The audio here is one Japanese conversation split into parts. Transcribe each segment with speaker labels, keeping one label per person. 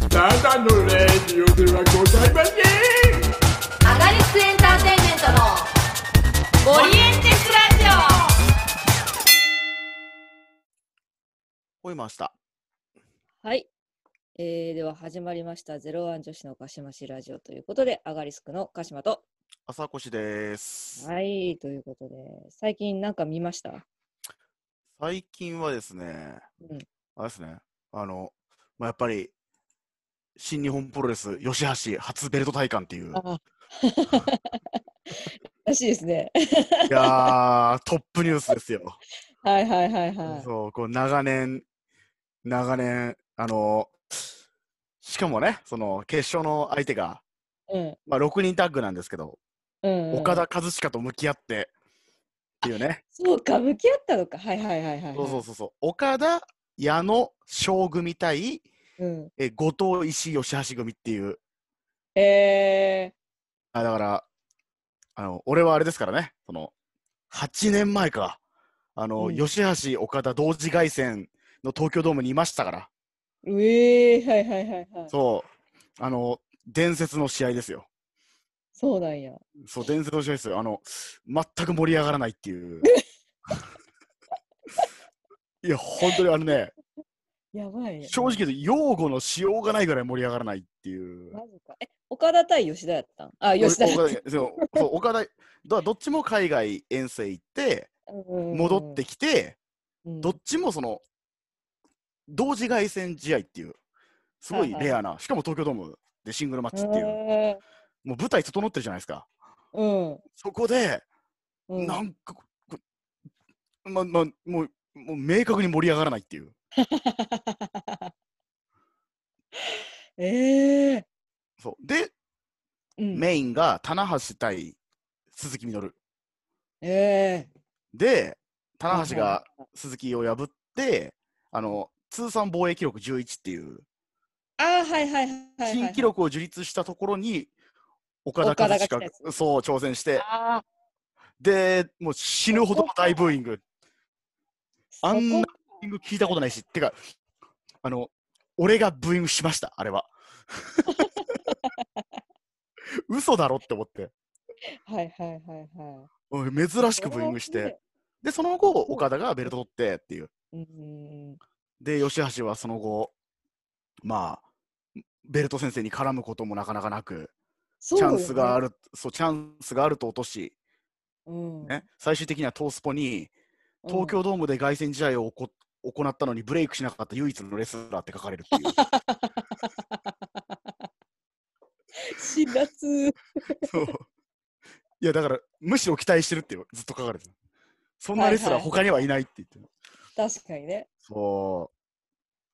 Speaker 1: あなたのレディオではございません
Speaker 2: アガリスクエンターテインメントのオリエンテスラジ
Speaker 3: 追いました。
Speaker 4: はい。えー、では始まりました、ゼロワン女子の鹿島市ラジオということで、アガリスクの鹿島と。
Speaker 3: 朝越です。
Speaker 4: はい、ということで、最近なんか見ました
Speaker 3: 最近はですね、
Speaker 4: うん
Speaker 3: あれですね、あの、まあ、やっぱり、新日本プロレス、吉橋初ベルト体感っていう、い
Speaker 4: あらしいですね。
Speaker 3: やー、 トップニュースですよ。
Speaker 4: はいはいはいはい。
Speaker 3: そう、こう、長年、長年、あの、しかもね、その、決勝の相手が、
Speaker 4: うん
Speaker 3: まあ、6人タッグなんですけど、
Speaker 4: うんうん、
Speaker 3: 岡田和親と向き合って、っていうね、
Speaker 4: そうか、向き合ったのか。はいはいはいはい。
Speaker 3: そうそうそうそう、岡田、矢野、将組対、
Speaker 4: うん、
Speaker 3: えー後藤、石井、吉橋組っていう、
Speaker 4: え
Speaker 3: あだからあの、俺はあれですからね、その8年前か、あの
Speaker 4: うん
Speaker 3: 吉橋、岡田同時凱旋の東京ドームにいましたから、
Speaker 4: ー、うえー、はいはいはいはい。そう
Speaker 3: そう、あの伝説の試合ですよ。
Speaker 4: なんや。
Speaker 3: そう、伝説の試合ですよ。あの、全く盛り上がらないって いう。いや、本当にあのね、
Speaker 4: やばいね。
Speaker 3: 正直言うと、擁護のしようがないぐらい盛り上がらないっていう。
Speaker 4: マジか。え、岡田対吉田やったんあ、吉田。
Speaker 3: 岡田そうそう岡田どどっちも海外遠征行って戻って
Speaker 4: き
Speaker 3: きて、
Speaker 4: うん
Speaker 3: どっちもその同時凱旋試合っていうすごいレアな、しかも東京ドームでシングルマッチっていう、
Speaker 4: へ
Speaker 3: もう舞台整ってるじゃないですか
Speaker 4: ーうん
Speaker 3: そこで、
Speaker 4: うん。
Speaker 3: なんかここままもうもう明確に盛り上がらないっていう
Speaker 4: ええ
Speaker 3: そうで、
Speaker 4: うん
Speaker 3: メインが棚橋対鈴木みのる
Speaker 4: ええ
Speaker 3: で棚橋が鈴木を破って、あの通算防衛記録11っていう
Speaker 4: ああ、はいはいはいはい。
Speaker 3: 新記。録を樹立したところに岡田
Speaker 4: 岡
Speaker 3: 和
Speaker 4: 田が来
Speaker 3: 親
Speaker 4: た
Speaker 3: が
Speaker 4: やつ
Speaker 3: そう挑戦して
Speaker 4: ああ、
Speaker 3: でもう死ぬほどの大ブーイングあんなブ
Speaker 4: そこ
Speaker 3: ーイング聞いたことないしてかあの俺がブーイングしましたあれ は嘘だろって思って
Speaker 4: はいはいはいは
Speaker 3: おい珍
Speaker 4: い。
Speaker 3: しくブーイングして。でその後岡田がベルト取ってっていう
Speaker 4: うん。
Speaker 3: で吉橋はその後まあベルト先生に絡むこともなかなかなく、
Speaker 4: チ
Speaker 3: チャンスがあ
Speaker 4: る。
Speaker 3: るそうチャンスがあると落とし
Speaker 4: うん。
Speaker 3: ね、最終的にはトースポに
Speaker 4: うん
Speaker 3: 東。京ドームで凱旋試合を行行ったのにブレイクしなかった唯一のレスラーって書かれるっていう
Speaker 4: 4月。
Speaker 3: そういやだからむしろ期待してるってずっと書かれてるそんなレスラ
Speaker 4: は
Speaker 3: ー
Speaker 4: いはい
Speaker 3: 他にはいないって言ってる、
Speaker 4: 確かにね。
Speaker 3: そ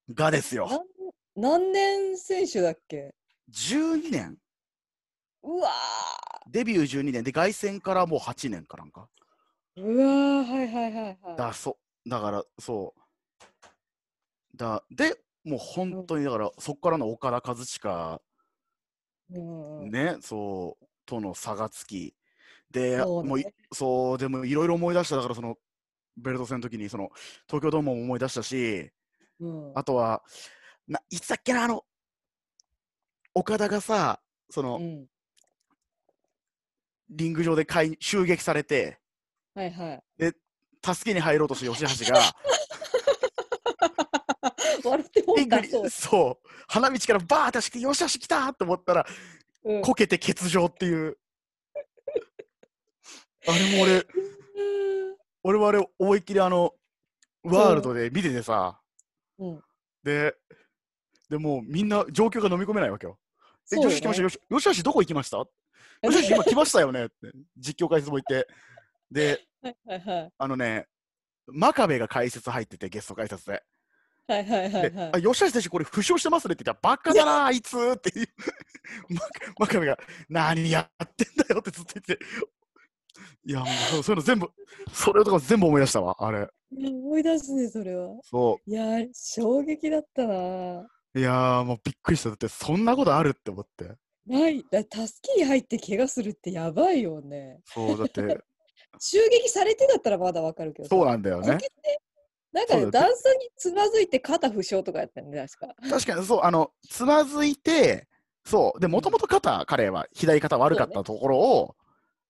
Speaker 3: うがですよ
Speaker 4: なん何年選手だっけ
Speaker 3: 12年
Speaker 4: うわ
Speaker 3: デビュー12年で凱旋からもう8年かなんか
Speaker 4: ーうわー、はいはいはいは
Speaker 3: だそうだからそうだでもう本当にだから、そこからの岡田和親
Speaker 4: い。うんうん。
Speaker 3: ね、そう、との差がつき、で、
Speaker 4: そうね
Speaker 3: もういそう、でもいろいろ思い出した、だからその、ベルト戦の時にその東京ドームも思い出したし、
Speaker 4: うん
Speaker 3: あとは、ないつだっけな、あの、岡田がさ、その、
Speaker 4: うん。
Speaker 3: リング上でかい襲撃されて、
Speaker 4: はいはい。
Speaker 3: 助けに入ろうとして吉橋が、
Speaker 4: 笑っても
Speaker 3: リ
Speaker 4: う
Speaker 3: ング
Speaker 4: たそう
Speaker 3: に、。そう、花道からバーって走って、吉橋来たと思ったら、
Speaker 4: うん
Speaker 3: こけて欠場っていう。あれも俺、俺はあれ思いっきりあのワールドで見ててさ、
Speaker 4: うん
Speaker 3: ででもうみんな状況が飲み込めないわけよ。え、
Speaker 4: そうよ
Speaker 3: よ
Speaker 4: ね
Speaker 3: し来ましたよし、よしよしどこ行きましたよしよし今来ましたよねって実況解説も言って。で、
Speaker 4: はいはい
Speaker 3: あのね、真壁が解説入ってて、ゲスト解説で。
Speaker 4: はいはいはい
Speaker 3: で、
Speaker 4: はい
Speaker 3: あ、。吉橋選手、これ負傷してますねって言ったら、バカだな、あいつっていう。 真真壁が、何やってんだよってずっと言ってて。いや、もうそういうの全部、それとか全部思い出したわ、あれ。
Speaker 4: いや思い出すね、それは。
Speaker 3: そう。
Speaker 4: いやー、衝撃だったなー。
Speaker 3: いやーもうびっくりした。だってそんなことあるって思って。
Speaker 4: ない、だ助けに入って怪我するってやばいよね。
Speaker 3: そうだって、
Speaker 4: 襲撃されてだったらまだわかるけどさ。
Speaker 3: そうなんだよね
Speaker 4: こ。けてなんか、
Speaker 3: そ
Speaker 4: ね、
Speaker 3: うだよ
Speaker 4: 段差につまずいて肩負傷とかやったんね、確か。
Speaker 3: 確かにそう、あの、つまずいて、そう、で、もともと肩、彼は左肩悪かったところを、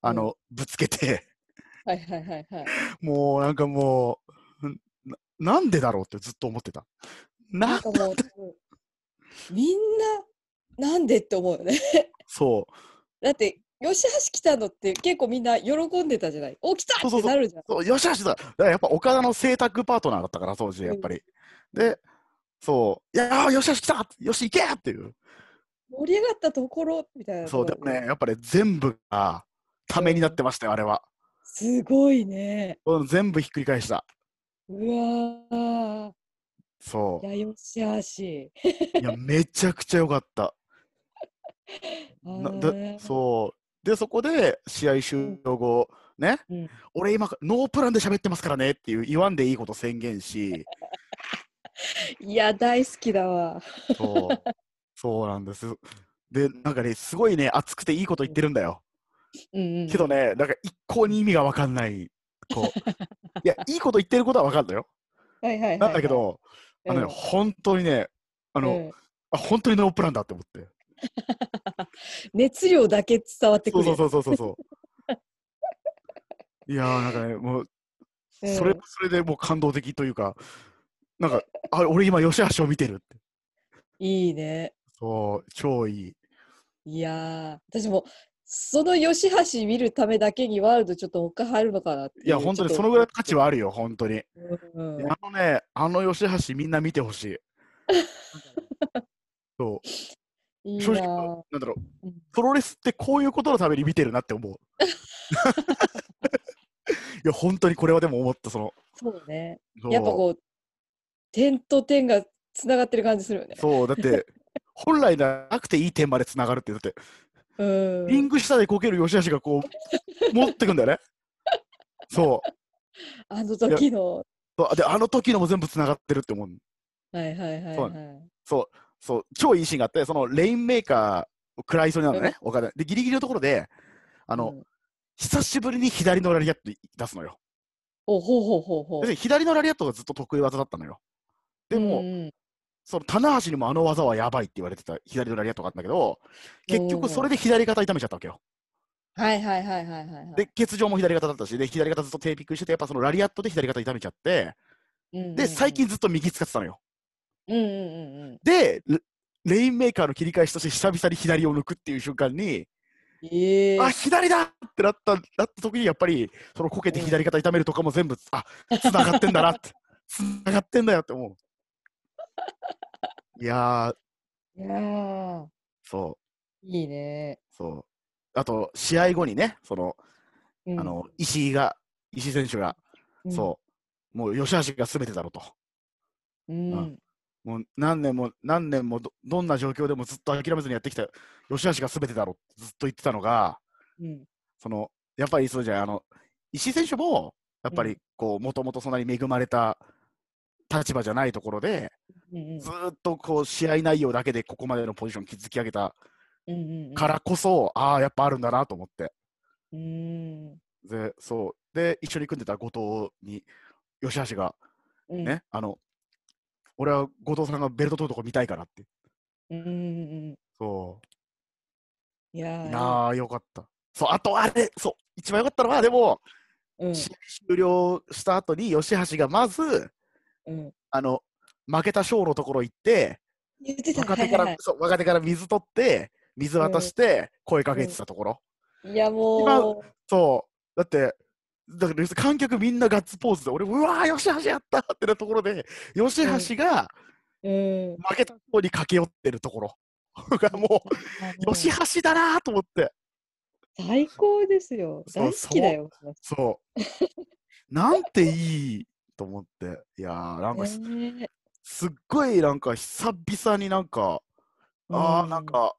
Speaker 3: あの、ぶつけて、
Speaker 4: はいはいはいはい。
Speaker 3: もうなんかもう、んななんでだろうってずっと思ってた。
Speaker 4: な、
Speaker 3: なん
Speaker 4: かもう、多分みんな、なんでって思うよね。
Speaker 3: そ
Speaker 4: だって、吉橋来たのって結構みんな喜んでたじゃない。お、来た
Speaker 3: そう
Speaker 4: っ
Speaker 3: そう
Speaker 4: て
Speaker 3: そう
Speaker 4: なるじゃん。
Speaker 3: う、そうよしよしだ。だからやっぱ岡田の制作パートナーだったから、当時、やっぱり。で、そう、いやー、よしよし来たよし行けっていう。
Speaker 4: 盛り上がったところみたいなと
Speaker 3: そう、
Speaker 4: こ
Speaker 3: で
Speaker 4: ろ
Speaker 3: もね、やっぱり全部が、ためになってましたよ、あれは。
Speaker 4: すごいね。
Speaker 3: うん全部ひっくり返した。
Speaker 4: うわ
Speaker 3: そ
Speaker 4: ー。いや、よしあし。
Speaker 3: う。いや、めちゃくちゃ良かった。なだそうでそこで試合終了後、ね、
Speaker 4: うん
Speaker 3: 俺今ノープランで喋ってますからねっていう言わんでいいこと宣言し
Speaker 4: う。いや、大好きだわ。
Speaker 3: そうそうなんですでなんかねすごいね熱くていいこと言ってるんだよ、
Speaker 4: うんうん。
Speaker 3: けどねなんか一向に意味が分かんないこう いやいいこと言ってることは分かるのよ
Speaker 4: はいはいはいはい。
Speaker 3: なんだけど、
Speaker 4: うん、
Speaker 3: あのね本当にねあ
Speaker 4: あ
Speaker 3: の、あ本当にノープランだって思って
Speaker 4: 熱量だけ伝わってく
Speaker 3: そう
Speaker 4: る。
Speaker 3: そうそうそうそうそう いやーなんかねもう
Speaker 4: うん
Speaker 3: それそれでもう感動的というか、なんか、あ俺今、吉橋を見てるって。
Speaker 4: いいね。
Speaker 3: そう、超いい。
Speaker 4: いやー、私も、その吉橋見るためだけにワールドちょっともう一回入るのかなっていう
Speaker 3: いや、本当にそのぐらいの価値はあるよ、本当に。
Speaker 4: うん
Speaker 3: あのね、あの吉橋、みんな見てほしい。そう、
Speaker 4: いいな
Speaker 3: 正直
Speaker 4: ー
Speaker 3: なんだろう
Speaker 4: うん、
Speaker 3: プロレスってこういうことのために見てるなって思 う。いや、本当にこれはでも思った、その。
Speaker 4: そうね。
Speaker 3: そう
Speaker 4: やっぱこう、点と点がつながってる感じするよね。
Speaker 3: そう、だって、本来なくていい点までつながるって、だって、
Speaker 4: うん。
Speaker 3: リング下でこける吉橋がこ う、持ってくんだよね。そう。
Speaker 4: あの時の。
Speaker 3: そうであの時のも全部つながってるって思う
Speaker 4: はいはいはい
Speaker 3: そ
Speaker 4: は
Speaker 3: う
Speaker 4: い。
Speaker 3: そう超いいシーンがあってそのレインメーカーを食らいそうになるのね、お金でギリギリのところであ
Speaker 4: あ
Speaker 3: の、久しぶりに左のラリアット出すのよ
Speaker 4: ほうほうほうほうほう
Speaker 3: で左のラリアットがずっと得意技だったのよでも、
Speaker 4: うんうん
Speaker 3: その棚橋にもあの技はやばいって言われてた左のラリアットがあったんだけど結局それで左肩痛めちゃったわけよ
Speaker 4: はいはいはいはいはいはい。
Speaker 3: で欠場も左肩だったしで左肩ずっとテーピングしててやっぱそのラリアットで左肩痛めちゃって
Speaker 4: うんうんうん
Speaker 3: で最近、ずっと右使ってたのよ
Speaker 4: うんうんうんうん。
Speaker 3: でレレインメーカーの切り返しとして久々に左を抜くっていう瞬間に
Speaker 4: ええ
Speaker 3: あ左だってなったなった時にやっぱりそのこけて左肩痛めるとかも全部あつながってんだなって つながってんだよって思ういやー
Speaker 4: いやー
Speaker 3: そ
Speaker 4: いいね。
Speaker 3: うそうあと試合後にねその、
Speaker 4: うん
Speaker 3: あの石井が石井選手が、
Speaker 4: うん
Speaker 3: そうもう吉橋が全てだろうと
Speaker 4: うん
Speaker 3: うんもう何年も何年もどどんな状況でもずっと諦めずにやってきた吉橋が全てだろうってずっと言ってたのが
Speaker 4: うん
Speaker 3: そのやっぱりそうじゃんあの石井選手もやっぱ
Speaker 4: う
Speaker 3: りこうもともとそんなに恵まれた立場じゃないところで、
Speaker 4: うん
Speaker 3: ずーっとこう試合内容だけでここまでのポジション築き上げた
Speaker 4: うんうん
Speaker 3: からこそ、ああやっぱあるんだなと思って
Speaker 4: うん
Speaker 3: でそうで一緒に組んでた後藤に吉橋が
Speaker 4: うん
Speaker 3: ね、あの俺は後藤さんがベルト取るとこ見たいからって
Speaker 4: うんうんうん
Speaker 3: そう
Speaker 4: いやー
Speaker 3: いやーよかったそうあとあれそう一番よかったのはでも、
Speaker 4: うん
Speaker 3: 試合終了した後に吉橋がまず
Speaker 4: うん
Speaker 3: あの、負けた賞のところ行って、
Speaker 4: 言ってた
Speaker 3: 若
Speaker 4: は
Speaker 3: 手
Speaker 4: い
Speaker 3: か
Speaker 4: はいは
Speaker 3: ら、そう若手から水取って、水渡して、声かけてたところ。
Speaker 4: いいやも
Speaker 3: そう。だって、だから観客みんなガッツポーズで、俺、うわー、吉橋やったってなところで、吉橋が
Speaker 4: ううん
Speaker 3: 負けた方に駆け寄ってるところが、も
Speaker 4: あ
Speaker 3: う、
Speaker 4: の
Speaker 3: 吉橋だなーと思って。
Speaker 4: 最高ですよ
Speaker 3: そ
Speaker 4: 大
Speaker 3: う
Speaker 4: 好きだよ
Speaker 3: そう。なんていいと思って。いやー、なんかす、
Speaker 4: ね
Speaker 3: すっごい、なんか、久々になんか、あー、なんか、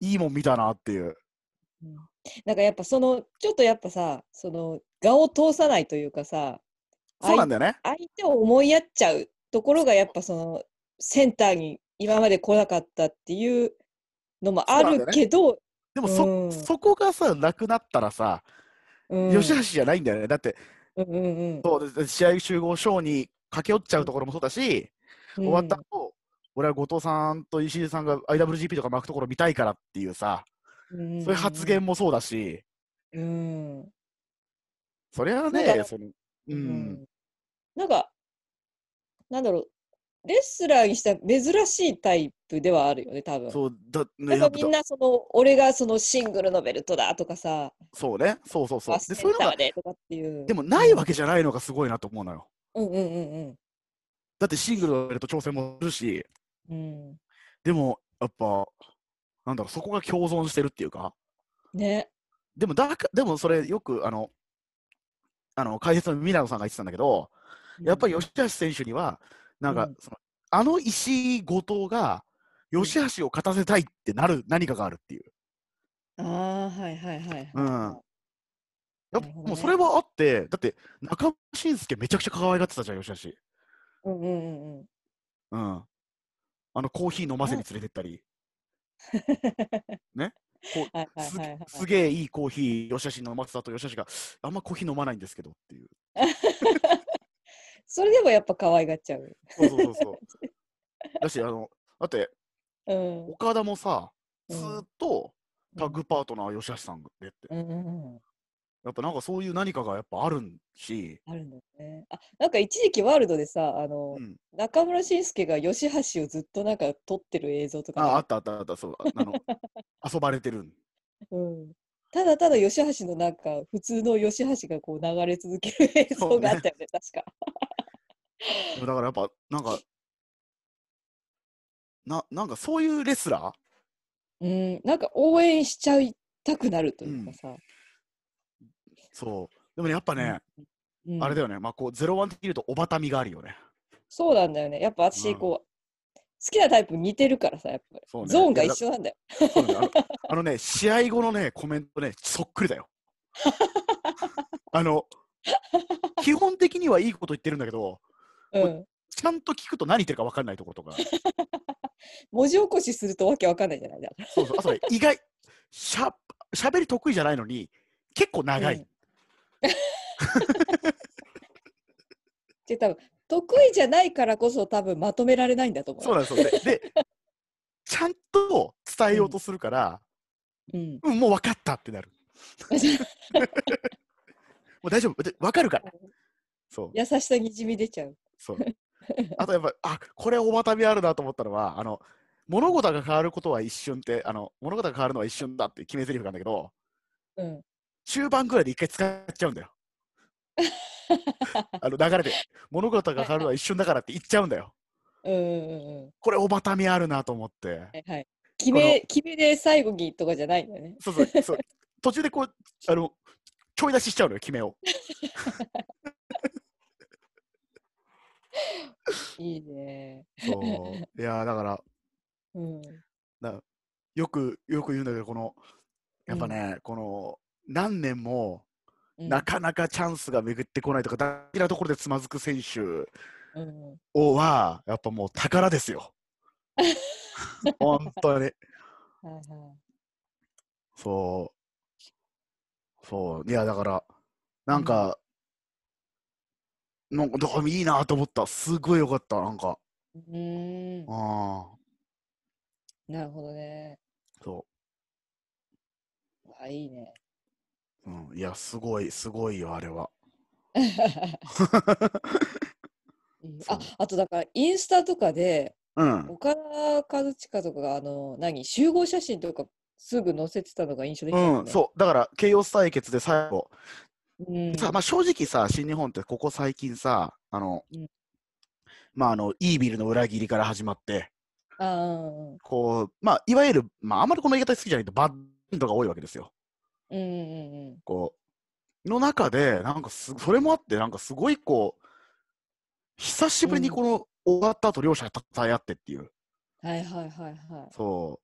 Speaker 3: いいもん見たなっていう。
Speaker 4: うんなんかやっぱそのちょっとやっぱさその画を通さないというかさ
Speaker 3: そうなんだよね。
Speaker 4: 相手を思いやっちゃうところがやっぱそのセンターに今まで来なかったっていうのもあるけど、
Speaker 3: でもそ、
Speaker 4: うん
Speaker 3: そこがさ、なくなったらさ、
Speaker 4: うん
Speaker 3: 吉橋じゃないんだよね。だって、
Speaker 4: うんうんうん
Speaker 3: そうです試合集合ショーに駆け寄っちゃうところもそうだし、終わった後、俺は後藤さんと石井さんが IWGP とか巻くところ見たいからっていうさ、
Speaker 4: うん、
Speaker 3: そういう発言もそうだし、
Speaker 4: うん、
Speaker 3: そりゃ
Speaker 4: なん
Speaker 3: ね、
Speaker 4: か
Speaker 3: その、
Speaker 4: う
Speaker 3: うんん、
Speaker 4: なんか、なんだろう、レスラーにしたら珍しいタイプではあるよね、多分。
Speaker 3: そうだ、ね、
Speaker 4: や
Speaker 3: や
Speaker 4: っぱ
Speaker 3: っぱ
Speaker 4: みんなその、俺がそのシングルのベルトだとかさ、
Speaker 3: そうね、そうそうそう。
Speaker 4: バ
Speaker 3: で、
Speaker 4: スセ
Speaker 3: そうい
Speaker 4: ン
Speaker 3: うの
Speaker 4: タ
Speaker 3: が
Speaker 4: ー、でとかっていう。
Speaker 3: でもないわけじゃないのがすごいなと思うのよ。
Speaker 4: うんうんうん
Speaker 3: だってシングルだと挑戦もするし、
Speaker 4: うん。う
Speaker 3: でもやっぱ、なんだろう、そこが共存してるっていうか、
Speaker 4: ん、ね。
Speaker 3: でもだか、でもそれよく、あの、あの解説のミラノさんが言ってたんだけど、やっぱり吉橋選手には、なんか、
Speaker 4: うん
Speaker 3: そのあの石井後藤が、吉橋を勝たせたいってなる、何かがあるっていう。
Speaker 4: うん。ああ、はいはい
Speaker 3: うん。
Speaker 4: はい。
Speaker 3: やっぱ
Speaker 4: なるほどね
Speaker 3: もうそれはあって、だって、中村慎介めちゃくちゃ可愛がってたじゃん、吉
Speaker 4: うんうんうんうん。
Speaker 3: 橋。うん。あの、コーヒー飲ませに連れてったり、こう
Speaker 4: はいはい
Speaker 3: す
Speaker 4: はいはい。
Speaker 3: すげえいいコーヒー、吉橋に飲ませたと、吉橋が、あんまコーヒー飲まないんですけどっていう。
Speaker 4: それでもやっぱ可愛がっちゃう。
Speaker 3: そうそうそうそう。 だし、あの、だって、
Speaker 4: うん。
Speaker 3: 岡田もさ、
Speaker 4: う
Speaker 3: ず
Speaker 4: ん
Speaker 3: ーっとタッグパートナー、吉橋さんでって、
Speaker 4: うんうんうん。
Speaker 3: やっぱなんかそういう何かがやっぱあるんし、
Speaker 4: あるんだね。あ、なんか一時期ワールドでさ、あの、
Speaker 3: うん、
Speaker 4: 中村慎介が吉橋をずっとなんか撮ってる映像とかね、
Speaker 3: ああったあったあった、そう、あの 遊ばれてるん。
Speaker 4: うん、ただただ吉橋のなんか普通の吉橋がこう流れ続ける映像があったよね確か。
Speaker 3: でもだからやっぱ、なんか、ななんかそういうレスラー
Speaker 4: うん、なんか応援しちゃいたくなるというかさ、
Speaker 3: そう。でもね、やっぱね、
Speaker 4: うん
Speaker 3: あれだよね、まあこう、ゼロワンで言うと、おばたみがあるよね。
Speaker 4: そうなんだよねやっぱ
Speaker 3: う
Speaker 4: 私
Speaker 3: ん
Speaker 4: こう、好きなタイプ似てるからさやっぱり
Speaker 3: そうね
Speaker 4: ゾーンが一緒なんだよ。
Speaker 3: そうなんだよあのあのね、試合後のね、コメントね、そっくりだ よ。あの、基本的にはいいこと言ってるんだけど、
Speaker 4: う
Speaker 3: やっぱ
Speaker 4: ん、
Speaker 3: ちゃんと聞くと何言ってるか分かんないところとか、
Speaker 4: 文字起こしするとわけわかんないじゃないだから。
Speaker 3: そうそう、あとね、意外、しゃ、喋り得意じゃないのに、結構長い。
Speaker 4: うん で多分得意じゃないからこそ多分まとめられないんだと思う
Speaker 3: そう
Speaker 4: よ。
Speaker 3: なんですよね。で、ちゃんと伝えようとするから、
Speaker 4: うん、
Speaker 3: うん、もう分かったってな る。もう大丈夫、で分かるから。そう、
Speaker 4: 優しさにじみ出ちゃう。
Speaker 3: そう。あとやっぱ、あこれ、おばたびあるなと思ったのは、あの、物事が変わることは一瞬って、あの、物事が変わるのは一瞬だっていう決め台詞があるんだけど、
Speaker 4: うん、
Speaker 3: 中盤ぐらいで一回使っちゃ うんだよ。あの流れで物事が変わるのは一瞬だからって言っちゃうんだよ。
Speaker 4: うんうんうんうん。
Speaker 3: これおばたみあるなと思って。
Speaker 4: はいはい。決め、決めで最後にとかじゃないのよね。
Speaker 3: そう そうそう。途中でこうあのちょい出ししちゃうのよ決めを。
Speaker 4: いいね。
Speaker 3: そういやーだから
Speaker 4: うん。
Speaker 3: よくよく言うんだけどこのやっぱね、この何年も
Speaker 4: うん
Speaker 3: なかなかチャンスが巡ってこないとか大事なところでつまずく選手
Speaker 4: うん。
Speaker 3: をはやっぱもう宝です よ。本当に。
Speaker 4: はいはい。
Speaker 3: そう。そう。いや、だから、なんか、なんか、だからいいなと思った。すごいよかった、なんか。
Speaker 4: うーん。
Speaker 3: ああ、
Speaker 4: なるほどね。
Speaker 3: そ
Speaker 4: あ、いいね。
Speaker 3: う。うん、いや、すごい、すごいよ、あれは。
Speaker 4: うん
Speaker 3: そう
Speaker 4: あ、あとだから、インスタとかで、
Speaker 3: うん。
Speaker 4: 岡田和親とかが、あの、何、集合写真とかすぐ載せてたのが印象的だよね。
Speaker 3: うん、そう。だから、慶応対決で最後。
Speaker 4: うん。
Speaker 3: さ、まあ、正直さ、新日本ってここ最近さ、あの、
Speaker 4: うん
Speaker 3: まあ、あの、イービルの裏切りから始まって、
Speaker 4: あー、
Speaker 3: こう、まあ、いわゆる、まあ、あんまりこの言い方好きじゃないと、バッドが多いわけですよ。
Speaker 4: うんうんうん
Speaker 3: こう、の中で、なんかす、それもあって、なんかすごいこう、久しぶりにこの、終わった後、両者たたえ合ってっていう。
Speaker 4: うん。はいはいはいはい。
Speaker 3: そ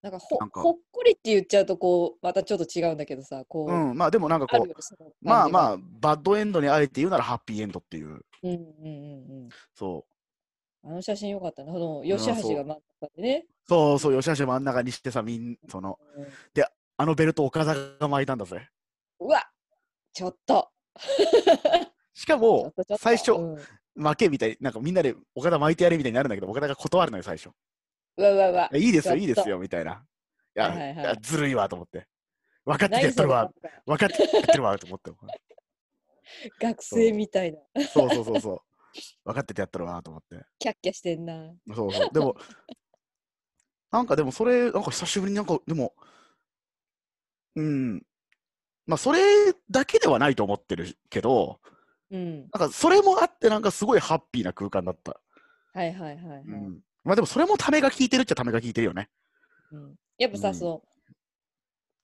Speaker 4: なんかほ
Speaker 3: なんか
Speaker 4: ほっこりって言っちゃうとこうまたちょっと違うんだけどさこ
Speaker 3: う。
Speaker 4: う、
Speaker 3: うん、まあでもなんか
Speaker 4: あ
Speaker 3: こ
Speaker 4: るよ
Speaker 3: う、
Speaker 4: その感じが
Speaker 3: まあまあ、バッドエンドにあえて言うならハッピーエンドっていう。
Speaker 4: うんうんうんうん
Speaker 3: そう。
Speaker 4: あの写真よかったねこの
Speaker 3: ん
Speaker 4: 吉
Speaker 3: そ
Speaker 4: 橋
Speaker 3: う
Speaker 4: が真ん中でね、
Speaker 3: そうそう、吉橋真ん中にしてさ、みん、その、
Speaker 4: うん
Speaker 3: あのベルト岡田が巻いたんだぜ。
Speaker 4: うわちょっと
Speaker 3: しか
Speaker 4: ちょっ
Speaker 3: も
Speaker 4: とちょっと、
Speaker 3: 最初、
Speaker 4: うん
Speaker 3: 負けみたい、なんかみんなで岡田巻いてやれみたいになるんだけど、岡田が断るのよ、最初。
Speaker 4: うわうわうわ。
Speaker 3: いいですよ、
Speaker 4: やっと
Speaker 3: いいですよ、みたいな。いや、
Speaker 4: はいはいはい
Speaker 3: いやずるいわと思って。分かっててや
Speaker 4: 何
Speaker 3: っと
Speaker 4: そ
Speaker 3: る
Speaker 4: の
Speaker 3: わ、分かってやってるわと思って。
Speaker 4: 学生みたいな。
Speaker 3: そうそうそうそう。分かっててやっとるわと思って。
Speaker 4: キャッキャしてんな。
Speaker 3: そうそう。でも、なんかでもそれ、なんか久しぶりになんか、でも、うん。まあ、それだけではないと思ってるけど、
Speaker 4: うん。
Speaker 3: なんかそれもあって、なんかすごいハッピーな空間だった。
Speaker 4: はいはいはい、はい
Speaker 3: うん。まあでもそれもためが効いてるっちゃためが効いてるよね。
Speaker 4: うんやっぱさ、
Speaker 3: うん
Speaker 4: その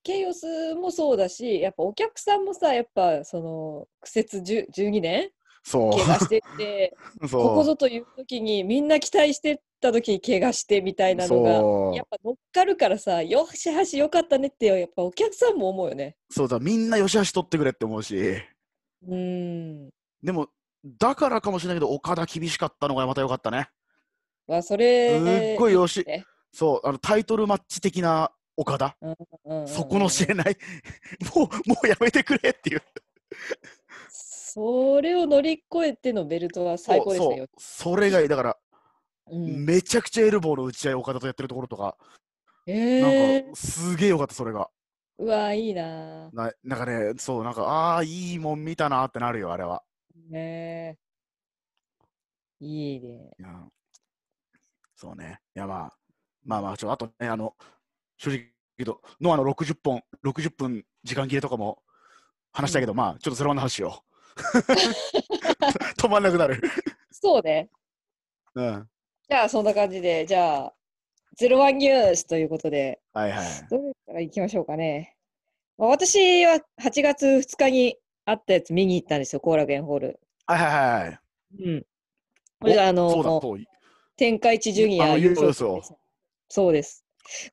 Speaker 4: ケイオスもそうだしやっぱお客さんもさやっぱその苦節10 12年
Speaker 3: そ
Speaker 4: 怪我してて
Speaker 3: う。 そう。
Speaker 4: ここぞという時にみんな期待してた時に怪我してみたいなのが
Speaker 3: そう
Speaker 4: やっぱ乗っかるからさよしはしよかったねってやっぱお客さんも思うよね。
Speaker 3: そうだ、みんなよしあし取ってくれって思うし、
Speaker 4: うーん
Speaker 3: でも、だからかもしれないけど、岡田厳しかったのがまた良かったね。
Speaker 4: まあそ
Speaker 3: す
Speaker 4: れ
Speaker 3: っごいよし
Speaker 4: ね、
Speaker 3: そう、あのタイトルマッチ的な岡田、
Speaker 4: うんうんうん
Speaker 3: そこの知れない、もう、もうやめてくれっていう、
Speaker 4: それを乗り越えてのベルトは最高です
Speaker 3: そう
Speaker 4: よ。、
Speaker 3: それがいい、だから、
Speaker 4: うん、
Speaker 3: めちゃくちゃエルボーの打ち合い、岡田とやってるところとか、
Speaker 4: え
Speaker 3: なん
Speaker 4: ー
Speaker 3: か、すげえ良かった、それが。
Speaker 4: うわいいなあ
Speaker 3: ななんかね、そう、なんか、ああー、いいもん見たなーってなるよ、あれは。
Speaker 4: ねえ。いいね。
Speaker 3: いやそうね。いや、まあ、まあまあ、ちょ、あとね、あの、正直言うと、ノアの60本、60分時間切れとかも話したけど、まあ、ちょっとそれはなしよ う。止まんなくなる。
Speaker 4: そうね。
Speaker 3: うん。はい
Speaker 4: じゃあ、そんな感じで、じゃあ、ゼロワンニュースということで、
Speaker 3: はい。
Speaker 4: どれから行きましょうかね。まあ私は8月2日にあったやつ見に行ったんですよ、後楽園ホール。
Speaker 3: はいはいはい。
Speaker 4: うん。
Speaker 3: お
Speaker 4: これがあ
Speaker 3: そうだ、
Speaker 4: の、
Speaker 3: そう。
Speaker 4: 天下一ジュニ
Speaker 3: あ
Speaker 4: ア
Speaker 3: の
Speaker 4: 優
Speaker 3: 優
Speaker 4: 勝
Speaker 3: 勝です
Speaker 4: そうです。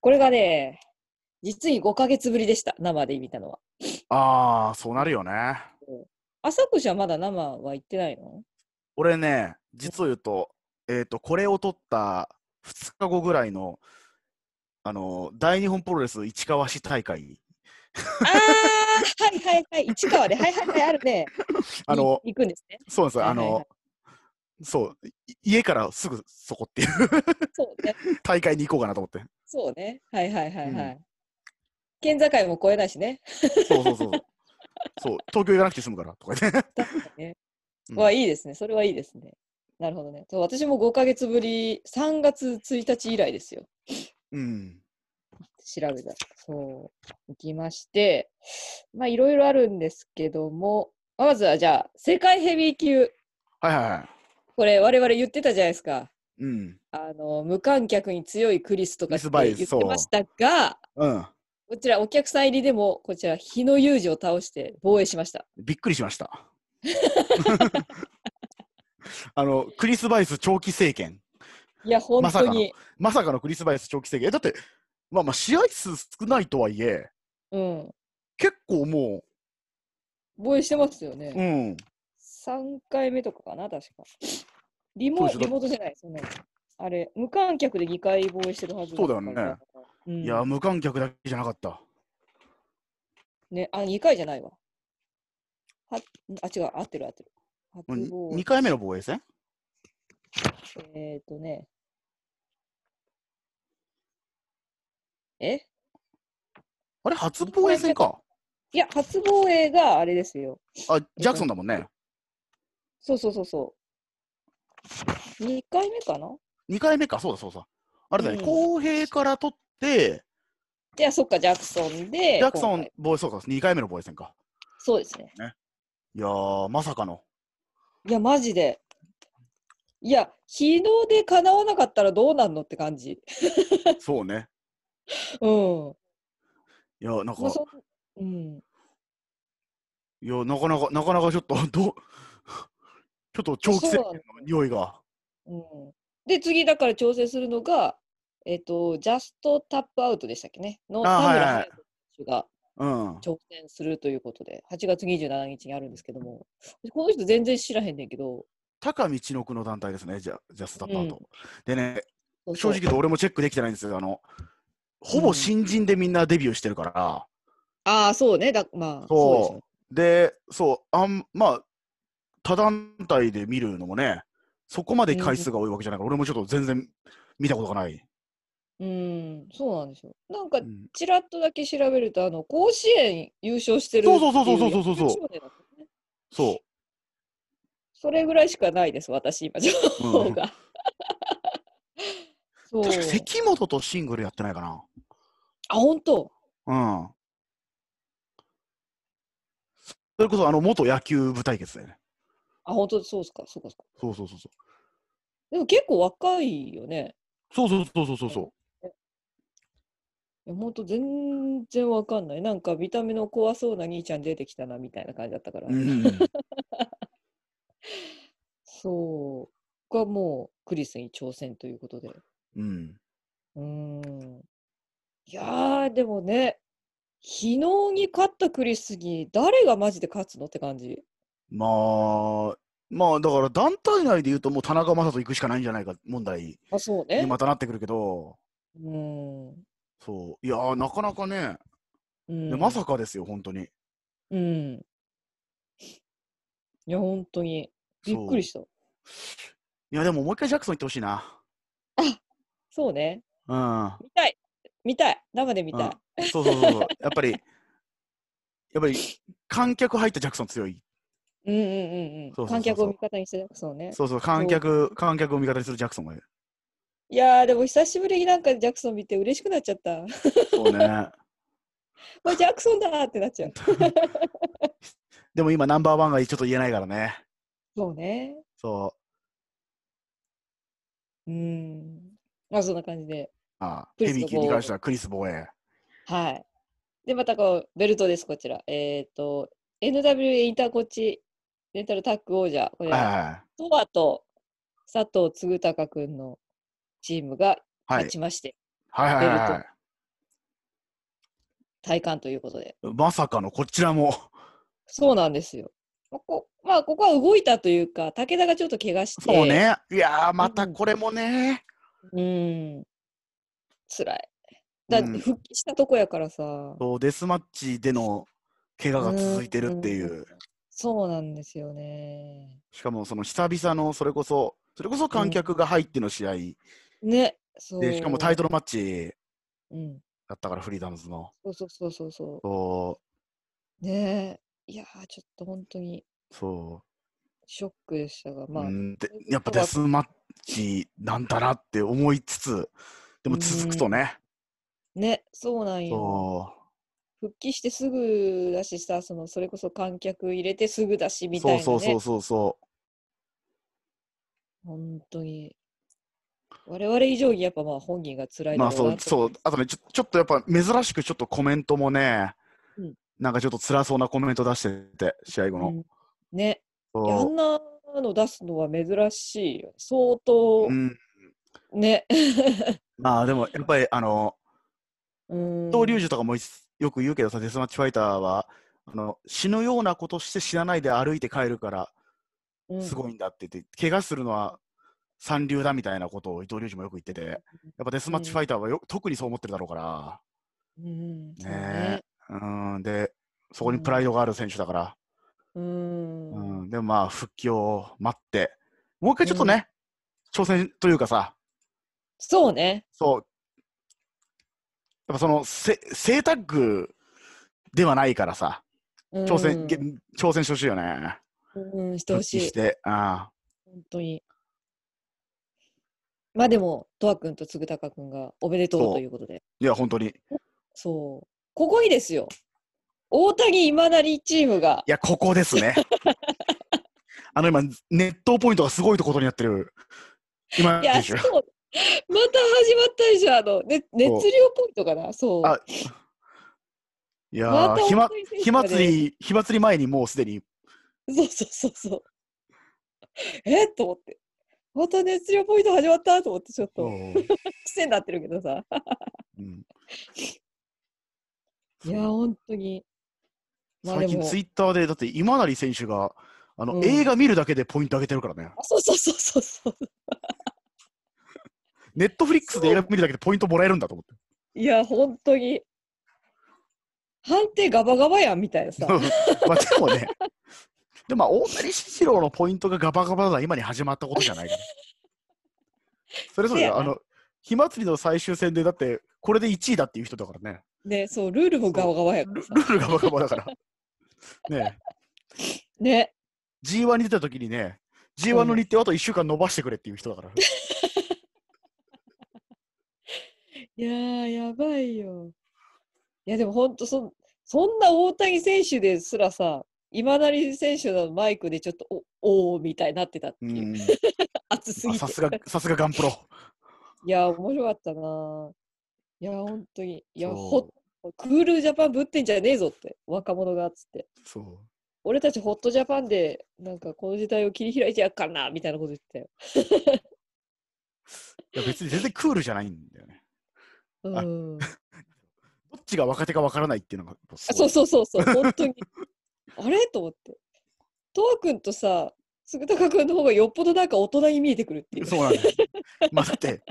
Speaker 4: これがね、実に5ヶ月ぶりでした、生で見たのは。
Speaker 3: ああ、そうなるよね。
Speaker 4: 朝子じゃまだ生は行ってな いの
Speaker 3: 俺ね、実を言うと、えっ、と、これを撮った2日後ぐらいの、あの、大日本プロレス市川市大会、
Speaker 4: ああ、はいはいはい、市川で、はいはいはい、あるね。
Speaker 3: あの、
Speaker 4: い行くんですね。
Speaker 3: そうなんですよ、
Speaker 4: は
Speaker 3: あ
Speaker 4: いはいはい
Speaker 3: の、そう、い家からすぐそこっていう
Speaker 4: そうね。
Speaker 3: 大会に行こうかなと思って。
Speaker 4: そうね。はいはいはいはい。
Speaker 3: う
Speaker 4: 県境も越えないしね。
Speaker 3: そうそうそうそう。そう、東京行かなくて済むからとか言って。
Speaker 4: だからね。
Speaker 3: うん
Speaker 4: わいいですね。それはいいですね。なるほどね。そう私も5ヶ月ぶり、3月1日以来ですよ。
Speaker 3: うん。
Speaker 4: 調べたら。そう。行きまして、まあいろいろあるんですけども、まずはじゃあ、世界ヘビー級。
Speaker 3: はいはいは
Speaker 4: これ我々言ってたじゃないですか。
Speaker 3: い。うん。
Speaker 4: あの無観客に強いクリスとかって
Speaker 3: ミスバイ
Speaker 4: 言ってましたが、
Speaker 3: うん。
Speaker 4: こちらお客さん入りでも、こちら日野裕二を倒して防衛しました。
Speaker 3: びっくりしました。 あの、クリス・バイス長期政権。
Speaker 4: いや、本
Speaker 3: まさ
Speaker 4: 当
Speaker 3: かの
Speaker 4: に。
Speaker 3: まさかのクリス・バイス長期政権。えだって、まあまあ、試合数少ないとはいえ、
Speaker 4: うん。
Speaker 3: 結構も
Speaker 4: 防衛してますよね。
Speaker 3: う、うん。
Speaker 4: 3回目とかかな、確 か。リモ
Speaker 3: そうですよ
Speaker 4: リモートじゃない、そんなのあれ、無観客で2回防衛してるはず
Speaker 3: そうだよね
Speaker 4: から。うん、
Speaker 3: いや、無観客だけじゃなかった。
Speaker 4: ね、あ、2回じゃないわ。はあ、違う、合ってる合ってる。初防
Speaker 3: 2回目の防衛戦
Speaker 4: 衛。えっ、ー、とね。え
Speaker 3: あれ、初防衛戦か。
Speaker 4: いや、初防衛があれですよ。
Speaker 3: あ、ジャクソンだもんね。
Speaker 4: そうそうそうそう。2回目かな
Speaker 3: 2回目か、そうだそうだ。あれだね、
Speaker 4: うん
Speaker 3: 公平から取って、
Speaker 4: いや、そっか、ジャクソンで。
Speaker 3: ジャクソ
Speaker 4: 今
Speaker 3: ン
Speaker 4: 回
Speaker 3: 防衛、そうか、2回目の防衛戦か。
Speaker 4: そうですね。
Speaker 3: いやー、まさかの。
Speaker 4: いや、マジで。いや、日の出叶わなかったらどうなんのって感じ。
Speaker 3: そうね。
Speaker 4: うん。
Speaker 3: いや、なんか、
Speaker 4: まあ、そんうん。
Speaker 3: いや、なかなか、なかなかちょっと、どう、 ちょっと長期
Speaker 4: そう
Speaker 3: 戦
Speaker 4: なの
Speaker 3: の匂いが。
Speaker 4: うん、で、次、だから調整するのが、えっ、と、ジャストタップアウトでしたっけね。の
Speaker 3: あ
Speaker 4: 田村
Speaker 3: はいはい
Speaker 4: 隼人選手が
Speaker 3: うん。
Speaker 4: 挑戦するということで、8月27日にあるんですけども、この人全然知らへんねんけど、
Speaker 3: 高道のの団体ですね、じゃジャスタッパーと、
Speaker 4: う
Speaker 3: でね、
Speaker 4: そうそ
Speaker 3: 正
Speaker 4: う
Speaker 3: 直言うと俺もチェックできてないんですよ。あの、ほぼ新人でみんなデビューしてるから。
Speaker 4: ああ、そうね。だまあ、そうですよね
Speaker 3: そう。で、そう、あん、まあ、他団体で見るのもね、そこまで回数が多いわけじゃないから、俺もちょっと全然見たことがない。
Speaker 4: うん、そうなんですよ。なんか
Speaker 3: う、ん
Speaker 4: ちらっとだけ調べると、あの、甲子園優勝してるってい。
Speaker 3: そうそうそうそうそうそうそう
Speaker 4: 野球少年だったんですね
Speaker 3: そ
Speaker 4: それぐらいしかないです、私、今、情報 が。そう
Speaker 3: う。。確か関本とシングルやってないか
Speaker 4: あ、本当
Speaker 3: な。うん。それこそ、あの、元野球部対決だよね。
Speaker 4: あ、本当そうっすか、そうか、そうか。
Speaker 3: そうそうそうそう。
Speaker 4: でも結構若いよね。
Speaker 3: そうそうそうそうそうそう。
Speaker 4: いや、ほんと全然わかんない。なんか見た目の怖そうな兄ちゃん出てきたなみたいな感じだったから。
Speaker 3: うん、
Speaker 4: そう。がもうクリスに挑戦ということで。
Speaker 3: うん、
Speaker 4: うーん。いやー、でもね、昨日に勝ったクリスに誰がマジで勝つのって感じ。
Speaker 3: まあまあだから団体内で言うともう田中将人行くしかないんじゃないか問題
Speaker 4: あ、そう
Speaker 3: に
Speaker 4: ね。
Speaker 3: またなってくるけど
Speaker 4: うーん。う
Speaker 3: そういやーなかなかね、で
Speaker 4: ん。
Speaker 3: まさかですよ本当に
Speaker 4: うん。いや、本当に。びっくり
Speaker 3: し
Speaker 4: した。
Speaker 3: いやでももう一回ジャクソン行ってほしいな
Speaker 4: そうね。
Speaker 3: うん
Speaker 4: 見たい。見たい。生で見たい。
Speaker 3: うん、そうそうそうそう やっぱりやっぱり観客入ったジャクソン強い
Speaker 4: うんうんうん
Speaker 3: そうそうそうそう
Speaker 4: うん。観客を味方にしてそうね。
Speaker 3: そうそう観客観客を味方にするジャクソンがいる
Speaker 4: いやーでも久しぶりになんかジャクソン見て嬉しくなっちゃった。
Speaker 3: そうね
Speaker 4: わジャクソンだーってなっちゃう。
Speaker 3: でも今ナンバーワンがちょっと言えないからね
Speaker 4: そうね。
Speaker 3: そう
Speaker 4: ーん。まあそんな感じで。
Speaker 3: あ
Speaker 4: ク
Speaker 3: ヘ
Speaker 4: リ
Speaker 3: ビ
Speaker 4: ス
Speaker 3: ー級に関してはクリス防衛
Speaker 4: はい。で、またこう、ベルトです、こちら。えっ、と、NWA インターコッチレンタルタッグ王者。これ
Speaker 3: はい
Speaker 4: は、
Speaker 3: は
Speaker 4: トワと佐藤嗣隆くんのチーム
Speaker 3: い
Speaker 4: が
Speaker 3: はい
Speaker 4: 勝ちまして、
Speaker 3: はいはいはいは
Speaker 4: ベル体感ということで。
Speaker 3: い。まさかのこちらも。
Speaker 4: そうなんですよ。ここまあ、ここは動いたというか、武田がちょっと怪我して、
Speaker 3: そうね。いやー、またこれもね。
Speaker 4: うん。辛い。だって
Speaker 3: うん
Speaker 4: 復帰したとこやからさ、
Speaker 3: そうデスマッチでの怪我が続いてるっていうう。
Speaker 4: そうなんですよね。
Speaker 3: しかもその久々のそれこそ、それこそ観客が入っての試合
Speaker 4: ね、そう。
Speaker 3: で、しかもタイトルマッチ
Speaker 4: うん。
Speaker 3: だったから、フリーダムズの。
Speaker 4: そうそうそうそうそ。
Speaker 3: そう
Speaker 4: ねえ。いやー、ちょっと本当に
Speaker 3: う。そ
Speaker 4: ショックでしたが、
Speaker 3: う、
Speaker 4: まあ、
Speaker 3: うんでやっぱデスマッチなんだなって思いつつ、でも続くとね。
Speaker 4: ね、そうなんよ。
Speaker 3: そ
Speaker 4: 復帰してすぐだしさ、そのそれこそ観客入れてすぐだし
Speaker 3: う。
Speaker 4: みたい
Speaker 3: そ
Speaker 4: な、
Speaker 3: う
Speaker 4: ね。
Speaker 3: そうそうそうそ
Speaker 4: 本当に。我々以上にやっぱまあ本人が辛
Speaker 3: う。
Speaker 4: い
Speaker 3: ま
Speaker 4: だ
Speaker 3: あ
Speaker 4: ろ
Speaker 3: そう
Speaker 4: な
Speaker 3: う、
Speaker 4: と。
Speaker 3: そう。あとね、ちょちょっとやっぱ珍しくちょっとコメントもね、
Speaker 4: うん
Speaker 3: なんかちょっと辛そうなコメント出してて、試合後の。
Speaker 4: うんね、いやあ
Speaker 3: そ
Speaker 4: んなの出すのは珍しいよ。相当
Speaker 3: ううん、
Speaker 4: ね。
Speaker 3: まあでもやっぱりあの
Speaker 4: うん
Speaker 3: 伊藤隆二とかもいよく言うけどさデスマッチファイターはあの死ぬようなことして死なないで歩いて帰るから
Speaker 4: うん
Speaker 3: すごいんだって言って、怪我するのは三流だみたいなことを伊藤隆二もよく言っててやっぱデスマッチファイターはよ、特にそう思ってるだろうから
Speaker 4: うん、そう
Speaker 3: ね
Speaker 4: ね。
Speaker 3: うんでそこにプライドがある選手だから、
Speaker 4: う。
Speaker 3: うんんでもまあ復帰を待ってもう一回ちょっとね、挑戦というかさ
Speaker 4: そうね。
Speaker 3: そう。やっぱその、せ正タッグではないからさ、挑戦、げ挑戦してほしいよね。
Speaker 4: うん、うん、してほし
Speaker 3: 復帰
Speaker 4: い
Speaker 3: し。て、ああ
Speaker 4: 本当に。まあでも、とわくんとつぐたかくんがおめでと
Speaker 3: そう
Speaker 4: うということで。
Speaker 3: いや、本当に。い
Speaker 4: そう。ここいいですよ。大谷今なりチームが。
Speaker 3: や、ここです ね。あの、今、熱湯ポイントがすごいとことになってる。今
Speaker 4: いや、
Speaker 3: でし
Speaker 4: そ
Speaker 3: ょ
Speaker 4: う。。また始まったでしょ、あの、ね、熱量ポイントかな。そう。
Speaker 3: あいや
Speaker 4: ま
Speaker 3: ー、
Speaker 4: た
Speaker 3: 火ま
Speaker 4: 大谷選手
Speaker 3: 火
Speaker 4: がね
Speaker 3: 祭り、火祭り前にもうすでに、
Speaker 4: そうそうそうそう。えっと思って。また熱量ポイント始まったと思って、ちょっと癖になってるけどさ。
Speaker 3: うん
Speaker 4: いや、本当に。まあで
Speaker 3: 最近
Speaker 4: も
Speaker 3: ツイッターで、だって今成選手が、あの、
Speaker 4: うん
Speaker 3: 映画見るだけでポイント上げてるからね。
Speaker 4: あそうそうそうそうそう。
Speaker 3: ネットフリックスで映画見るだけでポイントもらえるんだと思って。
Speaker 4: いや、本当に。 判定ガバガバやんみたいなさ。
Speaker 3: まあでもね、でも、まあ、大谷四郎のポイントがガバガバな今に始まったことじゃないから。それぞ
Speaker 4: せ
Speaker 3: れ、
Speaker 4: やな
Speaker 3: あの、火祭りの最終戦で、だって、これで1位だっていう人だからね。
Speaker 4: ね、そう、ルールもガワガワやから
Speaker 3: ル
Speaker 4: さ。
Speaker 3: ルールガバガバだ から。ね
Speaker 4: ね、
Speaker 3: え G1 に出た時にね、G1 の日程をあと1週間伸ばしてくれっていう人だから。
Speaker 4: いやー、やばいよ。いや、でも本当そん、そんな大谷選手ですらさ、今成選手のマイクでちょっとおおーみたいになってたって
Speaker 3: う
Speaker 4: い
Speaker 3: ん。
Speaker 4: う、熱す
Speaker 3: あ
Speaker 4: ぎて
Speaker 3: さ。すが、さすがガンプロ。
Speaker 4: いやー、面白かったなー。いやー、本当に。いや、
Speaker 3: そ
Speaker 4: ほクールジャパンぶってんじゃねえぞって、若者がっつって。
Speaker 3: う。そう
Speaker 4: 俺たちホットジャパンで、なんかこの時代を切り開いてやっからな、みたいなこと言ってたよ。
Speaker 3: いや別に全然クールじゃないんだよね。
Speaker 4: う
Speaker 3: あ
Speaker 4: ん。
Speaker 3: どっちが若手かわからないっていうのがす
Speaker 4: あ
Speaker 3: ご
Speaker 4: そ
Speaker 3: いう
Speaker 4: そうそ うそう、本当に。あれと思って。とわくんとさ、すぐたかくんの方がよっぽどなんか大人に見えてくるっていう。
Speaker 3: そうなんです。まあだって、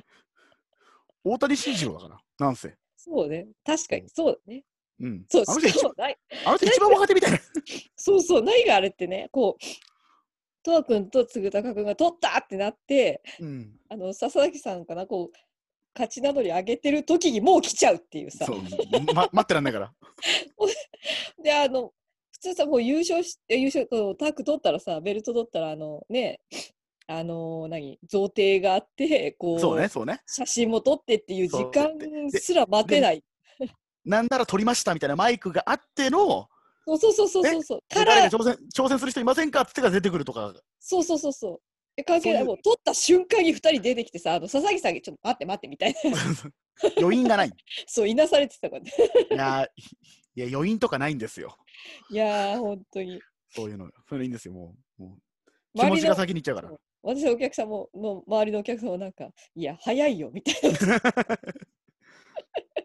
Speaker 3: 大谷慎次郎だから、なんせ。
Speaker 4: そうね。確かに、そうだね。
Speaker 3: うん。
Speaker 4: そう、
Speaker 3: あの人
Speaker 4: しかもない、
Speaker 3: あの人一番若手みたいな。
Speaker 4: そうそう、何があれってね、こう、とわくんとつぐたかくんが取ったってなって、
Speaker 3: うん。
Speaker 4: あの、笹崎さんかな、こう、勝ち名乗り上げてる時にもう来ちゃうっていうさ
Speaker 3: そ。う。ま、待ってらんないから。
Speaker 4: で、あの、普通さ、もう優勝し、え優勝、こうタッグ取ったらさ、ベルト取ったら、あの、ね、あの、何、贈呈があって、こう、
Speaker 3: そうね、そうね。
Speaker 4: 写真も撮ってっていう時
Speaker 3: そう
Speaker 4: 間
Speaker 3: です
Speaker 4: ら待てない。
Speaker 3: なんなら撮りましたみたいなマイクがあっての、
Speaker 4: そうそうそうそうそうそう。か
Speaker 3: 誰
Speaker 4: ら、
Speaker 3: か挑戦挑戦する人いませんかって手が出てくるとか、
Speaker 4: そうそうそうそう。え関係ない、
Speaker 3: そういう
Speaker 4: もう撮った瞬間に2人出てきてさ、あの佐々木さんにちょっと待って待ってみたいな、
Speaker 3: 余韻がない。
Speaker 4: そう、いなされてたからね。
Speaker 3: いやー、いや余韻とかないんですよ。
Speaker 4: いやー、本当に。
Speaker 3: そういうの。そういうのいいんですよ、もう。もう気
Speaker 4: 周
Speaker 3: 持
Speaker 4: り
Speaker 3: ち
Speaker 4: の
Speaker 3: が先にいっちゃうから。
Speaker 4: 私のお客さんも、の周りのお客さんもなんか、いや、早いよみたいな。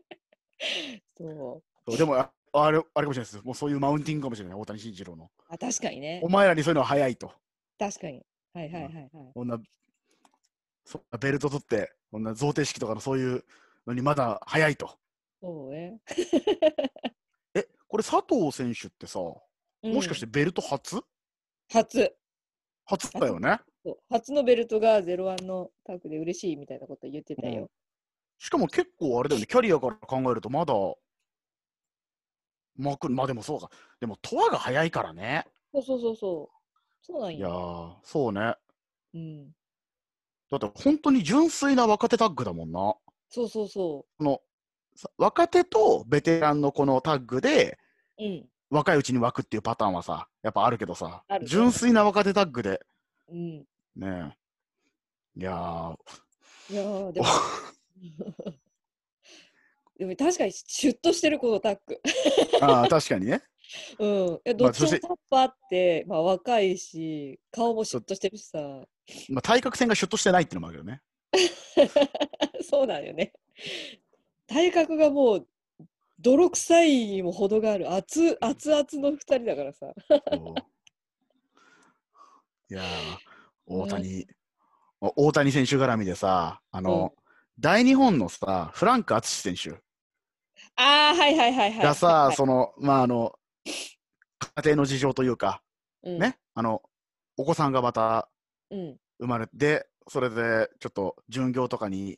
Speaker 4: そう
Speaker 3: そうでもあ、あれ、あれかもしれないです。もうそういうマウンティングかもしれない、大谷慎次郎の。
Speaker 4: あ確かにね
Speaker 3: お。前らにそういうのは早いと。
Speaker 4: 確かに。はいはいはいはい。
Speaker 3: こんな、そんなベルト取って、こんな贈呈式とかのそういうのにまだ早いと。
Speaker 4: そうね。
Speaker 3: え、これ佐藤選手ってさ、もしかしててベルト初、
Speaker 4: 初
Speaker 3: 初だよね。
Speaker 4: そう初のベルトが01のタッグで嬉しいみたいなこと言ってたよ。
Speaker 3: しかも結構あれだよね、キャリアから考えるとまだ、まく、まあでもそうか。でも、トアが早いからね。
Speaker 4: そうそうそうそう。そうなん
Speaker 3: いや
Speaker 4: よ。
Speaker 3: ー、そうね。
Speaker 4: うん。
Speaker 3: だって本当に純粋な若手タッグだもんな。
Speaker 4: そうそうそ
Speaker 3: このさ若手とベテランのこのタッグで、
Speaker 4: う。うん。
Speaker 3: 若いうちに湧くっていうパターンはさ、やっぱあるけどさ
Speaker 4: あ、る
Speaker 3: 純粋な若手タッグで、
Speaker 4: うん。
Speaker 3: ねえ。いやー、
Speaker 4: いや ーでも。 でも確かにシュッとしてるこのタッグ。
Speaker 3: あー確かにね。
Speaker 4: うん。いやどっち
Speaker 3: そ
Speaker 4: も
Speaker 3: して
Speaker 4: タッパーって、まあ、若いし、顔もシュッとしてるしさ。
Speaker 3: まあ、対角線がシュッとしてないってのもあるよね。
Speaker 4: そうなんよね。体格がもう、泥臭いにも程がある熱熱々の二人だからさ。
Speaker 3: そういやー、大谷、お大谷選手絡みでさ、あの、大日本のさ、フランク淳選
Speaker 4: ああ、はいはいはいは
Speaker 3: 手
Speaker 4: い。
Speaker 3: がさ、
Speaker 4: はいはい
Speaker 3: その、まあ、あの、家庭の事情というか、
Speaker 4: うん
Speaker 3: ね、あの、お子さんがまた
Speaker 4: うん。
Speaker 3: 生まれて、それでちょっと巡業とかに、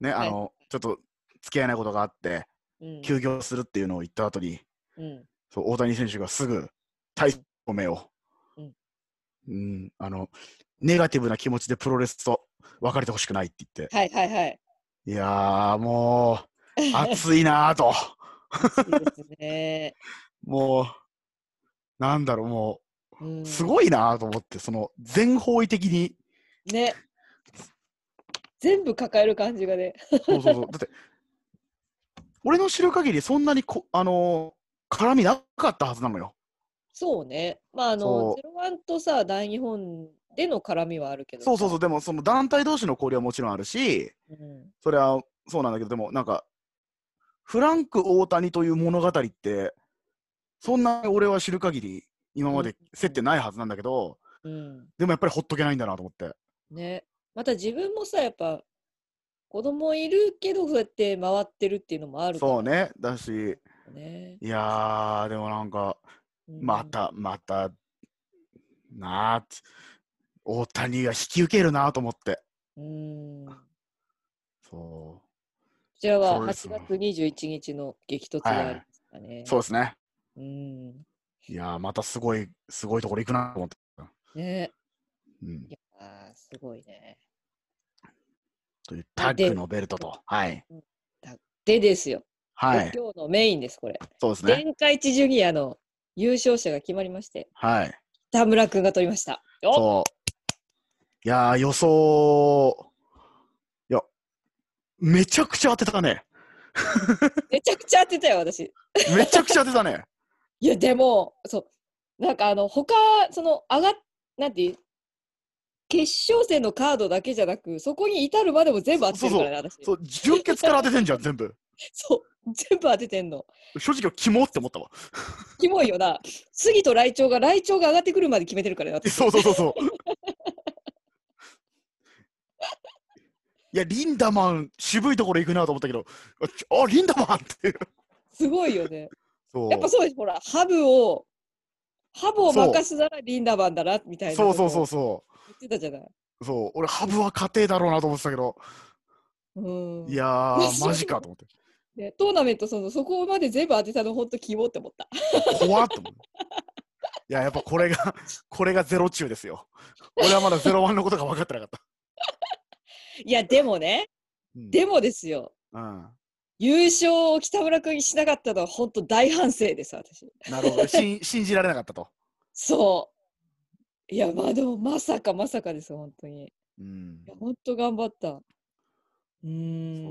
Speaker 3: ね、あの、ちょっと付き合えないことがあって、
Speaker 4: うん。
Speaker 3: 休業するっていうのを言った後に、
Speaker 4: うん。
Speaker 3: そう大谷選手がすぐ対抗名を、
Speaker 4: う
Speaker 3: うんんあの、ネガティブな気持ちでプロレスと別れてほしくないって言って、
Speaker 4: はいはいはい。
Speaker 3: いやー、もう、熱いなーと、
Speaker 4: いいですね。
Speaker 3: もう、なんだろう、も
Speaker 4: う
Speaker 3: う、
Speaker 4: ん、
Speaker 3: すごいなーと思って、その、全方位的に、
Speaker 4: ね。全部抱える感じがね。
Speaker 3: そうそうそう。だって、俺の知る限り、そんなにこ、あのー絡みなかったはずなのよ。
Speaker 4: そうね。まあ、あの
Speaker 3: そ、
Speaker 4: ゼロワンとさ、大日本での絡みはあるけど。
Speaker 3: そうそうそう、でも、その団体同士の交流はもちろんあるし、
Speaker 4: う。ん、
Speaker 3: それはそうなんだけど、でも、なんか、フランク大谷という物語って、そんな俺は知る限り、今まで接点ないはずなんだけど、
Speaker 4: うん。
Speaker 3: でもやっぱりほっとけないんだなと思って。
Speaker 4: ね。また自分もさ、やっぱ、子供いるけど、そうやって回ってるっていうのもあるから
Speaker 3: そうね。だし、
Speaker 4: ね。
Speaker 3: いやー、でもなんか、
Speaker 4: うん
Speaker 3: ま。た、また、なあって大谷が引き受けるなと思って
Speaker 4: うん。こ
Speaker 3: そ
Speaker 4: ちらは
Speaker 3: そう
Speaker 4: 8
Speaker 3: です
Speaker 4: 月
Speaker 3: ね
Speaker 4: 21日の激突がありますかね。
Speaker 3: うそうですね
Speaker 4: うん。
Speaker 3: いやーまたすごいすごいところ行くなと思って、
Speaker 4: ね。
Speaker 3: うん
Speaker 4: い、やー、すごいね。
Speaker 3: というタッグのベルトとはい
Speaker 4: でですよ。
Speaker 3: はい
Speaker 4: 今日のメインです、これ。
Speaker 3: そうですね
Speaker 4: 天下一ジュニアの優勝者が決まりまして、
Speaker 3: はい
Speaker 4: 田村君が取りました。お
Speaker 3: そういやー予想いやめちゃくちゃ当てたね
Speaker 4: めちゃくちゃ当てたよ、私。
Speaker 3: めちゃくちゃ当てた ね
Speaker 4: いや、でも、そう、なんかあの、他、その、上がっ、なんていう決勝戦のカードだけじゃなく、そこに至るまでも全部当ててるからね、私。
Speaker 3: そう純潔から当ててんじゃん全部
Speaker 4: そう、全部当ててんの。
Speaker 3: 正直キモって思ったわ
Speaker 4: キモいよな。杉と雷鳥が、雷鳥が上がってくるまで決めてるからね、私。
Speaker 3: そうそうそうそう。いや、リンダマン、渋いところ行くなと思ったけど、あちょあ、リンダマンっていう。
Speaker 4: すごいよね。
Speaker 3: そう
Speaker 4: やっぱそうです、ほら、ハブを、ハブを任すならリンダマンだな、みたいな。
Speaker 3: そうそうそう。そ
Speaker 4: 言ってたじゃない。
Speaker 3: う。そう、俺、ハブは家庭だろうなと思ってたけど、
Speaker 4: うん。
Speaker 3: いや ー、マジかと思って。
Speaker 4: ねトーナメントその、そこまで全部当てたの、本当キモって思った。
Speaker 3: 怖っと思って。いや、やっぱこれが、これがゼロ中ですよ。俺はまだゼロワンのことが分かってなかった。
Speaker 4: いや、でもね、
Speaker 3: うん、
Speaker 4: でもですよ。
Speaker 3: うん。
Speaker 4: 優勝を北村君にしなかったのは本当大反省です私
Speaker 3: なるほ ど。しん信じられなかったと。
Speaker 4: そういやまあでもまさかまさかです本当にい
Speaker 3: うん。
Speaker 4: や本当頑張ったうーん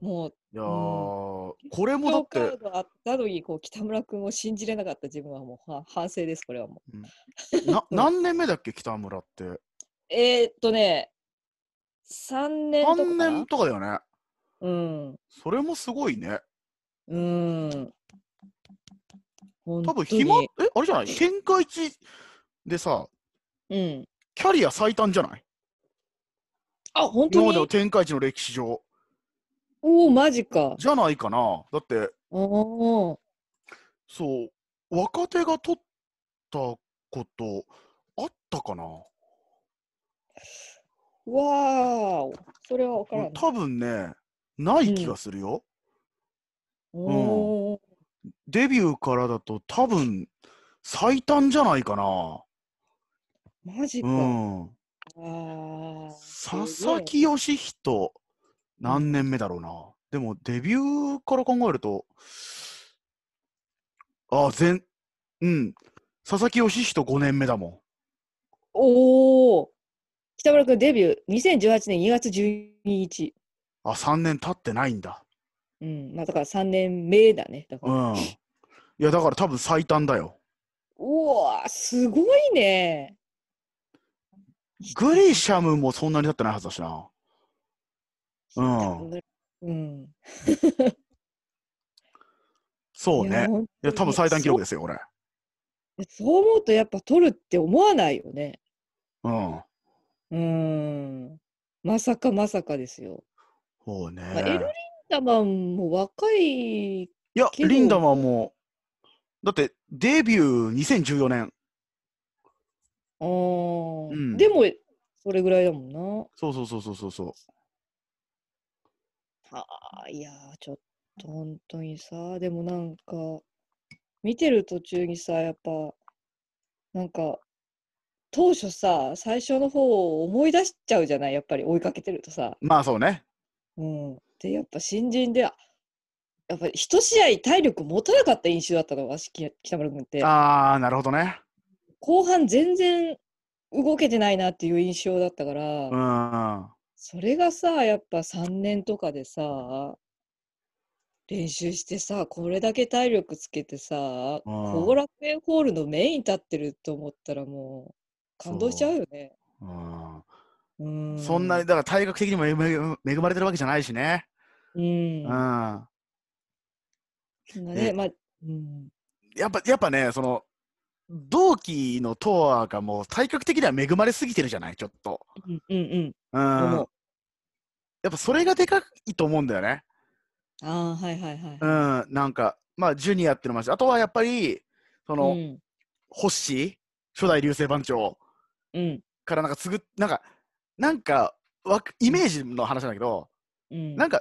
Speaker 3: そ
Speaker 4: もう
Speaker 3: ういやー、
Speaker 4: う
Speaker 3: これもだっ
Speaker 4: カ
Speaker 3: て
Speaker 4: ー、ドあったのにこう北村君を信じれなかった自分はもうは反省ですこれはもう
Speaker 3: な何年目だっけ、北村って。
Speaker 4: えー、っとね3年とか
Speaker 3: 3
Speaker 4: か
Speaker 3: 年
Speaker 4: な
Speaker 3: とかだよね。
Speaker 4: うん
Speaker 3: それもすごいね。
Speaker 4: うーん本
Speaker 3: 多分
Speaker 4: 当に
Speaker 3: 暇、え、あれじゃない天下一でさ、
Speaker 4: うん
Speaker 3: キャリア最短じゃない
Speaker 4: あ本
Speaker 3: 今
Speaker 4: 当
Speaker 3: までの
Speaker 4: に
Speaker 3: 天下一の歴史上。
Speaker 4: おおマジか
Speaker 3: じゃないかな。だって、
Speaker 4: おー
Speaker 3: そう、若手が取ったことあったかな。
Speaker 4: わーそれは分からんな。
Speaker 3: 多分ね、ない気がするよ。
Speaker 4: おー
Speaker 3: デビューからだと多分最短じゃないかな。
Speaker 4: マジか。
Speaker 3: うん。
Speaker 4: あー
Speaker 3: 佐々。木義人何年目だろうな、でもデビューから考えるとああ全うん佐々木義人5年目だも
Speaker 4: おお。北村君デビュー2018年2月12日。
Speaker 3: んあ3年経ってないんだ
Speaker 4: うん。まあだから3年目だね。だか
Speaker 3: う
Speaker 4: ら。
Speaker 3: んいやだから多分最短だよ
Speaker 4: うわーすごいね。
Speaker 3: グリシャムもそんなに経ってないはずだしなうん
Speaker 4: うん。
Speaker 3: そうね
Speaker 4: いや
Speaker 3: いや多分最短記録。ですよ俺
Speaker 4: 本当にそうそう思うとやっぱ取るって思わないよね。
Speaker 3: うん
Speaker 4: うーん。まさかまさかですよ。
Speaker 3: そう
Speaker 4: まあ、エルリン
Speaker 3: ね
Speaker 4: ダマンも若い
Speaker 3: いや
Speaker 4: けど
Speaker 3: リンダマンもだってデビュー2014年
Speaker 4: あー
Speaker 3: うん
Speaker 4: でもそれぐらいだもんな。
Speaker 3: そうそうそうそうそうそう
Speaker 4: あーいやーちょっと本当にさでもなんか見てる途中にさやっぱなんか当初さ最初の方を思い出しちゃうじゃないやっぱり追いかけてるとさ。
Speaker 3: まあそうね。
Speaker 4: うん、でやっぱ新人であやっぱり一試合体力持たなかった印象だったのわしき北村君って
Speaker 3: ああ、なるほどね。
Speaker 4: 後半全然動けてないなっていう印象だったから。
Speaker 3: うん。
Speaker 4: それがさ、やっぱ3年とかでさ、練習してさ、これだけ体力つけてさ、後楽園ホールのメイン立ってると思ったらもう、感動しちゃうよね。
Speaker 3: うん
Speaker 4: うん。
Speaker 3: そんな、だから体格的にも恵ま恵まれてるわけじゃないしね。
Speaker 4: うん
Speaker 3: うん。。や
Speaker 4: そんなね、
Speaker 3: え
Speaker 4: まあ、うん。
Speaker 3: っぱ、やっぱね、その、同期のトアがもう体格的には恵まれすぎてるじゃない、ちょっと。
Speaker 4: うんうんうん。
Speaker 3: うん。
Speaker 4: 思う
Speaker 3: やっぱそれがでかいと思うんだよね。
Speaker 4: ああ、はいはいはい。
Speaker 3: うん。なんか、まあ、ジュニアっていうのもあるし、あとはやっぱり、その、
Speaker 4: うん
Speaker 3: ホッシー、初代流星番長
Speaker 4: うん。
Speaker 3: からなんか継ぐ、なんか、なんか、わくイメージの話なんだけど、
Speaker 4: うん。
Speaker 3: なんか、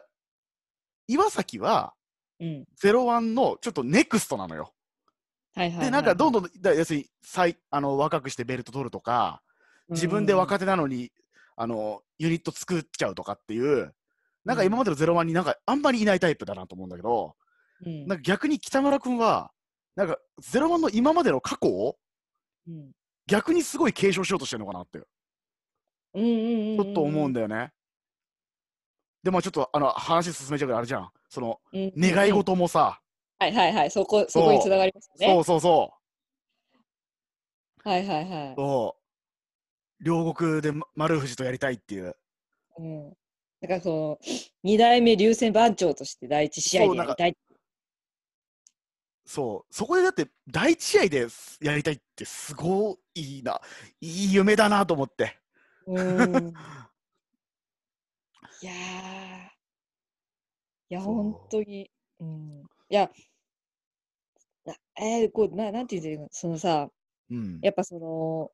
Speaker 3: 岩崎は、
Speaker 4: うん。
Speaker 3: ゼロワンのちょっとネクストなのよ。
Speaker 4: はいはい、はい。
Speaker 3: で、なんかどん
Speaker 4: ん、
Speaker 3: どん、だ要するに最あの若くしてベルト取るとか、自分で
Speaker 4: か
Speaker 3: 若手なのに、あのユニット作っちゃうとかっていう、なんか今までのゼロワンになんかあんまりいないタイプだなと思うんだけど、
Speaker 4: うん。
Speaker 3: なんか逆に北村君は、なんかゼロワンの今までの過去を
Speaker 4: うん。
Speaker 3: 逆にすごい継承しようとしてるのかなって、ち
Speaker 4: うんうんうん。
Speaker 3: ょっと思うん
Speaker 4: だ。
Speaker 3: だよね。で、まあちょっとあの話進めちゃうからあれじゃん、その
Speaker 4: うん、
Speaker 3: 願い。事もさ、
Speaker 4: はいはいはい。そこ、そこにつながりますね。
Speaker 3: そうそうそう。
Speaker 4: はいはいは
Speaker 3: そう両国でま丸藤とやりたいっていう
Speaker 4: い。うん。だからその、二代目流星番長として第一試合でやりたい。
Speaker 3: そうそこでだって第一試合でやりたいってすごいないい夢だなと思って
Speaker 4: うん。いやー。いや、
Speaker 3: そう
Speaker 4: 本当に。うん。いや、なえー、こう、ななんて言うんだろう。そのさ、
Speaker 3: うん
Speaker 4: やっぱその、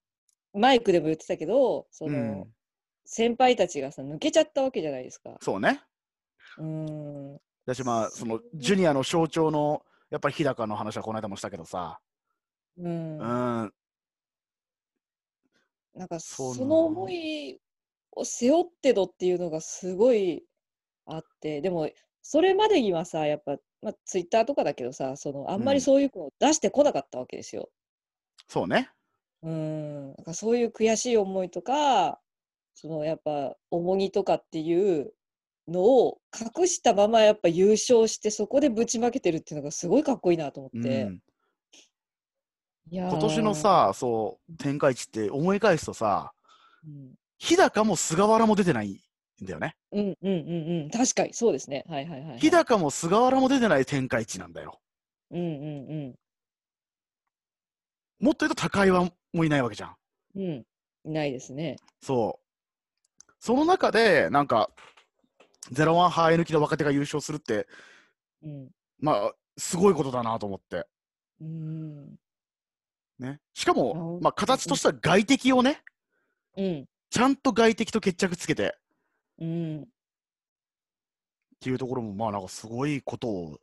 Speaker 4: マイクでも言ってたけど、その、
Speaker 3: うん、
Speaker 4: 先輩たちがさ、抜けちゃったわけじゃないですか。
Speaker 3: そうね
Speaker 4: うん。
Speaker 3: だしまあその
Speaker 4: そう
Speaker 3: ジュニアの象徴のやっぱり日高の話はこの間もしたけどさ
Speaker 4: う。
Speaker 3: うんん、
Speaker 4: なんか
Speaker 3: そうな
Speaker 4: そ
Speaker 3: の
Speaker 4: の思いを背負ってのっていうのがすごいあってでもそれまでにはさやっぱ、まあ、ツイッターとかだけどさそのあんま
Speaker 3: うん
Speaker 4: りそういうのを出してこなかったわけですよ。
Speaker 3: そうね
Speaker 4: うんなんかそういう悔しい思いとかそのやっぱ重荷とかっていうのを隠したままやっぱ優勝してそこでぶちまけてるっていうのがすごいかっこいいなと思
Speaker 3: う
Speaker 4: って、
Speaker 3: ん、
Speaker 4: いやー
Speaker 3: 今年の、さそう展開地って思い返すとさ
Speaker 4: うん、
Speaker 3: 日高も菅原も出てないんだよね
Speaker 4: うんうんうんうん確かにそうですねはいはいはい、はい、
Speaker 3: 日高も菅原も出てない展開地なんだよ
Speaker 4: うんうんうん
Speaker 3: もっと言うと高岩もいないわけじゃん
Speaker 4: うん、いないですね。
Speaker 3: そう。その中で、なんか、ゼロワン生え抜きの若手が優勝するって、
Speaker 4: うん。
Speaker 3: まあ、すごいことだなと思って。
Speaker 4: うん。
Speaker 3: ね。しかも
Speaker 4: う、ん
Speaker 3: まあ、形としては外敵をね、
Speaker 4: うん。
Speaker 3: ちゃんと外敵と決着つけて
Speaker 4: うん。
Speaker 3: っていうところも、まあ、なんかすごいことを、い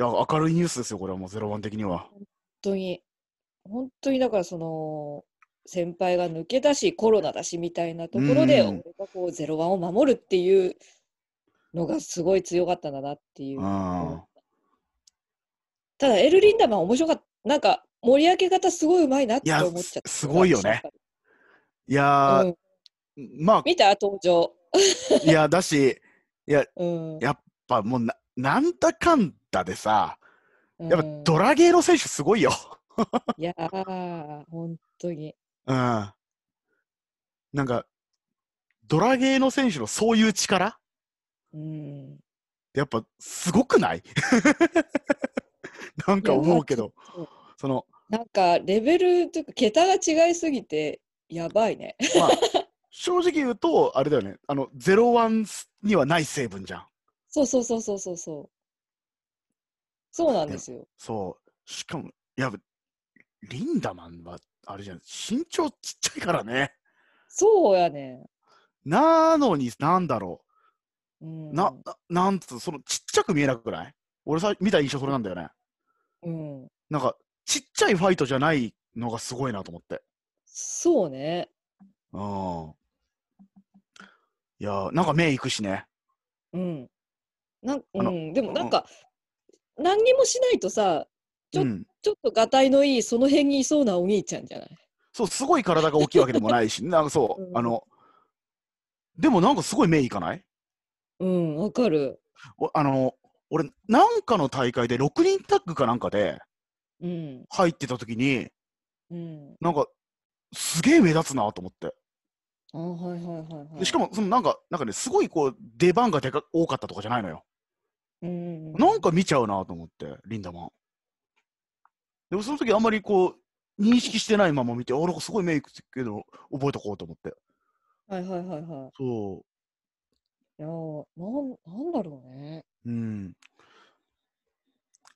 Speaker 3: や、明るいニュースですよ、これはもうゼロワン的には。
Speaker 4: 本当に、本当にだからその、先輩が抜けたし、コロナだしみたいなところで、
Speaker 3: うん
Speaker 4: 俺がこう、ゼロワンを守るっていうのがすごい強かったんだなっていうう。
Speaker 3: ん。
Speaker 4: ただ、エル・リンダマン面白かった。なんか、盛り上げ方すごいうまいなって
Speaker 3: いや
Speaker 4: 思っちゃった。
Speaker 3: すすごいよね。いや
Speaker 4: う
Speaker 3: ー、
Speaker 4: ん、
Speaker 3: ま
Speaker 4: 見た登場。
Speaker 3: あ、いや、だし、
Speaker 4: うん。
Speaker 3: やっぱもうな、なんだかんだでさ、やっぱ
Speaker 4: うん
Speaker 3: ドラゲーの選手すごいよ。
Speaker 4: いやー、本当に。
Speaker 3: うんなんか、ドラゲーの選手のそういう力っ
Speaker 4: うん。
Speaker 3: てやっぱすごくない なんか思うけど
Speaker 4: そう、
Speaker 3: その、
Speaker 4: なんかレベルというか桁が違いすぎてやばいね。
Speaker 3: まあ、正直言うと、あれだよね、あの、ゼロワンにはない成分じゃん。
Speaker 4: そうそうそうそうそうそう。そうなんですよ。
Speaker 3: そう。しかも、やっぱ、リンダマンは、あれじゃん、身長ちっちゃいからね。
Speaker 4: そうやね。
Speaker 3: なのに、なんだろ
Speaker 4: うん、
Speaker 3: う。な、ななんつう、その、ちっちゃく見えなくない俺さ、見た印象それなんだよね。
Speaker 4: うん、
Speaker 3: なんか、ちっちゃいファイトじゃないのがすごいなと思って。
Speaker 4: そうね。
Speaker 3: うん。いやー、なんか目いくしね。
Speaker 4: うん。なん
Speaker 3: あ
Speaker 4: う
Speaker 3: の
Speaker 4: ん、でもなんか、何にもしないとさ、ちょ
Speaker 3: うん。
Speaker 4: ちょっとがたいのいい、その辺にいそうなお兄ちゃんじゃない
Speaker 3: そう、すごい体が大きいわけでもない し、なんかそう、
Speaker 4: うん
Speaker 3: あの、でもなんかすごい目いかない
Speaker 4: うん、わかる。
Speaker 3: おあの、俺、なんかの大会で6人タッグかなんかで
Speaker 4: うん。
Speaker 3: 入ってた時に、
Speaker 4: うん。
Speaker 3: なんか、すげえ目立つなと思って。
Speaker 4: あはいはいはい、はい。
Speaker 3: でしか
Speaker 4: も、
Speaker 3: も、そのなんか、なんかね、すごいこう、出番がでか多かったとかじゃないのよ。
Speaker 4: うん、
Speaker 3: なんか見ちゃうなと思って、リンダマン。でもその時あんまりこう、認識してないまま見て、あ、なんかすごいメイクつけど、覚えとこうと思って。
Speaker 4: はいはいはいは
Speaker 3: そ
Speaker 4: い。いやーなん、なんだろうね。
Speaker 3: う。うん。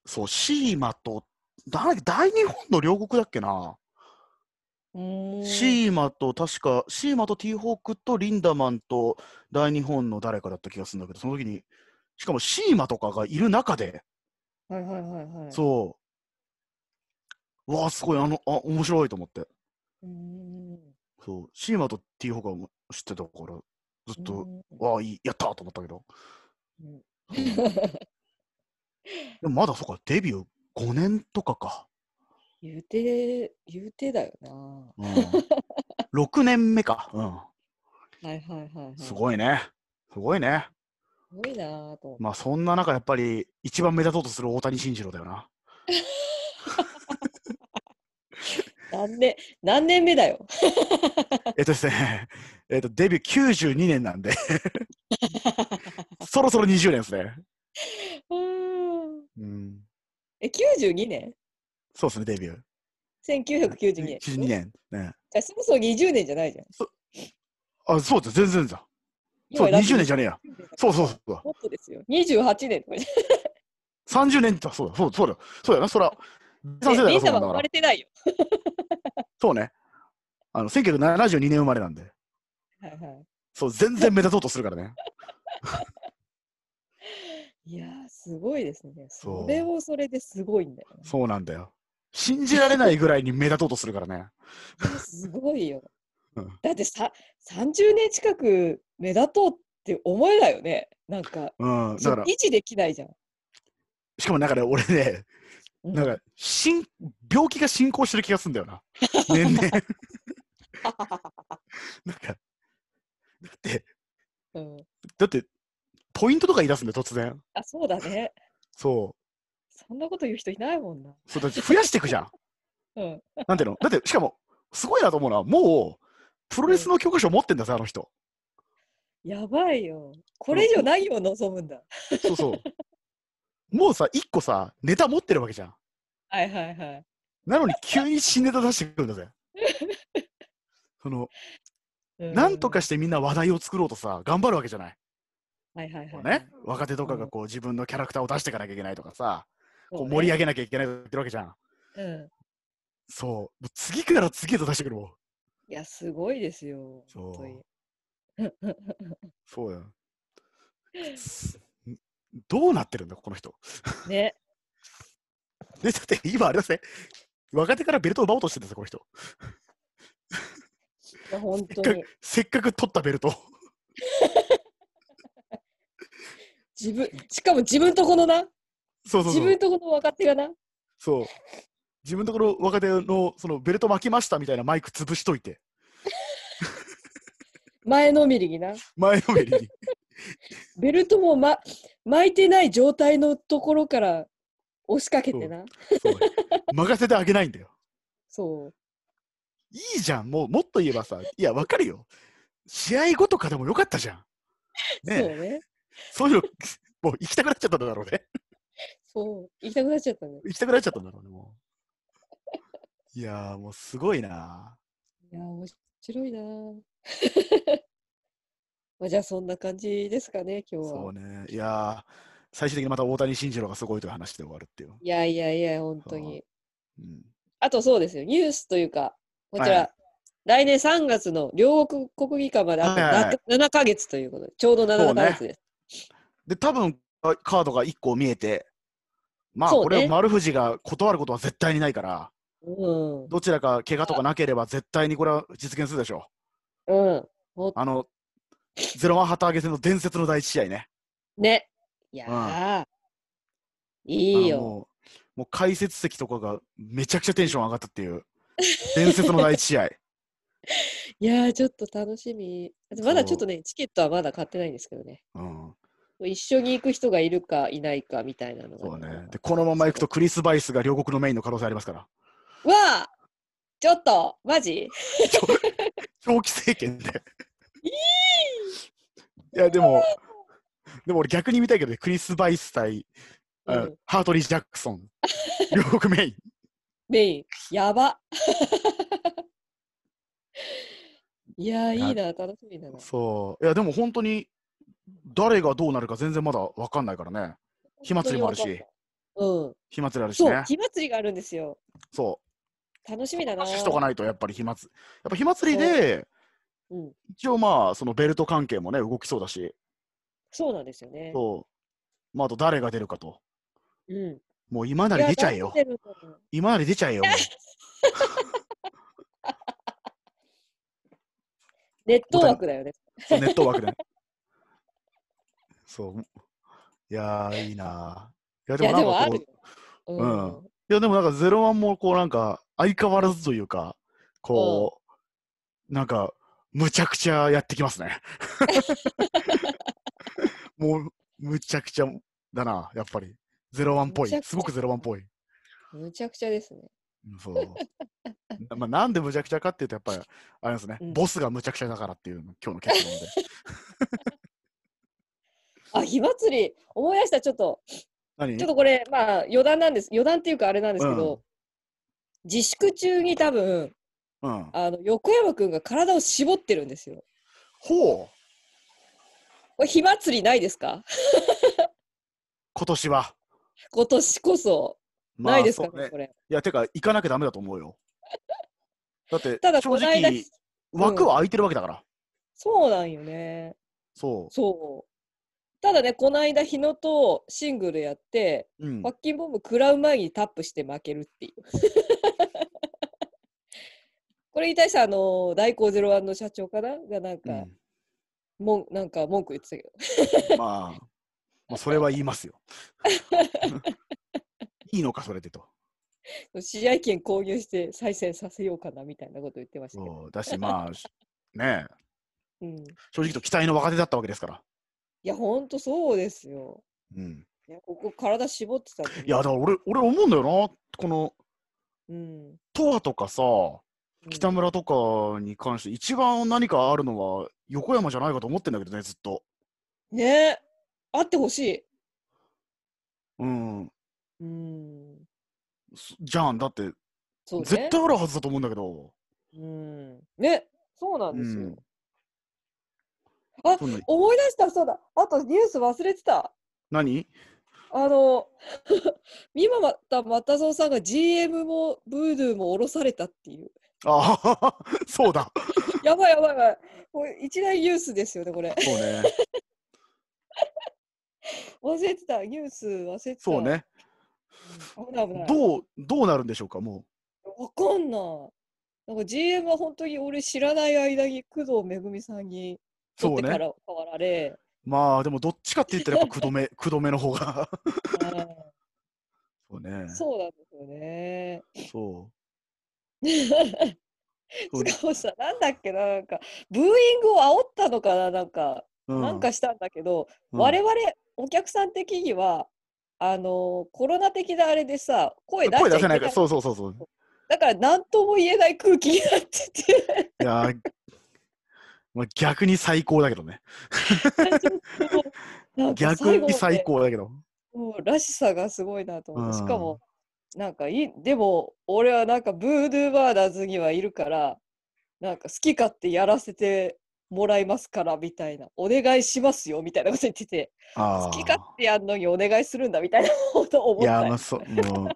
Speaker 3: そう、シーマと、だ誰日本の両国だっけな。
Speaker 4: ーん
Speaker 3: シーマと確か、シーマとティーホークとリンダマンと大日本の誰かだった気がするんだけど、その時に、しかもシーマとかがいる中で、
Speaker 4: はいはいはいはい。
Speaker 3: そう、うわあ、すごい、あの、あ、面白いと思って。
Speaker 4: うーん。
Speaker 3: そう、シーマとティーホークはもう知ってたから、ずっ
Speaker 4: う
Speaker 3: と、
Speaker 4: ん
Speaker 3: わあ、いい、やったーと思ったけど。
Speaker 4: うん
Speaker 3: でもまだそうか、デビュー5年とかか。
Speaker 4: 言うて、言うてだよな。
Speaker 3: うん、6年目か。う
Speaker 4: はいはいはい、はい。
Speaker 3: ん。す
Speaker 4: す
Speaker 3: ごいね。すごいね。
Speaker 4: ごいなぁと思って。
Speaker 3: まあそんな中やっぱり一番目立とうとする大谷慎二郎だよ な。
Speaker 4: 何年、何年目だよ。
Speaker 3: えっとですね、えっとデビュー92年なん で、そろそろ20年ですね。
Speaker 4: うーん
Speaker 3: うん、
Speaker 4: え、92年
Speaker 3: そうですね、デビュー。
Speaker 4: ?1992 年。
Speaker 3: 92年。ね、
Speaker 4: じゃあそもそも20年じゃないじゃん。
Speaker 3: あ、そうです、全然だ。そう、
Speaker 4: 今だって
Speaker 3: 20年じゃねえや。そうそうそう。
Speaker 4: もっとですよ。28年とかじ
Speaker 3: 30年だ、そうだ、そうだ、そうだ、そうだよな、そら。
Speaker 4: ゃ
Speaker 3: 第三
Speaker 4: ん。
Speaker 3: 世代
Speaker 4: リ
Speaker 3: が
Speaker 4: ン
Speaker 3: そうなん
Speaker 4: ダは
Speaker 3: だか
Speaker 4: 生ま
Speaker 3: ら
Speaker 4: れ。てないよ。
Speaker 3: そうね。あの、1972年生まれなんで。
Speaker 4: はいは
Speaker 3: そう、全然目立とうとするからね。
Speaker 4: い。いやー、すごいですね。
Speaker 3: そう
Speaker 4: それをそれですごいんだよね。
Speaker 3: そうなんだよ。信じられないぐらいに目立とうとするからね。
Speaker 4: いやすごいよ
Speaker 3: うん。
Speaker 4: だってさ、30年近く目立とうって思えないよね。なんか、
Speaker 3: うん、だ
Speaker 4: そ
Speaker 3: か
Speaker 4: う
Speaker 3: ら
Speaker 4: 維、持できないじゃん。
Speaker 3: しかもなんかね、俺ね、
Speaker 4: うん
Speaker 3: なんか、進、病気が進行してる気がするんだよ な。年々。なんか、だって、
Speaker 4: うん、
Speaker 3: だって、ポイントとか言い出すんだよ、突然。
Speaker 4: あ、そうだね。
Speaker 3: そ
Speaker 4: そんなこと言う人いないもんな。
Speaker 3: う。そう、だって増やしていくじゃん。
Speaker 4: うん。
Speaker 3: なんていうのだって、しかも、すごいなと思うのは、もう、プロレスの教科書持ってんだぜ、あの人。
Speaker 4: やばいよ。これ以上何を望むんだ。
Speaker 3: そうそう。もうさ、一個さ、ネタ持ってるわけじゃん。
Speaker 4: はいはいはい。
Speaker 3: なのに、急に新ネタ出してくるんだ ぜ。その、
Speaker 4: う
Speaker 3: なんと。かしてみんな話題を作ろうとさ、頑張るわけじゃない。
Speaker 4: はいはいはい。
Speaker 3: ね、若手とかがこう自分のキャラクターを出していかなきゃいけないとかさ、
Speaker 4: そう
Speaker 3: こ
Speaker 4: ね。
Speaker 3: う盛り上げなきゃいけないとか言ってるわけじゃん。
Speaker 4: うん。
Speaker 3: そう。もう次から次へと出してくるもん。
Speaker 4: いや、すごいですよ。
Speaker 3: そう
Speaker 4: 本当に
Speaker 3: そうやん。すどうなってるんだ、この人。
Speaker 4: ね。
Speaker 3: で、だって今あれだぜ。若手からベルトを奪おうとしてるんですよ、この人。
Speaker 4: いや本当
Speaker 3: せっ
Speaker 4: に。
Speaker 3: せっかく取ったベルトを。
Speaker 4: 自分、しかも自分とこのな、
Speaker 3: そうそう
Speaker 4: 自
Speaker 3: そう
Speaker 4: 分。とこの若手がな、
Speaker 3: そう自分のところ若手のそのベルト巻きましたみたいなマイク潰しといて、
Speaker 4: 前のめりにな、
Speaker 3: 前のめりに。
Speaker 4: ベルトも、ま、巻いてない状態のところから押しかけてな。
Speaker 3: そう任せてあげないんだよ。
Speaker 4: そう。
Speaker 3: いいじゃん、もうもっと言えばさ、いや、わかるよ。試合後とかでもよかったじゃん。ね
Speaker 4: そう
Speaker 3: え、
Speaker 4: ね。
Speaker 3: そういうの、 もう行きたくなっちゃったんだろうね。
Speaker 4: そう。行きたくなっちゃったね。
Speaker 3: 行きたくなっちゃったんだろうね、もう。いやー、もうすごいない
Speaker 4: やー、面白いな ーまあじゃあそんな感じですかね、今日
Speaker 3: そう
Speaker 4: は。
Speaker 3: ね。いやー、最終的にまた大谷慎二郎がすごいという話で終わるっていう。
Speaker 4: いやいやいや、本当に。
Speaker 3: うん、
Speaker 4: あとそうですよ、ニュースというか、こちら、
Speaker 3: はいは
Speaker 4: 来年3月の両国国技館まであと
Speaker 3: はいはい
Speaker 4: 7ヶ月ということで、ちょうど7ヶ月です。
Speaker 3: で、多分あカードが1個見えて、まあ、
Speaker 4: そうね
Speaker 3: これ、丸藤が断ることは絶対にないから、
Speaker 4: う
Speaker 3: どちらか怪我とかなければ、絶対にこれは実現するでしょ
Speaker 4: ん。うん。
Speaker 3: う。あの、ゼロワン旗揚げ戦の伝説の第1試合ね。
Speaker 4: ね。いやー、いい
Speaker 3: あのも
Speaker 4: よ。
Speaker 3: うもう解説席とかがめちゃくちゃテンション上がったっていう伝説の第一試合
Speaker 4: いやー、ちょっと楽しみ。まだちょっとね、チケットはまだ買ってないんですけどね。
Speaker 3: うん
Speaker 4: 一緒に行く人がいるかいないかみたいなのが。
Speaker 3: そうねでこのままいくとクリス・バイスが両国のメインの可能性ありますから
Speaker 4: わあちょっとマジ
Speaker 3: 長期政権でいやでもでも俺逆に見たいけどねクリス・バイス対、あ
Speaker 4: うん
Speaker 3: ハートリー・ジャックソン両国メイン
Speaker 4: メイン、やば。 いやー、いいな、楽しみだな。
Speaker 3: そういやでも本当に誰がどうなるか全然まだ分かんないからね火祭りもあるし
Speaker 4: 本当にわかんない。うん。
Speaker 3: 火祭りあるし
Speaker 4: そう
Speaker 3: ね、
Speaker 4: 火祭りがあるんですよ。
Speaker 3: そう
Speaker 4: 楽しみだな。
Speaker 3: 話しとかないと、やっぱり火祭り。やっぱ火祭りで、
Speaker 4: うん、
Speaker 3: 一応まあ、そのベルト関係もね、動きそうだし、
Speaker 4: そうなんですよね。
Speaker 3: そう。まあ、あと誰が出るかと。
Speaker 4: うん。
Speaker 3: もう今なり出ちゃえよ
Speaker 4: い。や出てると思う
Speaker 3: 今なり出ちゃえよ。もう
Speaker 4: ネットワークだよね。
Speaker 3: そうネットワーク で。そう。いやー、いいなー。いや、
Speaker 4: いや、
Speaker 3: なん
Speaker 4: でも
Speaker 3: か
Speaker 4: あ
Speaker 3: こう
Speaker 4: るよ。う
Speaker 3: うんいや、でもなんか、ゼロワンもこう、なんか、相変わらずというか、こう、なんか、むちゃくちゃやってき ますね。もう、むちゃくちゃだな、やっぱり。ゼロワンっぽい
Speaker 4: むちゃ。くちゃ
Speaker 3: すごくゼロワンっぽい。
Speaker 4: むちゃくちゃですね。
Speaker 3: うん そう。なまあ、なんでむちゃくちゃかっていうと、やっぱり、あれですね、
Speaker 4: うん
Speaker 3: ボスがむちゃくちゃだからっていうの、今日の結論で。
Speaker 4: あ、火祭り、思い出した、ちょっと、
Speaker 3: 何
Speaker 4: ちょっとこれ、まあ、余談なんです。余談っていうか、あれなんですけど、
Speaker 3: う
Speaker 4: 自粛中に多分、
Speaker 3: うん。
Speaker 4: あの、横山くんが体を絞ってるんですよ。
Speaker 3: ほう、
Speaker 4: これ、火祭りないですか
Speaker 3: 今年は。
Speaker 4: 今年こそ、
Speaker 3: まあ
Speaker 4: ないですか、
Speaker 3: そうね
Speaker 4: これ。
Speaker 3: いや、てか、行かなきゃダメだと思うよ。だって、
Speaker 4: ただ、
Speaker 3: 正
Speaker 4: この間、
Speaker 3: 直、枠は空いてるわけだから。
Speaker 4: そうなんよね。
Speaker 3: そ
Speaker 4: そう。ただね、この間、日野とシングルやって、
Speaker 3: う。うん
Speaker 4: パッ。キンボム食らう前にタップして負けるっていう。 これに対してあの大光ゼロワンの社長かながなん
Speaker 3: う
Speaker 4: か、
Speaker 3: ん
Speaker 4: もんなんか文句言ってたけど。
Speaker 3: まあ、 まあ、それは言いますよ。いいのか、それでと。
Speaker 4: 試合権購入して再戦させようかなみたいなこと言ってましたけど。
Speaker 3: そうだし、まあ、しねえ
Speaker 4: うん、い
Speaker 3: 正直と期待の若手だったわけですから。
Speaker 4: や、ほんとそうですよ。
Speaker 3: うん、
Speaker 4: いや、ここ体絞ってたのに
Speaker 3: いや、だから俺、俺思うんだよな。この、
Speaker 4: うん。
Speaker 3: トアとかさ、
Speaker 4: うん
Speaker 3: 北村とかに関して、一番何かあるのは横山じゃないかと思ってんだけどね、ずっと。
Speaker 4: ねえ、あってほしい。
Speaker 3: うん。
Speaker 4: うん。
Speaker 3: すじゃん、だって、
Speaker 4: そうね。
Speaker 3: 絶対あるはずだと思うんだけど。
Speaker 4: うん。ね、そうなんですよ。
Speaker 3: うん
Speaker 4: あ
Speaker 3: そんな
Speaker 4: 思い出した、そうだ。あとニュース忘れてた。
Speaker 3: 何
Speaker 4: あの、 今また、またぞうさんが GM もブードゥーも降ろされたっていう。
Speaker 3: ああ、そうだ。
Speaker 4: やばいやばいやばい。これ一大ニュースですよね、これ。
Speaker 3: そうね。
Speaker 4: 忘れてた、ニュース忘れてた。
Speaker 3: そう。ね。
Speaker 4: 危ない危ない。
Speaker 3: どう、どうなるんでしょうか、もう。
Speaker 4: わかんない。なんか GM は本当に俺知らない間に工藤めぐみさんに
Speaker 3: そ
Speaker 4: 取
Speaker 3: う
Speaker 4: って
Speaker 3: ね
Speaker 4: から変わられ、
Speaker 3: まあでもどっちかって言ったらや っぱくどめ、くどめの方が。 そうね
Speaker 4: うん。そうなんですよね。
Speaker 3: そう。 そう
Speaker 4: しかもさ、なんだっけな、なんか、ブーイングを煽ったのかな、なんか、
Speaker 3: う
Speaker 4: なんかしたんだけど、
Speaker 3: うん
Speaker 4: 我々お客さん的にはあのコロナ的なあれでさ声出しち
Speaker 3: 声
Speaker 4: ゃ
Speaker 3: 出
Speaker 4: い
Speaker 3: せ
Speaker 4: けな
Speaker 3: ないいから、そうそうそうそう。
Speaker 4: だから何とも言えない空気になってて
Speaker 3: いやー、まあ、逆に最高だけどね。
Speaker 4: なんか
Speaker 3: 逆に
Speaker 4: まで
Speaker 3: 最高だけど。
Speaker 4: もうらしさがすごいなと思って、
Speaker 3: うん
Speaker 4: しかもなんかいいでも俺はなんかブードゥーバーダーズにはいるからなんか好き勝手やらせてもらいますからみたいなお願いしますよみたいなこと言ってて
Speaker 3: あ
Speaker 4: 好き勝
Speaker 3: あ。
Speaker 4: 手やんのにお願いするんだみたいなことを思
Speaker 3: い
Speaker 4: った
Speaker 3: や
Speaker 4: よ
Speaker 3: ー、まあ、そう、もう。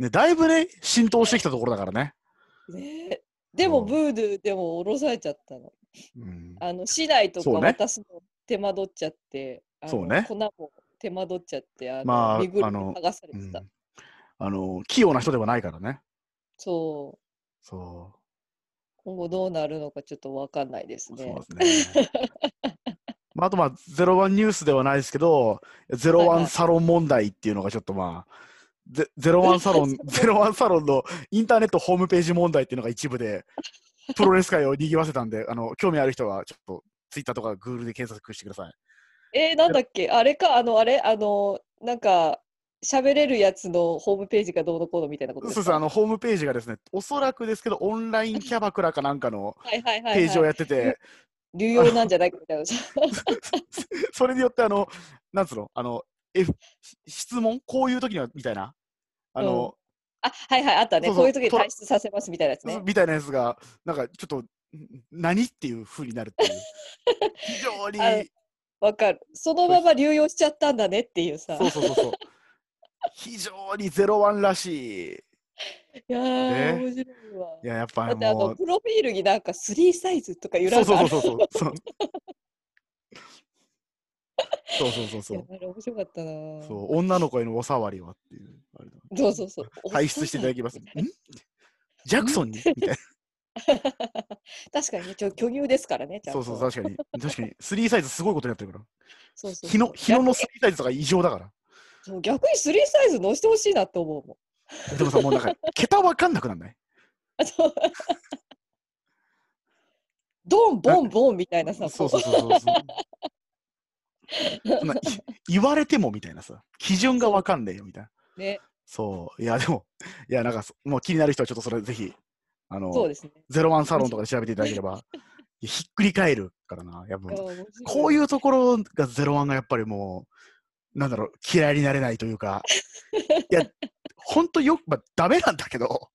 Speaker 3: ね、だいぶね、浸透してきたところだからね。
Speaker 4: ねえでも
Speaker 3: うん
Speaker 4: ブードゥーでも降ろされちゃったの。
Speaker 3: うん、
Speaker 4: あの市内とか
Speaker 3: そうね
Speaker 4: 渡すの手間取っちゃって、あの
Speaker 3: そうね
Speaker 4: 粉も手間取っちゃって、あの
Speaker 3: まあ
Speaker 4: 身ぐる
Speaker 3: あ
Speaker 4: み
Speaker 3: の
Speaker 4: 剥がされ
Speaker 3: う
Speaker 4: て
Speaker 3: ん
Speaker 4: た。
Speaker 3: あの、器用な人ではないからね。
Speaker 4: そう、
Speaker 3: そ
Speaker 4: 今後どうなるのかちょっとわかんないです
Speaker 3: う。
Speaker 4: ね。
Speaker 3: そうですね。まあ、あとまあ、ゼロワンニュースではないですけど、ゼロ
Speaker 4: はい
Speaker 3: ワ
Speaker 4: は
Speaker 3: ン
Speaker 4: い
Speaker 3: サロン問題っていうのがちょっとまあ、ゼゼロワンサ ロン、ゼロワンサロンのインターネットホームページ問題っていうのが一部で、プロレス界を賑わせたんで、あの、興味ある人はちょっと、ツイッターとかグーグルで検索してくだ さい。
Speaker 4: えー、なんだっけあれか、あの、あれあの、なんか、喋れるやつのホームページがどうのこうのみたいなこと
Speaker 3: そう
Speaker 4: で
Speaker 3: で
Speaker 4: すか
Speaker 3: す、あの、ホームページがですね、おそらくですけど、オンラインキャバクラかなんかの
Speaker 4: はいはいはい、
Speaker 3: ページを
Speaker 4: はい。
Speaker 3: やってて、
Speaker 4: 流用なんじゃないかみたい な。
Speaker 3: それによって、あの、なんつうの、あの、F、質問こういう時には、みたいな、あの、
Speaker 4: あ、はいはい、あったね。
Speaker 3: そうそう
Speaker 4: こういう時に退出させますみたいなやつね。
Speaker 3: みたいなやつが、なんかちょっと、ん何っていう風になるっていう。非常に
Speaker 4: あ、のわかる。そのまま流用しちゃったんだねっていうさ
Speaker 3: そ。うそうそうそう。非常にゼロワンらしい
Speaker 4: いやー、
Speaker 3: ね
Speaker 4: 面白いわ。
Speaker 3: いや、やっぱ
Speaker 4: だ
Speaker 3: り
Speaker 4: ってあの
Speaker 3: も、
Speaker 4: プロフィールになんか3サイズとかいううな
Speaker 3: そ
Speaker 4: ん
Speaker 3: うそ
Speaker 4: かあ
Speaker 3: う
Speaker 4: る
Speaker 3: そうそうそう。 そうそうそうそうそ
Speaker 4: いや
Speaker 3: う。
Speaker 4: あれ面白かったなぁ
Speaker 3: そう女の子へのおさわりはっていう。あれだ
Speaker 4: そうそうそう。
Speaker 3: 排出していただきます。んジャクソンにみたい
Speaker 4: 確かにね、ちょ巨乳ですからね、ち
Speaker 3: な。
Speaker 4: ゃん
Speaker 3: そ
Speaker 4: と。
Speaker 3: うそう、確かに。確かに。3サイズすごいことになってるから。
Speaker 4: そうそうそう
Speaker 3: 日の日野の3サイズとか異常だから。
Speaker 4: そう逆に3サイズ乗せてほしいなって思うもん。
Speaker 3: でもさ、もうなん か、桁わかんなくなんない
Speaker 4: あそうドン、ボン、ボンみたいなさ、
Speaker 3: そう
Speaker 4: こ
Speaker 3: そうそうそうそう。そんない言われてもみたいなさ、基準がわかんねえよみたいな。
Speaker 4: うね、
Speaker 3: そう、いや、でも、いや、なんかそ、もう気になる人はちょっとそれぜひ、あの、
Speaker 4: そうですね。
Speaker 3: ゼロワンサロンとかで調べていただければ、いやひっくり返るからな、やっぱ、こう
Speaker 4: う
Speaker 3: いうところがゼロワンがやっぱりもう、なんだろう、嫌いになれないというか、いや、ほんとよく、まあ、ダメなんだけど、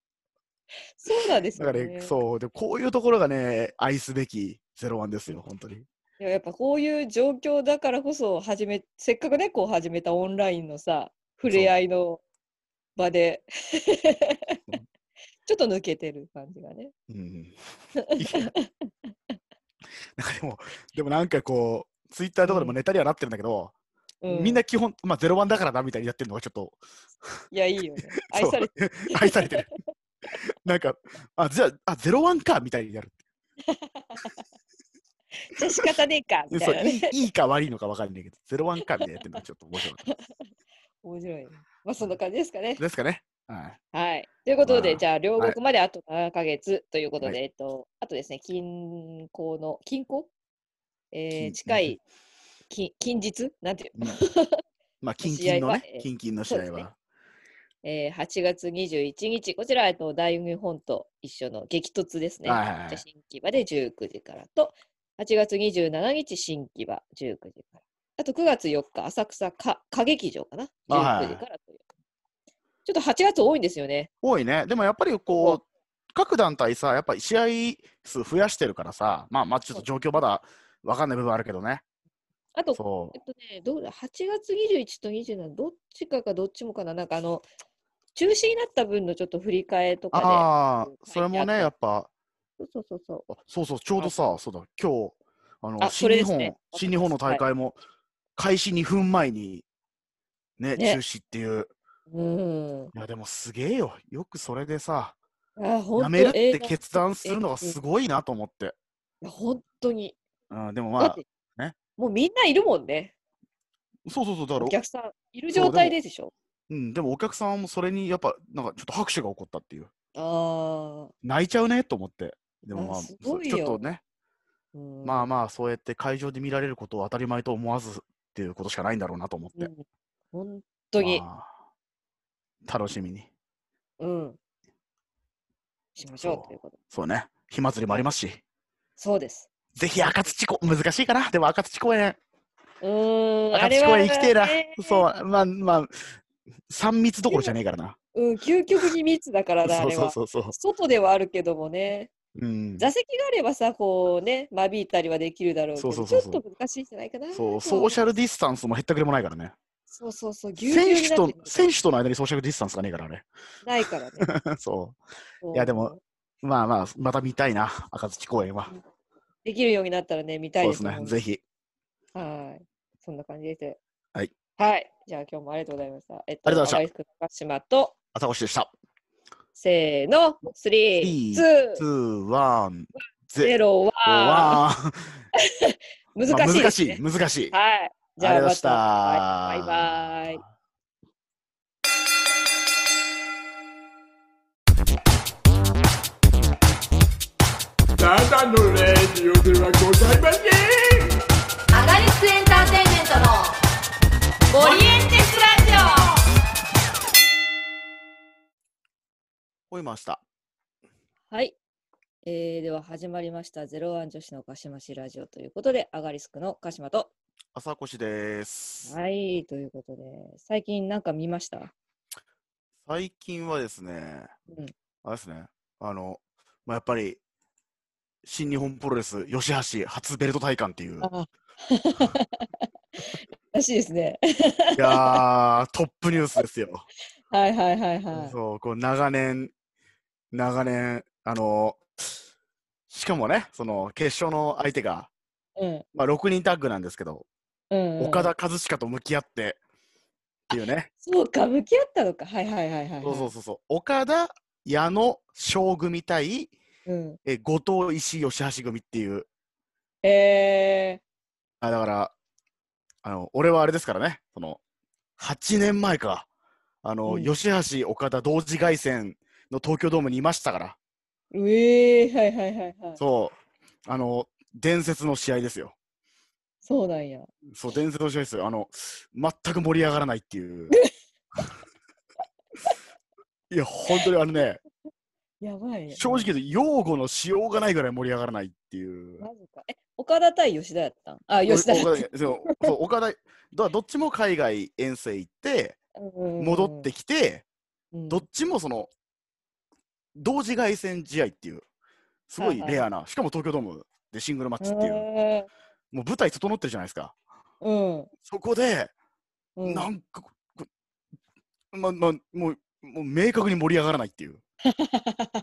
Speaker 4: そうなんです
Speaker 3: だか
Speaker 4: よ
Speaker 3: ら、
Speaker 4: ね。
Speaker 3: そう、でこういうところがね、愛すべきゼロワンですよ、本当に。
Speaker 4: でもやっぱこういう状況だからこそ始めせっかくねこう始めたオンラインのさ触れ合いの場で ちょっと抜けてる感じがね。
Speaker 3: うんいやなんかでも、でもなんかこう、ツイッターとかでもネタにはなってるんだけど、
Speaker 4: う
Speaker 3: みんな基本、まあ、ゼロワンだからなみたいにやってるのがちょっと
Speaker 4: いやいいよね。愛
Speaker 3: そう
Speaker 4: されて
Speaker 3: 愛されてる。なんか、あ、じゃあ、あゼロワンかみたいにやる。
Speaker 4: じゃあ仕方ねえかみた
Speaker 3: そ
Speaker 4: いな
Speaker 3: うい
Speaker 4: ね。
Speaker 3: いいいか悪いのか分かんないけど、ゼロワンかみたいにやってるのがちょっと面白かったで
Speaker 4: 面白いね。まあそんな感じですかね
Speaker 3: す。。ですかね。はい。
Speaker 4: はい。ということで、
Speaker 3: まあ
Speaker 4: じゃあ両
Speaker 3: はい
Speaker 4: 国まであと7ヶ月ということで、
Speaker 3: はい
Speaker 4: えっとあとですね近郊の近郊、えー
Speaker 3: 近
Speaker 4: 近い近近日なんていう
Speaker 3: う んまあ、近
Speaker 4: 試合
Speaker 3: 々
Speaker 4: は
Speaker 3: の
Speaker 4: え
Speaker 3: ね
Speaker 4: ー、
Speaker 3: 近々の試合
Speaker 4: そうです
Speaker 3: は。
Speaker 4: えー、8月21日、こちら、えっと、大日本と一緒の激突ですね。
Speaker 3: はいはいはい
Speaker 4: じゃあ新木場で19時からと、8月27日、新木場19時から。あと9月4日、浅草か歌劇場かな。
Speaker 3: あはい
Speaker 4: 19時からという。ちょっと8月多いんですよね。
Speaker 3: 多いね。でもやっぱりこう、各団体さ、やっぱり試合数増やしてるからさ、まあ、まあ、ちょっと状況まだ分かんない部分あるけどね。
Speaker 4: あと、
Speaker 3: そ
Speaker 4: えっとね、どうだ、8月21と27、どっちかかどっちもかな。なんかあの、中止になった分のちょっと振り替えと
Speaker 3: う。
Speaker 4: かで。
Speaker 3: ああ
Speaker 4: うん、
Speaker 3: それもね、やっぱ、
Speaker 4: そうそうそうそう。
Speaker 3: あそうそう、ちょうどさ、そうだ、今日、あの、新
Speaker 4: あそれ
Speaker 3: 日
Speaker 4: です
Speaker 3: 本、
Speaker 4: ね
Speaker 3: 新日本の大会も、開始2分前に、ね、
Speaker 4: ね
Speaker 3: 中止っていう。
Speaker 4: うん。
Speaker 3: いや、でもすげえよ。よくそれでさ、
Speaker 4: あ、ほんと
Speaker 3: やめるっ
Speaker 4: 映
Speaker 3: て
Speaker 4: 画
Speaker 3: 決断するのが
Speaker 4: 映画
Speaker 3: すごいなと思って。
Speaker 4: いや本当に。
Speaker 3: うん、でもま
Speaker 4: だっ
Speaker 3: あ、
Speaker 4: て、
Speaker 3: ね
Speaker 4: もうみんないるもんね、
Speaker 3: そうそうそう、だろ
Speaker 4: お客さん、いる
Speaker 3: そう
Speaker 4: 状態
Speaker 3: で
Speaker 4: ででしょ。
Speaker 3: うん、でもお客さんもそれにやっぱ、なんかちょっと拍手が起こったっていう。
Speaker 4: あ
Speaker 3: 泣いちゃうねと思って。でも
Speaker 4: あ
Speaker 3: まあ、
Speaker 4: すごい
Speaker 3: ちょっ
Speaker 4: よ
Speaker 3: とね、
Speaker 4: あ、うん
Speaker 3: まあまあ、そうやって会場で見られることを当たり前と思わずっていうことしかないんだろうなと思っ
Speaker 4: う
Speaker 3: て。
Speaker 4: ん、本当に、
Speaker 3: まあ楽しみに。
Speaker 4: うん。しましょ
Speaker 3: そうう
Speaker 4: ということ。
Speaker 3: そうね。火祭りもありますし。
Speaker 4: そうです。
Speaker 3: ぜひ赤土公難しいかな。でも赤土公園、
Speaker 4: うーん、あ
Speaker 3: 赤
Speaker 4: れ
Speaker 3: 土
Speaker 4: は、
Speaker 3: 公園行きてえな。
Speaker 4: ね
Speaker 3: そう、まあまあ、3密どころじゃねえからな。
Speaker 4: うん、究極に密だからだ、あ
Speaker 3: そう
Speaker 4: れ
Speaker 3: そう
Speaker 4: は。
Speaker 3: そうそう。
Speaker 4: 外ではあるけどもね、
Speaker 3: うん、
Speaker 4: 座席があればさ、こうね、間引いたりはできるだろうけど、
Speaker 3: そうそうそうそう
Speaker 4: ちょっと難しいんじゃないかな。
Speaker 3: そうソーシ
Speaker 4: ャ
Speaker 3: ャルディスタンスもへったくれもないからね。
Speaker 4: そうそうそう、ぎゅうぎゅ
Speaker 3: 選
Speaker 4: うに
Speaker 3: 手
Speaker 4: な
Speaker 3: と
Speaker 4: ってる
Speaker 3: 選手との間にソーシャルディスタンスがねえからね。
Speaker 4: ないからね。
Speaker 3: そいやでも
Speaker 4: そう、
Speaker 3: う。まあまあ、また見たいな、赤土公園は。
Speaker 4: できるようになったらね、見た
Speaker 3: そ
Speaker 4: いうで
Speaker 3: ですす
Speaker 4: ね
Speaker 3: ね、。ぜひ。
Speaker 4: はい。そんな感じです。
Speaker 3: はい。
Speaker 4: はい。じゃあ今日もありがとうございました。えっと、
Speaker 3: ありがとうございま
Speaker 4: した。高島と、
Speaker 3: 朝越でした。
Speaker 4: せーの、3、
Speaker 3: Three,
Speaker 4: 2、
Speaker 3: 2、1、
Speaker 4: 0
Speaker 3: 0、
Speaker 4: は、
Speaker 3: 1。ま
Speaker 4: 難
Speaker 3: あ
Speaker 4: しいで
Speaker 3: 難
Speaker 4: す
Speaker 3: し
Speaker 4: ね
Speaker 3: い、。難しい。
Speaker 4: はい。じ
Speaker 3: あ
Speaker 4: ゃあ
Speaker 3: りがとうござい
Speaker 4: ま
Speaker 3: ました
Speaker 4: た。はいバイバイ。
Speaker 1: ただのレディオではございません
Speaker 2: アガリスクエンターテインメントのオリエンテスラジオ
Speaker 3: 追いました。
Speaker 4: はい。えー、では始まりました、ゼロワン女子の鹿島市ラジオということで、アガリスクの鹿島と。
Speaker 3: 朝越です。
Speaker 4: はい。ということで、最近なんか見ました
Speaker 3: 最近はですね、
Speaker 4: うん
Speaker 3: あれですね、あの、まあ、やっぱり、新日本プロレス、吉橋初ベルト体感っていう、い
Speaker 4: あらしいですね。
Speaker 3: やー、トップニュースですよ。
Speaker 4: はいはいはいはい。
Speaker 3: そう、こう長年、長年、あのしかもね、その決勝の相手が、
Speaker 4: うん
Speaker 3: まあ、6人タッグなんですけど、
Speaker 4: うんうん、
Speaker 3: 岡田和親と向き合ってっていうね、
Speaker 4: そうか向き合ったのかはいはいはいはい
Speaker 3: そうそうそうそう、岡田、矢野、将組対
Speaker 4: うん、
Speaker 3: え後藤、石井、吉橋組っていう、
Speaker 4: え
Speaker 3: あだからあの、俺はあれですからね、その8年前か、あの
Speaker 4: うん
Speaker 3: 吉橋、岡田同時凱旋の東京ドームにいましたから、
Speaker 4: ー、うえー、はいはいはいはいそう
Speaker 3: そう、あの伝説の試合ですよ。
Speaker 4: なんや
Speaker 3: そう、伝説の試合ですよ。あの、全く盛り上がらないって いう。いや、本当にあのね、
Speaker 4: やばいね
Speaker 3: 正直言うと、擁護のしようがないぐらい盛り上がらないっていう。
Speaker 4: マジかえ岡田対吉田やったんあ吉田
Speaker 3: お岡田そうそう岡田ど、どっちも海外遠征行って、戻ってきて、どっちもその、同時凱旋試合っていう、すごいレアな、しかも東京ドームでシングルマッチっていう、
Speaker 4: て
Speaker 3: もう舞台整ってるじゃないですか。
Speaker 4: うんうん
Speaker 3: そこで、
Speaker 4: うん
Speaker 3: なんかこ、こま、ま、もう、もう明確に盛り上がらないっていう。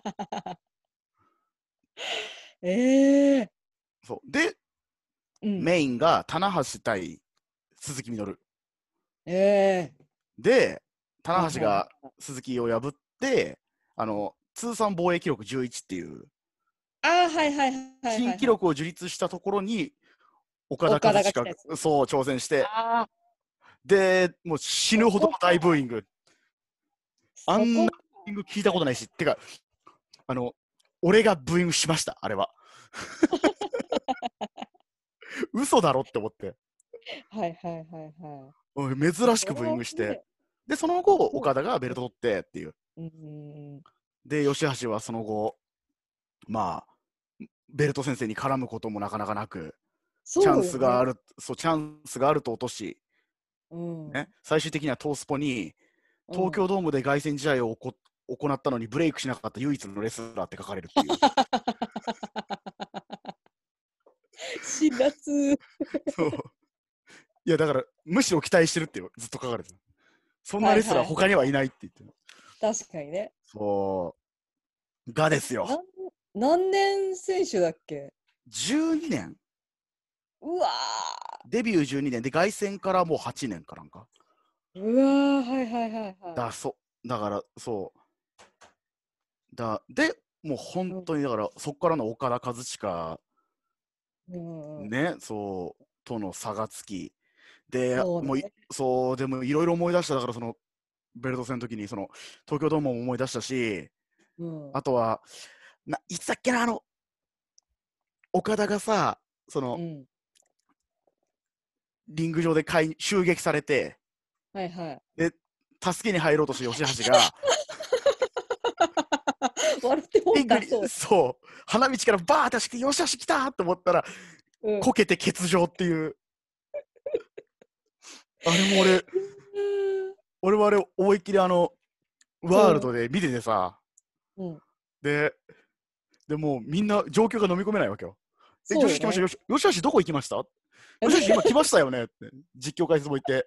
Speaker 4: ええ
Speaker 3: そう。で、
Speaker 4: うん
Speaker 3: メインが、棚橋対鈴木みのる。
Speaker 4: ええ
Speaker 3: で、棚橋
Speaker 4: はいはい
Speaker 3: が鈴木を破って、あの、通算防衛記録11っていう、
Speaker 4: あーはいはいはいはい
Speaker 3: 新記録を樹立したところに、岡田
Speaker 4: 岡田
Speaker 3: 和
Speaker 4: が
Speaker 3: 親
Speaker 4: 来たや
Speaker 3: が、そう、挑戦して、
Speaker 4: あ
Speaker 3: で、もう死ぬほどの大ブーイング。
Speaker 4: あ
Speaker 3: あんな
Speaker 4: そ
Speaker 3: ブ
Speaker 4: こ
Speaker 3: ーイング聞いたことないし、てか、あの、俺がブーイングしました、あれ は。嘘だろって思って、
Speaker 4: はいはいはいは
Speaker 3: おい
Speaker 4: い
Speaker 3: 珍しくブーイングして、で、その後、岡田がベルト取ってっていう。
Speaker 4: うんうんうん
Speaker 3: で、吉橋はその後、まあ、ベルト先生に絡むこともなかなかなく、
Speaker 4: そう
Speaker 3: チ
Speaker 4: よ
Speaker 3: ャ
Speaker 4: ね
Speaker 3: ンスがある、そう、チャンスがあると落とし、
Speaker 4: うん
Speaker 3: ね、最終的にはトースポに、
Speaker 4: うん
Speaker 3: 東京ドームで凱旋試合を行行ったのにブレイクしなかった唯一のレスラーって書かれるっていう。
Speaker 4: 4月
Speaker 3: そう。いや、だから、むしろ期待してるってよ、ずっと書かれてる。そんな
Speaker 4: はい
Speaker 3: レ
Speaker 4: はい
Speaker 3: スラー、他にはいないって言ってる。
Speaker 4: 確かにね
Speaker 3: そう。がですよ。
Speaker 4: なん何年選手だっけ
Speaker 3: 12年
Speaker 4: うわ
Speaker 3: デビュー12年で、凱旋からもう8年かなんか。
Speaker 4: ーうわーはいはいはいは
Speaker 3: だ、そう。だから、そう。だ、で、もう本当に、だから、そこからの岡田和親、
Speaker 4: い、うんうん、
Speaker 3: ね、そう、との差がつき。で、
Speaker 4: そうね
Speaker 3: もうい、そう、でもいろいろ思い出した、だから、その、ベルト戦の時に、その、東京ドームも思い出したし、
Speaker 4: うん
Speaker 3: あとは、ないつだっけな、あの、岡田がさ、その、
Speaker 4: うん
Speaker 3: リング上でかい襲撃されて、
Speaker 4: はいはい
Speaker 3: 助けに入ろうとして吉橋が、
Speaker 4: 笑っても
Speaker 3: リ
Speaker 4: ん
Speaker 3: ング
Speaker 4: だ
Speaker 3: に
Speaker 4: そう、
Speaker 3: そう、花道からバーって走って、吉橋来たと思ったら、
Speaker 4: うん
Speaker 3: こけて欠場っていう。 あれも俺、俺はあれ、思いっきりあの、ワールドで見ててさ、
Speaker 4: うん、
Speaker 3: で、でもうみんな状況が飲み込めないわけよ。え、
Speaker 4: そうよ
Speaker 3: 女子来ました、よしよし、どこ行き ましたよしよし、今来ましたよねって、実況解説もいて。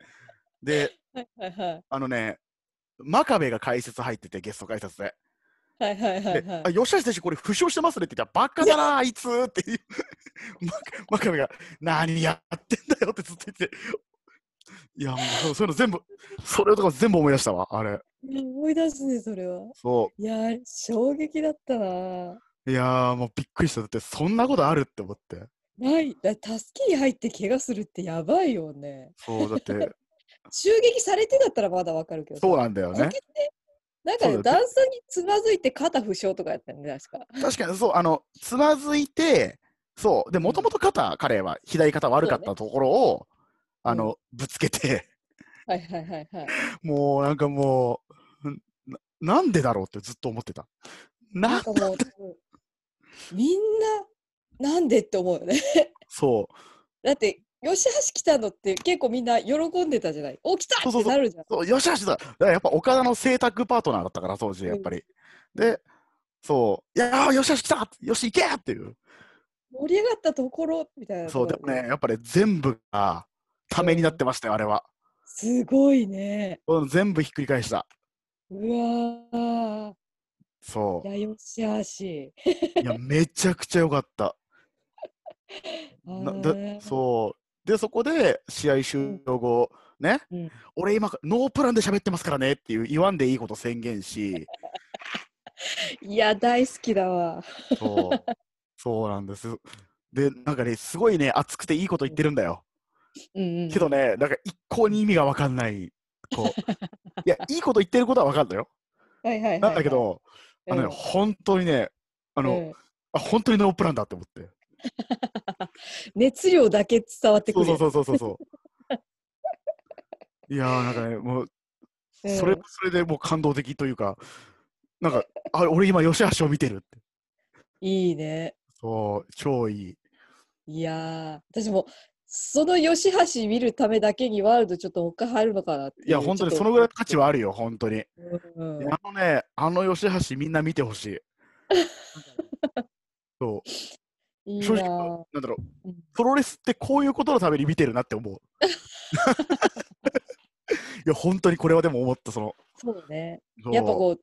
Speaker 3: で、
Speaker 4: ねはいはい
Speaker 3: あのね、真壁が解説入ってて、ゲスト解説で。
Speaker 4: はいはいはい
Speaker 3: で、
Speaker 4: はい
Speaker 3: あ、吉橋選手、これ負傷してますねって言ったら、バカだな、あいつっていう。 真真壁が、何やってんだよってずっと言って。いや、もうそういうの全部、それとか全部思い出したわ、あれ。
Speaker 4: いや思い出すねそれは
Speaker 3: そ
Speaker 4: いやー衝撃だったなー
Speaker 3: う。いやー、もうびっくりした。だって、そんなことあるって思って。
Speaker 4: ないだ助けに入って怪我するってやばいよね
Speaker 3: そう、だ って、
Speaker 4: 襲撃されてだったらまだわかるけど
Speaker 3: そう
Speaker 4: う
Speaker 3: なんだよ
Speaker 4: ね
Speaker 3: ね。
Speaker 4: なんか
Speaker 3: そ
Speaker 4: ね
Speaker 3: うだよ
Speaker 4: 段差につまずいて肩負傷とかやったよね確か
Speaker 3: 確かに、そう、あの、つまずいて、そう。で、もともと肩、彼は、左肩悪かったところを、あの、ぶつけて、
Speaker 4: はいはいはいはい
Speaker 3: もうなんかもう、んななんでだろうってずっと思ってた。
Speaker 4: なん
Speaker 3: な、
Speaker 4: かもうみんななんでって思うよね
Speaker 3: そ
Speaker 4: だって吉橋来たのって結構みんな喜んでたじゃないお来た
Speaker 3: そうそ
Speaker 4: っ
Speaker 3: う
Speaker 4: て
Speaker 3: そう
Speaker 4: なるじゃん
Speaker 3: う、そうよしよしだ。だからやっぱ岡田の制作パートナーだったから、当時、やっぱり。で、そう、いやー、よしよし来たよし行けっていう。
Speaker 4: 盛り上がったところみたいな
Speaker 3: そう、で
Speaker 4: と
Speaker 3: も
Speaker 4: ころ
Speaker 3: ね、やっぱり全部が、ためになってましたよ、あれは。
Speaker 4: すごいね
Speaker 3: うん全部ひっくり返した。
Speaker 4: うわー
Speaker 3: そ
Speaker 4: いや、よしあし。
Speaker 3: う。いや、めちゃくちゃ良か った。な
Speaker 4: あー
Speaker 3: だそう。で、そこで試合終了後、ね、
Speaker 4: うん
Speaker 3: 俺今、ノープランで喋ってますからねっていう言わんでいいこと宣言し、
Speaker 4: いや、大好きだわ。
Speaker 3: そう。 そうなんです。で、なんかね、すごいね、熱くていいこと言ってるんだよ。
Speaker 4: うんうん。
Speaker 3: けどね、なんか一向に意味が分かんない。こう いや、いいこと言ってることは分かるのよ。
Speaker 4: はいはいはいはい。
Speaker 3: なんだけど、
Speaker 4: うん、
Speaker 3: あのね、本当にね、あの、
Speaker 4: うん
Speaker 3: あ本当にノープランだって思って。
Speaker 4: 熱量だけ伝わってく
Speaker 3: そう
Speaker 4: る。
Speaker 3: そうそうそうそう そう。いやーなんかね、もう、
Speaker 4: うん
Speaker 3: それもそれでもう感動的というか、なんか、あ俺今、吉橋を見てるって。
Speaker 4: いいね。
Speaker 3: そう、超いい。
Speaker 4: いやー、私も、その吉橋見るためだけにワールドちょっともう一回入るのかなってう
Speaker 3: いや、本当に
Speaker 4: ちょ
Speaker 3: そ
Speaker 4: っと
Speaker 3: のぐらいの価値はあるよ、本当に。
Speaker 4: うんうん
Speaker 3: あのね、あの吉橋、みんな見てほ しい。そう、
Speaker 4: いいな
Speaker 3: 正直
Speaker 4: ー
Speaker 3: なんだろう
Speaker 4: うん、
Speaker 3: プロレスってこういうことのために見てるなって思 う。いや、本当にこれはでも思った、その。
Speaker 4: そうね。
Speaker 3: そう
Speaker 4: やっぱこう、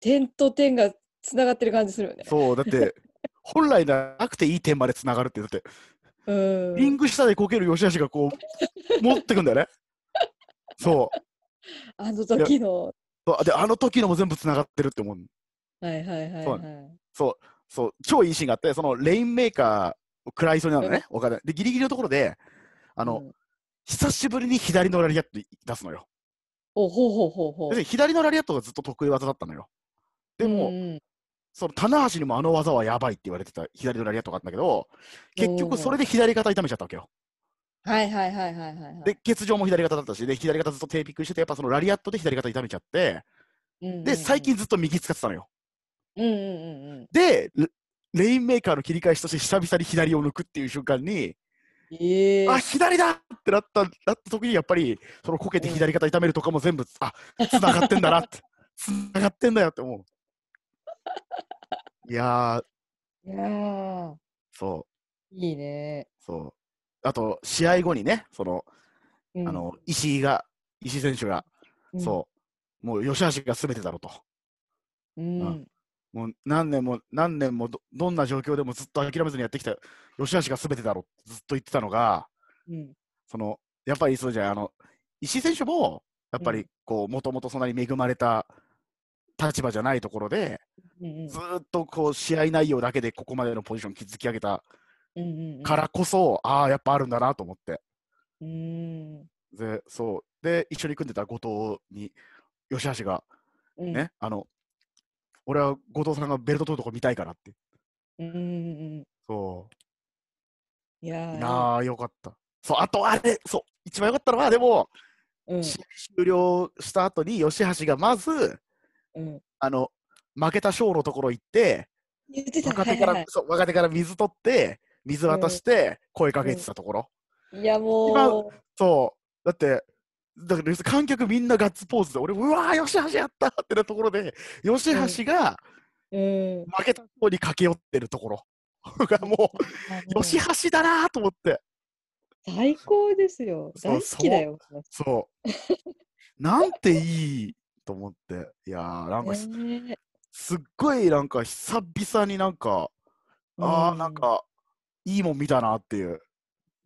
Speaker 4: 点と点がつながってる感じするよね。
Speaker 3: そう、だって、本来なくていい点までつながるって、だって、
Speaker 4: うん。
Speaker 3: リング下でこける吉橋がこう、持ってくんだよね。そう
Speaker 4: あの時の。
Speaker 3: そう。で、あの時のも全部つながってるって思う。
Speaker 4: はいはいはい
Speaker 3: そ
Speaker 4: は
Speaker 3: う
Speaker 4: い。
Speaker 3: そう、そう、超いいシーンがあって、そのレインメーカーを食らいそうになるのね、お金。で、ギリギリのところで、あ
Speaker 4: あ
Speaker 3: の、、久しぶりに左のラリアット出すのよ。
Speaker 4: おほうほうほうほう。
Speaker 3: で、左のラリアットがずっと得意技だったのよ。でも、
Speaker 4: うんうん
Speaker 3: その棚橋にもあの技はやばいって言われてた左のラリアットがあったんだけど、結局それで左肩痛めちゃったわけよ。
Speaker 4: はいはいはいはいはいはい。
Speaker 3: で、欠場も左肩だったし、で、左肩ずっとテーピングしてて、やっぱそのラリアットで左肩痛めちゃって、
Speaker 4: うんうんうん
Speaker 3: で、最、近ずっと右使ってたのよ。
Speaker 4: うんうんうんうん。
Speaker 3: で、レレインメーカーの切り返しとして久々に左を抜くっていう瞬間に、
Speaker 4: ええ
Speaker 3: あ、左だってなった、なった時にやっぱり、そのこけて左肩痛めるとかも全部、あ、繋がってんだなって、 繋がってんだよって思う。いやー、
Speaker 4: いやー
Speaker 3: そう、
Speaker 4: いいね。
Speaker 3: そう。あと、試合後にね、その、
Speaker 4: うん
Speaker 3: あ、の、石井が、石井選手が、
Speaker 4: うん、
Speaker 3: そう、もう吉橋が全てだろうと。
Speaker 4: うん。
Speaker 3: うんもう何年も何年もどどんな状況でもずっと諦めずにやってきた吉橋が全てだろうってずっと言ってたのが
Speaker 4: うん。
Speaker 3: そのやっぱりそうじゃんあの石井選手もやっぱ
Speaker 4: う
Speaker 3: りこうもともとそんなに恵まれた立場じゃないところで
Speaker 4: うん。
Speaker 3: ずーっとこう試合内容だけでここまでのポジション築き上げた
Speaker 4: うんうんうん。
Speaker 3: からこそ、ああやっぱあるんだなと思って
Speaker 4: うん。うん
Speaker 3: でそうで一緒に組んでた後藤に吉橋が
Speaker 4: うん。
Speaker 3: ね、あの俺は後藤さんがベルト取るとこ見たいからって
Speaker 4: うんうんうん。
Speaker 3: そう
Speaker 4: いやー
Speaker 3: なあ、よかった。そう、あとあれ、そう、一番よかったのは、でも、
Speaker 4: うん
Speaker 3: 試合終了した後に、吉橋がまず、
Speaker 4: うん。
Speaker 3: あの、負けた賞のところ行って、
Speaker 4: 言ってた
Speaker 3: 若手から、
Speaker 4: はいはい
Speaker 3: そう、若手から水取って、水渡して、声かけてたところ。
Speaker 4: はい、いやも
Speaker 3: そう、だって、だから観客みんなガッツポーズで、俺、うわー、吉橋やったってなところで、吉橋が
Speaker 4: う、うん。
Speaker 3: 負けた方に駆け寄ってるところが、もう、吉橋だなーと思って。
Speaker 4: 最高ですよ。
Speaker 3: そう
Speaker 4: 大好きだよ。
Speaker 3: そう。なんていいと思って。いやー、なんかす,、
Speaker 4: ね
Speaker 3: っごいなんか久々になんか、あーなん。かいいもん見たなっていう。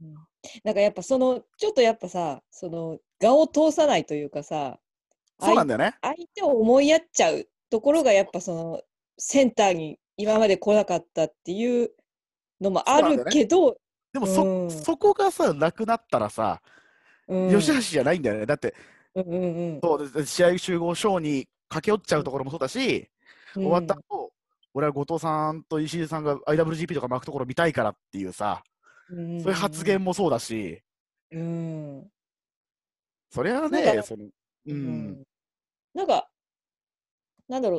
Speaker 4: うんうんなんかやっぱその、ちょっとやっぱさ、その、顔を通さないというかさ、
Speaker 3: そうなんだよね。
Speaker 4: 相手を思いやっちゃうところがやっぱそのセンターに今まで来なかったっていうのもあるけど、
Speaker 3: でもそ、
Speaker 4: うん
Speaker 3: そこがさ、なくなったらさ、
Speaker 4: うん
Speaker 3: 吉橋じゃないんだよね。だって、
Speaker 4: うんうんうん
Speaker 3: そうです試合集合ショーに駆け寄っちゃうところもそうだし、終わった後、俺は後藤さんと石井さんが IWGP とか巻くところ見たいからっていうさ、
Speaker 4: うん
Speaker 3: そういう発言もそうだし、
Speaker 4: うん、
Speaker 3: それは
Speaker 4: なん
Speaker 3: ね、
Speaker 4: か
Speaker 3: その、
Speaker 4: う
Speaker 3: うん、
Speaker 4: なんかなんだろ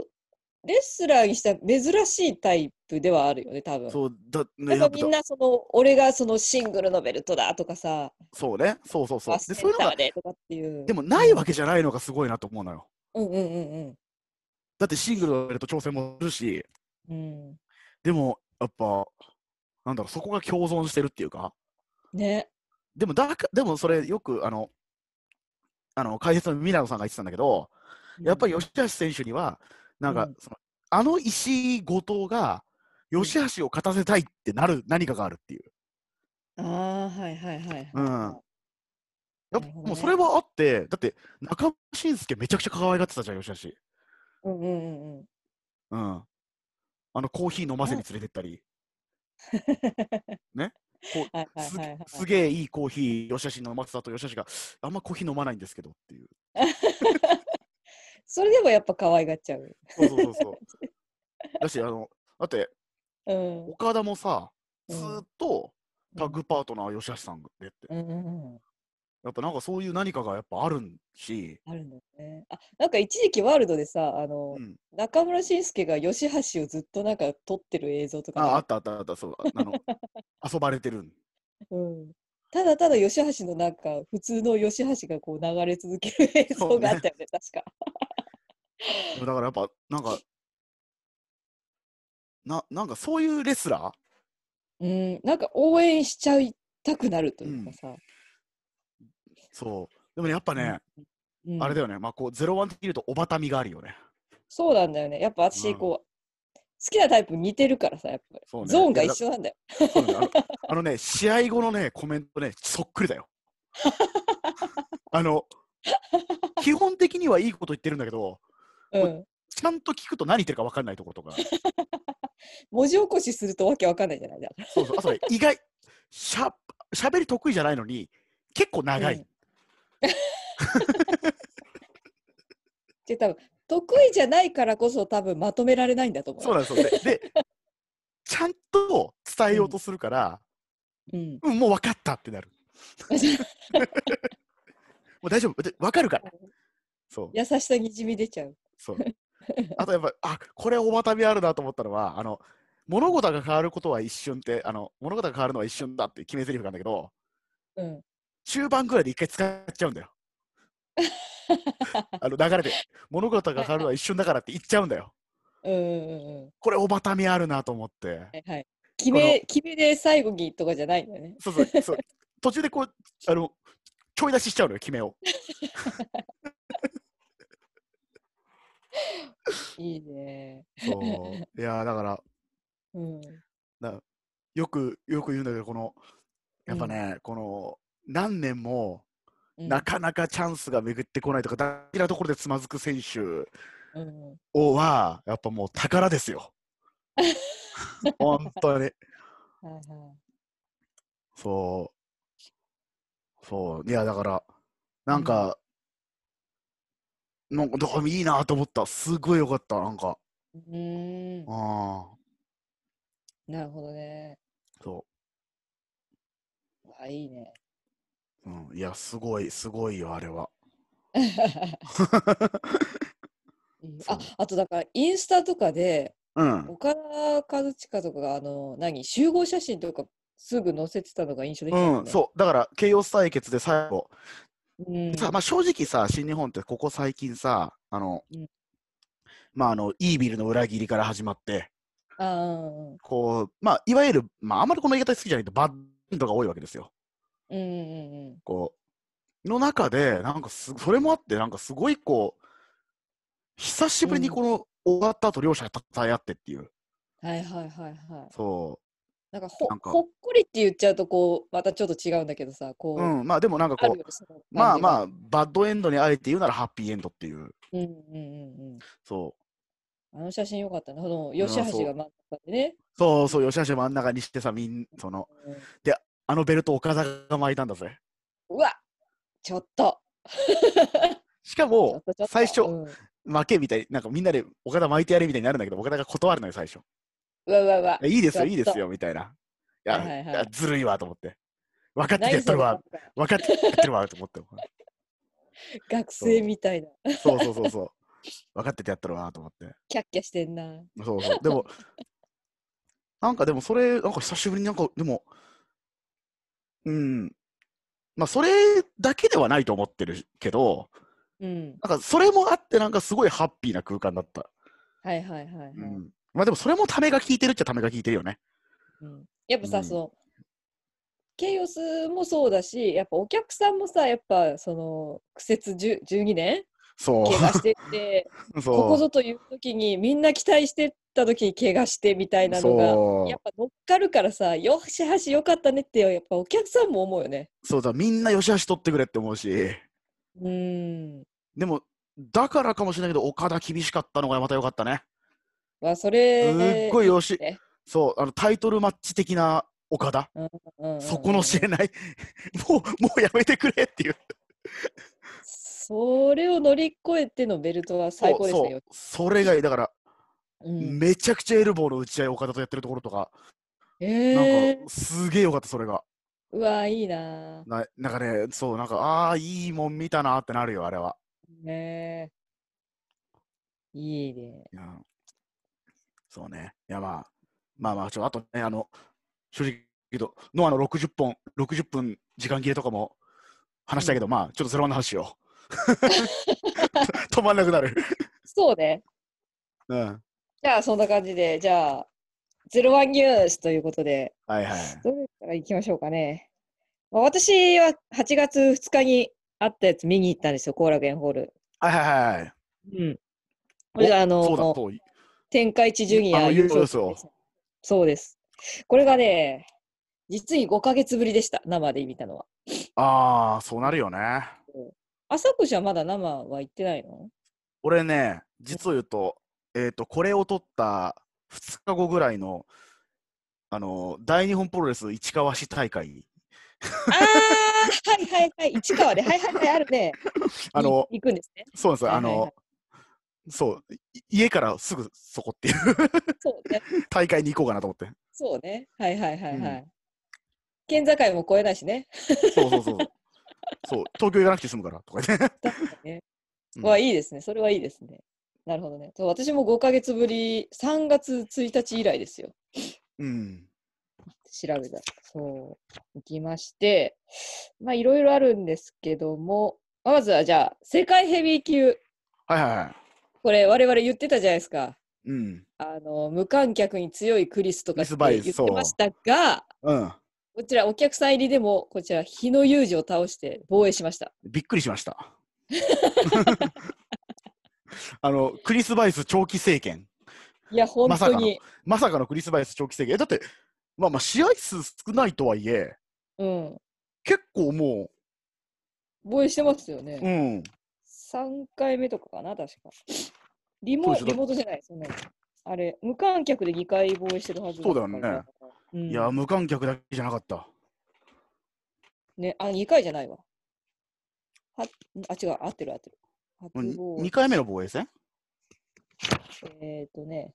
Speaker 4: うレスラーにしたら珍しいタイプではあるよね多分
Speaker 3: そうだ、ね、
Speaker 4: やっぱみんなその俺がそのシングルのベルトだとかさ
Speaker 3: そうね、そうそうそう
Speaker 4: バ。ス
Speaker 3: で、
Speaker 4: セ
Speaker 3: そう
Speaker 4: ン
Speaker 3: いうの
Speaker 4: タ
Speaker 3: が
Speaker 4: ー、でとかっていう
Speaker 3: でもないわけじゃないのがすごいなと思うのよ。
Speaker 4: うんうんうん
Speaker 3: だってシングルだと挑戦もするし、
Speaker 4: うんう
Speaker 3: でもやっぱ、なんだろう、そこが共存してるっていうか、
Speaker 4: んね
Speaker 3: でもだか、でもそれよく、あの、あの解説のミラノさんが言ってたんだけど、やっぱり吉橋選手には、なんか、
Speaker 4: うん
Speaker 3: そのあの石井後藤が、吉橋を勝たせたいってなる何かがあるっていう。
Speaker 4: ああ、はいはいはい。
Speaker 3: うんやっぱ
Speaker 4: なるほどね
Speaker 3: もうそれはあって、だって中村俊輔めちゃくちゃ可愛がってたじゃん、吉
Speaker 4: うんうんうんうん。
Speaker 3: 橋。うん。あのコーヒー飲ませに連れてったり、
Speaker 4: はいはい
Speaker 3: す
Speaker 4: はいはい。
Speaker 3: すげえいいコーヒー、吉橋飲ませたと吉橋が、あんまコーヒー飲まないんですけどっていう。
Speaker 4: それでもやっぱ可愛がっちゃう。
Speaker 3: そうそうそうそう。だし、あの、だって
Speaker 4: うん。
Speaker 3: 岡田もさ、
Speaker 4: う
Speaker 3: ず
Speaker 4: ん
Speaker 3: ーっとタッグパートナー吉橋さんでって、
Speaker 4: うんうんうん。
Speaker 3: やっぱなんかそういう何かがやっぱあるんし、
Speaker 4: あるんだね。あ、なんか一時期ワールドでさ、あの、
Speaker 3: うん、
Speaker 4: 中村慎介が吉橋をずっとなんか撮ってる映像とか
Speaker 3: ああ
Speaker 4: な
Speaker 3: ったあったあった、そう、あ の遊ばれてるん。
Speaker 4: うん、ただただ吉橋のなんか普通の吉橋がこう流れ続ける映像があったよね、確か。
Speaker 3: でもだからやっぱなんかななんかそういうレスラ
Speaker 4: うん、なんか応援しちゃいたくなるというかさ。
Speaker 3: ーそうでもねやっぱね、
Speaker 4: うん
Speaker 3: あれだよねまあこうゼロワン的に言うとおばたみがあるよね
Speaker 4: そうなんだよね。やっぱ私、
Speaker 3: うん
Speaker 4: こう、好きなタイプ似てるからさ、やっぱり。
Speaker 3: そうね
Speaker 4: ゾーンが一緒なんだよ。
Speaker 3: そうなんだよあのあのね試合後のねコメントねそっくりだ よあの基本的にはいいこと言ってるんだけど
Speaker 4: う
Speaker 3: ら
Speaker 4: ん。
Speaker 3: ちゃんと聞くと何言ってるか分かんないところとか
Speaker 4: 文字起こしするとわけわかんないじゃないだから。
Speaker 3: そうそうあとね意外しゃ喋り得意じゃないのに結構長い、
Speaker 4: うん で、多分得意じゃないからこそ多分まとめられないんだと思う。
Speaker 3: そうなんですよねでちゃんと伝えようとするから、
Speaker 4: うん。
Speaker 3: うん、もう分かったってな る。もう大丈夫、分かるから。そう、
Speaker 4: 優しさにじみ出ちゃう。
Speaker 3: そう。 あとやっぱ、あこれ、おばたびあるなと思ったのは、あの、物事が変わることは一瞬って、あの、物事が変わるのは一瞬だっていう決め台詞があるんだけど、
Speaker 4: うん。
Speaker 3: 中盤ぐらいで一回使っちゃうんだよ。あの流れで、物事が変わるのは一瞬だからって言っちゃうんだよ。
Speaker 4: うんうんうんうん。
Speaker 3: これ、おばたみあるなと思って。
Speaker 4: はいはい。決め、決めで最後にとかじゃないんだよね。
Speaker 3: そうそうそう。途中でこう、あの、ちょい出ししちゃうのよ、決めを。
Speaker 4: いいね。
Speaker 3: そう。いやーだから、
Speaker 4: うん。
Speaker 3: よくよく言うんだけどこのやっぱね、この何年も
Speaker 4: うん
Speaker 3: なかなかチャンスが巡ってこないとか、大事なところでつまずく選手
Speaker 4: うんうん
Speaker 3: をはやっぱもう宝です よ。本当に
Speaker 4: はいはい
Speaker 3: そうそういやだからなんか、なんかだからいいなと思ったすごいよかったなんか
Speaker 4: うーん。
Speaker 3: あ
Speaker 4: なるほどね。
Speaker 3: あそ
Speaker 4: あ、いい ね。
Speaker 3: う、うん、いやすごいすごいよあれは。
Speaker 4: うん
Speaker 3: そう
Speaker 4: ああとだからインスタとかで
Speaker 3: うん
Speaker 4: 岡田和親とかがあの何集合写真とかすぐ載せてたのが印象的だよね。
Speaker 3: うん、そうだから慶応対決で最後、
Speaker 4: うん。
Speaker 3: さまあ、正直さ新日本ってここ最近さあの、
Speaker 4: うん
Speaker 3: まああのイービルの裏切りから始まって
Speaker 4: あー
Speaker 3: こうまあいわゆる、まあ、あんまりこの言い方好きじゃないとバッドエンドが多いわけですよ
Speaker 4: うんうんうんうん
Speaker 3: こうの中でなんかすそれもあってなんかすごいこう久しぶりにこの、終わった後両者が戦い合ってっていう
Speaker 4: はいはいはいはい。
Speaker 3: そ
Speaker 4: なんかほ
Speaker 3: なんか
Speaker 4: ほっこりって言っちゃうとこうまたちょっと違うんだけどさこ
Speaker 3: う、
Speaker 4: う、
Speaker 3: うん、まあでもなんか
Speaker 4: あ
Speaker 3: こ
Speaker 4: る
Speaker 3: う
Speaker 4: よその感じが
Speaker 3: まあまあバッドエンドにあえて言うならハッピーエンドっていう
Speaker 4: うんうんうんうん。
Speaker 3: そう
Speaker 4: あの写真よかったね。この
Speaker 3: や
Speaker 4: 吉
Speaker 3: そ
Speaker 4: 橋
Speaker 3: う
Speaker 4: が真ん中でね。
Speaker 3: そうそう、吉橋真ん中にしてさ、みん、その、
Speaker 4: うん
Speaker 3: あのベルト岡田が巻いたんだぜ。
Speaker 4: うわちょっと
Speaker 3: しか
Speaker 4: ちょ
Speaker 3: も
Speaker 4: っとちょっと、
Speaker 3: 最初
Speaker 4: うん
Speaker 3: 負けみたい、なんかみんなで岡田巻いてやれみたいになるんだけど、岡田が断るのよ、最初。
Speaker 4: うわうわうわ。
Speaker 3: いいですよ、
Speaker 4: ちょっと
Speaker 3: いいですよ、みたいな。い
Speaker 4: はいはい
Speaker 3: や、
Speaker 4: はい
Speaker 3: いやずるいわ、と思って。分かっててや
Speaker 4: 何
Speaker 3: って
Speaker 4: そ
Speaker 3: る
Speaker 4: のなん
Speaker 3: わ分か
Speaker 4: か、
Speaker 3: ってやってるわ、と思って。
Speaker 4: 学生みたいな。
Speaker 3: そうそうそうそう。分かっててやってるわ、と思って。
Speaker 4: キャッキャしてんな。
Speaker 3: そうそう。で も、なんかでもそれ、なんか久しぶりになんか、でも、うん。まあ、それだけではないと思ってるけど、
Speaker 4: うん。
Speaker 3: なんかそれもあって、なんかすごいハッピーな空間だった。
Speaker 4: はいはいはいはい。
Speaker 3: うんまあでもそれもためが効いてるっちゃためが効いてるよね。
Speaker 4: うんやっぱ
Speaker 3: う
Speaker 4: さ、
Speaker 3: ん
Speaker 4: その、ケイオスもそうだし、やっぱお客さんもさ、やっぱその、苦節10 12年
Speaker 3: そ
Speaker 4: 怪我してって、
Speaker 3: う。 そう。
Speaker 4: ここぞという時に、みんな期待してた時に怪我してみたいなのが、
Speaker 3: そう
Speaker 4: やっぱ乗っかるからさ、よしはしよかったねって、やっぱお客さんも思うよね。
Speaker 3: そうだ、みんなよしあし取ってくれって思うし。
Speaker 4: うーん。
Speaker 3: でも、だからかもしれないけど、岡田厳しかったのがまた良かったね。
Speaker 4: まあ、そ
Speaker 3: す
Speaker 4: れ、
Speaker 3: っごいよし
Speaker 4: ね。
Speaker 3: そう、あの、タイトルマッチ的な岡田。
Speaker 4: うんうんうん
Speaker 3: そこの知れない。もう、 もうやめてくれっていう。
Speaker 4: それを乗り越えてのベルトは 最高ですね。
Speaker 3: そう、それがいい。だから、
Speaker 4: うん、
Speaker 3: めちゃくちゃエルボーの打ち合い岡田とやってるところとか、
Speaker 4: え
Speaker 3: なんか、すげえよかった、それが。
Speaker 4: ー、うわーいいなー
Speaker 3: ななんかね、そう、なんか、ああー、いいもん見たなってなるよ、あれは。
Speaker 4: ねーいいね。
Speaker 3: いやそうね。いや、まあ、まあまあ、ちょ、あとね、あの、正直言うと、ノアの60本、60分時間切れとかも話したけど、まあ、ちょっとそれはの話しよ う。止まんなくなる。
Speaker 4: そうね。
Speaker 3: うん。はい
Speaker 4: じゃあそんな感じで、じゃあ、ゼロワンニュースということで、
Speaker 3: はい。
Speaker 4: どれから行きましょうかね。まあ、私は8月2日にあったやつ見に行ったんですよ、後楽園ホール。
Speaker 3: はいはいはいはい。
Speaker 4: うん。
Speaker 3: お
Speaker 4: これがあ
Speaker 3: そうだ、
Speaker 4: の、
Speaker 3: そう。
Speaker 4: 天下一ジュニア
Speaker 3: あの優勝です
Speaker 4: 優
Speaker 3: よ
Speaker 4: 勝そうです。これがね、実に5ヶ月ぶりでした、生で見たのは。
Speaker 3: ああ、そうなるよね。
Speaker 4: 朝子じゃまだ生は行ってないの
Speaker 3: 俺ね、実を言うと、えっ、と、これを撮った2日後ぐらいの、あの、大日本プロレス市川市大会、
Speaker 4: ああ、はいはいはい、市川で、はいはいはい、あるね。
Speaker 3: あの、
Speaker 4: い行くんですね。
Speaker 3: そうなんですよ、
Speaker 4: は
Speaker 3: あ
Speaker 4: いはいはい
Speaker 3: の、そう、い家からすぐそこっていう
Speaker 4: そうね。
Speaker 3: 大会に行こうかなと思って。
Speaker 4: そうね。はいはいはいはい。
Speaker 3: う
Speaker 4: 県境も越えないしね。
Speaker 3: そうそうそ う。そう、東京行かなくて済むからとか言って。
Speaker 4: だからね。
Speaker 3: うん
Speaker 4: わ、いいですね。それはいいですね。なるほどね。そう私も5ヶ月ぶり、3月1日以来ですよ。
Speaker 3: うん。
Speaker 4: 調べたら。そう。行きまして、まあいろいろあるんですけども、まずはじゃあ、世界ヘビー級。
Speaker 3: はいはいは
Speaker 4: これ我々言ってたじゃないですか。
Speaker 3: い。うん。
Speaker 4: あの無観客に強いクリスとかって
Speaker 3: ミスバイ
Speaker 4: 言って
Speaker 3: そう
Speaker 4: ましたが、
Speaker 3: うん。
Speaker 4: こちらお客さん入りでも、こちら日野裕二を倒して防衛しました。
Speaker 3: びっくりしました。 あの、クリス・バイス長期政権。
Speaker 4: いや、本
Speaker 3: まさ
Speaker 4: 当
Speaker 3: かの
Speaker 4: に。
Speaker 3: まさかのクリス・バイス長期制限。えだって、まあまあ、試合数少ないとはいえ、
Speaker 4: うん。
Speaker 3: 結構も
Speaker 4: 防衛してますよ
Speaker 3: う、う
Speaker 4: ね。
Speaker 3: ん、
Speaker 4: 三3回目とかかな、確か。リ
Speaker 3: そう
Speaker 4: モ
Speaker 3: です
Speaker 4: リモートじゃないですよね。あれ、無観客で2回防衛してるはずから
Speaker 3: そうだよね。
Speaker 4: うん、
Speaker 3: いや、無観客だけじゃなかった。
Speaker 4: ね、あ、2回じゃないわ。はあ、違う、合ってる合ってる。
Speaker 3: もう
Speaker 4: 初防衛
Speaker 3: 2回目の防衛戦
Speaker 4: えっ、ー、とね。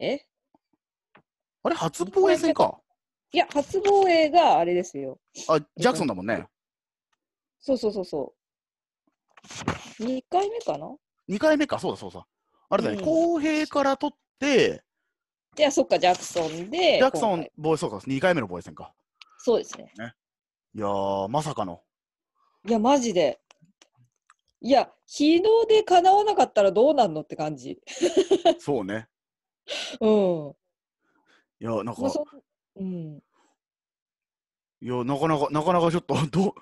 Speaker 4: え
Speaker 3: あれ、初防衛戦か。
Speaker 4: いや、初防衛があれですよ。
Speaker 3: あ、ジャクソンだもんね。
Speaker 4: そうそうそうそう。2回目かな
Speaker 3: 2回目か、そうだそうだ。あれだね、
Speaker 4: うん
Speaker 3: 公平から取って、
Speaker 4: いや、そっか、ジャクソンで。
Speaker 3: ジャクソ
Speaker 4: 今
Speaker 3: ン
Speaker 4: 回
Speaker 3: 防衛、そうか、2回目の防衛戦か。
Speaker 4: そうですね。
Speaker 3: いやー、まさか の。
Speaker 4: いや、マジで。いや、日の出叶わなかったらどうなんのって感じ。
Speaker 3: そうね。
Speaker 4: うん。も
Speaker 3: いや、なんか、
Speaker 4: うそんうん、
Speaker 3: いや、なかなか、なかなかちょっと、 どう、ちょ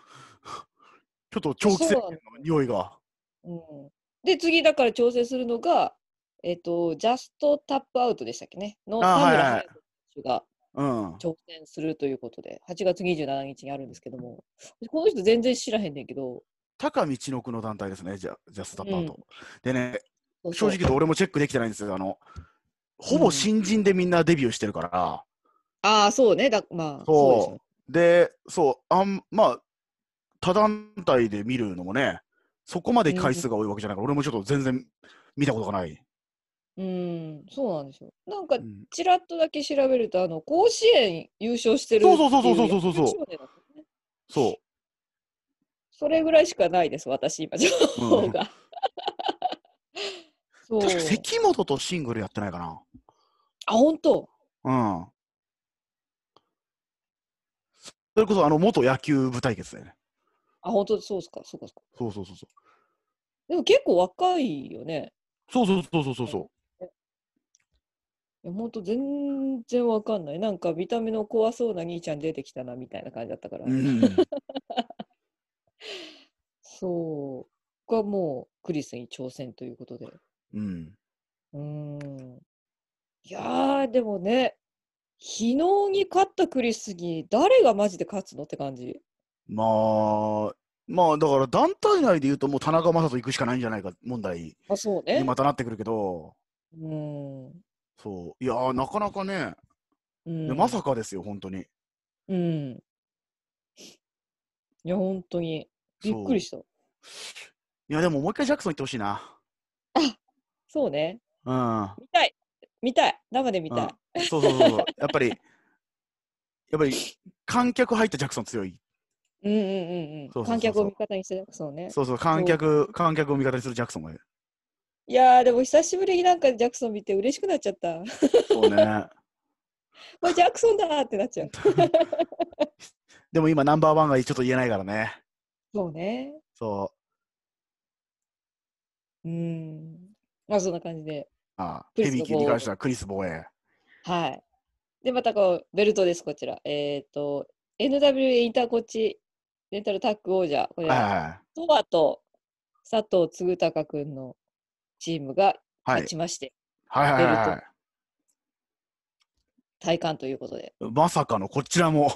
Speaker 3: っと長期
Speaker 4: そう
Speaker 3: 戦
Speaker 4: な
Speaker 3: の匂いが。
Speaker 4: のうん。で、次、だから調整するのが、えっ、と、ジャストタップアウトでしたっけね。の
Speaker 3: あ
Speaker 4: 田村
Speaker 3: はいはい
Speaker 4: 隼人選手が
Speaker 3: うん。
Speaker 4: 挑戦するということで、8月27日にあるんですけども、この人全然知らへんねんけど、
Speaker 3: 高道の句の団体ですね、じゃジャスタッパーと、
Speaker 4: う
Speaker 3: でね、
Speaker 4: そうそ
Speaker 3: 正
Speaker 4: う
Speaker 3: 直言うと俺もチェックできてないんですよ。あの、ほぼ新人でみんなデビューしてるから。
Speaker 4: ああ、そうね。だまあ、そうですよ
Speaker 3: そ。う。で、そう、あん、まあ、他団体で見るのもね、そこまで回数が多いわけじゃないから、俺もちょっと全然見たことがない。
Speaker 4: うん、そうなんですよ。なんか
Speaker 3: う、ん
Speaker 4: ちらっとだけ調べると、あの、甲子園優勝してるってい
Speaker 3: そうそうそうそうそうそうそう
Speaker 4: 野球少年だったね
Speaker 3: そ
Speaker 4: それぐらいしかないです、私、今、情報
Speaker 3: う。
Speaker 4: が。
Speaker 3: 確
Speaker 4: そ
Speaker 3: か
Speaker 4: う。
Speaker 3: 関本とシングルやってないか
Speaker 4: あ、本当
Speaker 3: な。うん。それこそ、あの、元野球部対決だよね。
Speaker 4: あ、本当そうっすか、そうか、そうか。
Speaker 3: そうそうそうそう。
Speaker 4: でも結構若いよね。
Speaker 3: そうそうそうそうそうそう。
Speaker 4: いや、本当全然わかんない。なんか、見た目の怖そうな兄ちゃん出てきたな、みたいな感じだったから。
Speaker 3: うん、
Speaker 4: そう。ここはもうクリスに挑戦ということで。
Speaker 3: うん。
Speaker 4: うーん。いやー、でもね、昨日に勝ったクリスに誰がマジで勝つのって感じ。
Speaker 3: まあ、まあだから団体内で言うともう田中将人行くしかないんじゃないか問題
Speaker 4: あ、そう
Speaker 3: に
Speaker 4: ね。
Speaker 3: またなってくるけど、
Speaker 4: うーん。
Speaker 3: そう。いやー、なかなかね、
Speaker 4: うん
Speaker 3: でまさかですよ、本当に。
Speaker 4: うん。いや、本当に。びっくりした。
Speaker 3: いや、でももう一回ジャクソン行ってほしいな。
Speaker 4: そうね。
Speaker 3: うん。
Speaker 4: 見たい。見たい。生で見た
Speaker 3: う
Speaker 4: い。
Speaker 3: ん、そうそうそうそう。やっぱり、や っぱり、観客入ったジャクソン強い。
Speaker 4: うんうんうんうん。
Speaker 3: そうそうそうそう
Speaker 4: 観客を味方にしてそうね。
Speaker 3: そうそう、観客、観客を味方にするジャクソンがいる。
Speaker 4: いやー、でも久しぶりになんかジャクソン見て嬉しくなっちゃった。
Speaker 3: そうね。
Speaker 4: まあ、ジャクソンだーってなっ ちゃう。
Speaker 3: でも今、ナンバーワンがちょっと言えないからね。
Speaker 4: そうね。
Speaker 3: そ
Speaker 4: うん。まあ、そんな感じで。
Speaker 3: う。ああ
Speaker 4: ク
Speaker 3: ヘ
Speaker 4: リ
Speaker 3: ビ
Speaker 4: ス
Speaker 3: ー級に関してはクリス防衛。
Speaker 4: はい。で、またこう、ベルトです、こちら。えっ、と、NWA インターコッチレンタルタッグ王者。これ
Speaker 3: はい
Speaker 4: は、
Speaker 3: は
Speaker 4: トワと佐藤嗣隆君のチームが
Speaker 3: いはい。
Speaker 4: 勝ちまして、
Speaker 3: はいはいはいは
Speaker 4: ベ体感ということで。
Speaker 3: い。まさかのこちらも。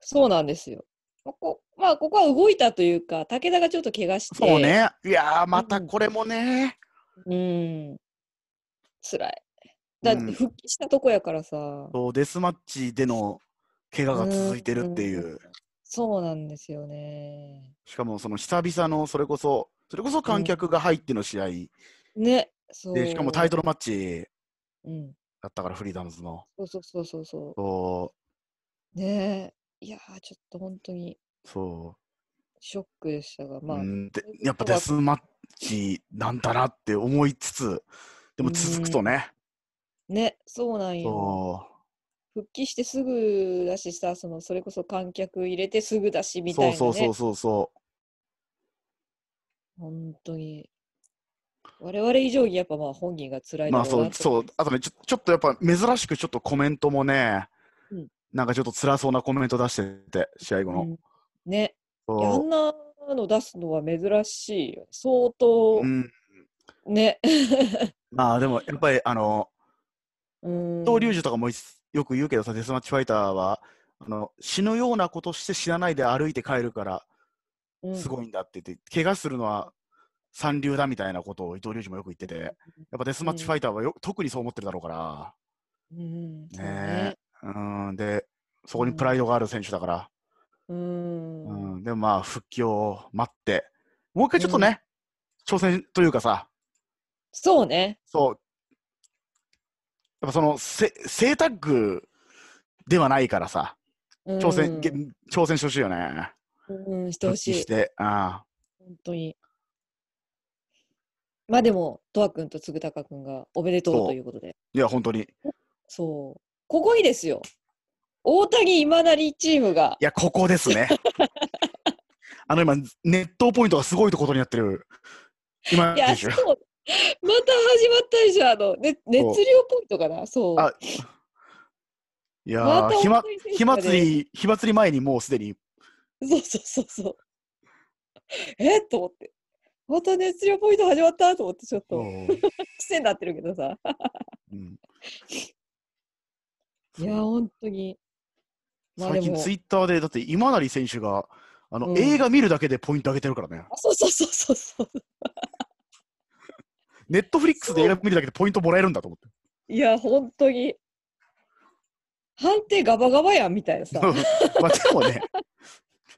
Speaker 4: そうなんですよ。ここまあ、ここは動いたというか、武田がちょっと怪我して、
Speaker 3: そうね。いやー、またこれもね。
Speaker 4: うん、辛い。だって
Speaker 3: うん
Speaker 4: 復帰したとこやからさ、
Speaker 3: そうデスマッチでの怪我が続いてるっていう。
Speaker 4: そうなんですよね。
Speaker 3: しかも、その久々の、それこそ、それこそ観客が入っての試合。
Speaker 4: ね、そう。
Speaker 3: で、しかもタイトルマッチ
Speaker 4: うん、
Speaker 3: だったから、フリーダムズの。
Speaker 4: そうそうそうそうそ。
Speaker 3: そう
Speaker 4: ねえいやー、ちょっと本当に
Speaker 3: う。そ
Speaker 4: ショックでしたが、
Speaker 3: う。
Speaker 4: まあ、
Speaker 3: うんでやっぱデスマッチなんだなって思いつつ、でも続くとね。
Speaker 4: ね、そうなんよ。
Speaker 3: そ
Speaker 4: 復帰してすぐだしさ、そのそれこそ観客入れてすぐだし
Speaker 3: う。
Speaker 4: みたい
Speaker 3: そ
Speaker 4: な、
Speaker 3: う
Speaker 4: ね。
Speaker 3: そうそうそうそ
Speaker 4: 本当に。我々以上にやっぱまあ本人が辛
Speaker 3: う。
Speaker 4: い
Speaker 3: ま
Speaker 4: だ
Speaker 3: あ
Speaker 4: ろう
Speaker 3: そ
Speaker 4: な
Speaker 3: う、
Speaker 4: と
Speaker 3: そう。あとね、ちょちょっとやっぱ珍しくちょっとコメントもね、
Speaker 4: うん
Speaker 3: なんかちょっと辛そうなコメント出してて、試合後
Speaker 4: う
Speaker 3: の。
Speaker 4: んね、いやあ
Speaker 3: そ
Speaker 4: んなの出すのは珍しいよね。相当
Speaker 3: う。う、ん。
Speaker 4: ね。
Speaker 3: まあでも、やっぱり、あの、
Speaker 4: うん。
Speaker 3: 東龍樹とかもいよく言うけどさ、デスマッチファイターは、あの死ぬようなことして死なないで歩いて帰るから、
Speaker 4: うん
Speaker 3: すごいんだって言って、怪我するのは三流だみたいなことを伊藤隆二もよく言ってて、やっぱデスマッチファイターはよ、特にそう思ってるだろうか
Speaker 4: うん。そう
Speaker 3: ら、
Speaker 4: ね
Speaker 3: ね。え、うん、で、そこにプライドがある選手だから、
Speaker 4: う。
Speaker 3: うんん、でもまあ、復帰を待って、もう一回ちょっとね、挑戦というかさ、
Speaker 4: そうね。
Speaker 3: そう、やっぱその、せ正タッグではないからさ、挑戦、げ挑戦してほしいよね。
Speaker 4: うん、うん、してほし
Speaker 3: 復帰
Speaker 4: い
Speaker 3: し。て、ああ
Speaker 4: 本当に。まあでも、とわくんとつぐたかくんがおめでと
Speaker 3: そう
Speaker 4: うということで。
Speaker 3: いや、本当に。い
Speaker 4: そう。ここにですよ。大谷今成チームが。
Speaker 3: や、ここです ね。あの今、熱湯ポイントがすごいとことになってる。今
Speaker 4: いや、
Speaker 3: でし
Speaker 4: そ
Speaker 3: ょ
Speaker 4: う。また始まったでしょ、あの、ね、熱量ポイントかな、そう。
Speaker 3: あいや
Speaker 4: ま
Speaker 3: ー、
Speaker 4: た
Speaker 3: 火ま
Speaker 4: 大谷選手
Speaker 3: 火
Speaker 4: がね
Speaker 3: 祭り、火祭り前にもうすでに、
Speaker 4: そうそうそうそう。 えっと思って。また熱量ポイント始まったと思って、ちょっと癖になってるけどさ。
Speaker 3: うん
Speaker 4: いや、本当に。 まあで
Speaker 3: 最近
Speaker 4: も
Speaker 3: ツ、イッターで、だって今成選手が、あの、
Speaker 4: うん
Speaker 3: 映画見るだけでポイント上げてるからね。
Speaker 4: あそうそうそうそうそう。
Speaker 3: ネットフリックスで映画見るだけでポイントもらえるんだと思って。
Speaker 4: いや、本当に。判定ガバガバやんみたいなさ。
Speaker 3: まあでもね、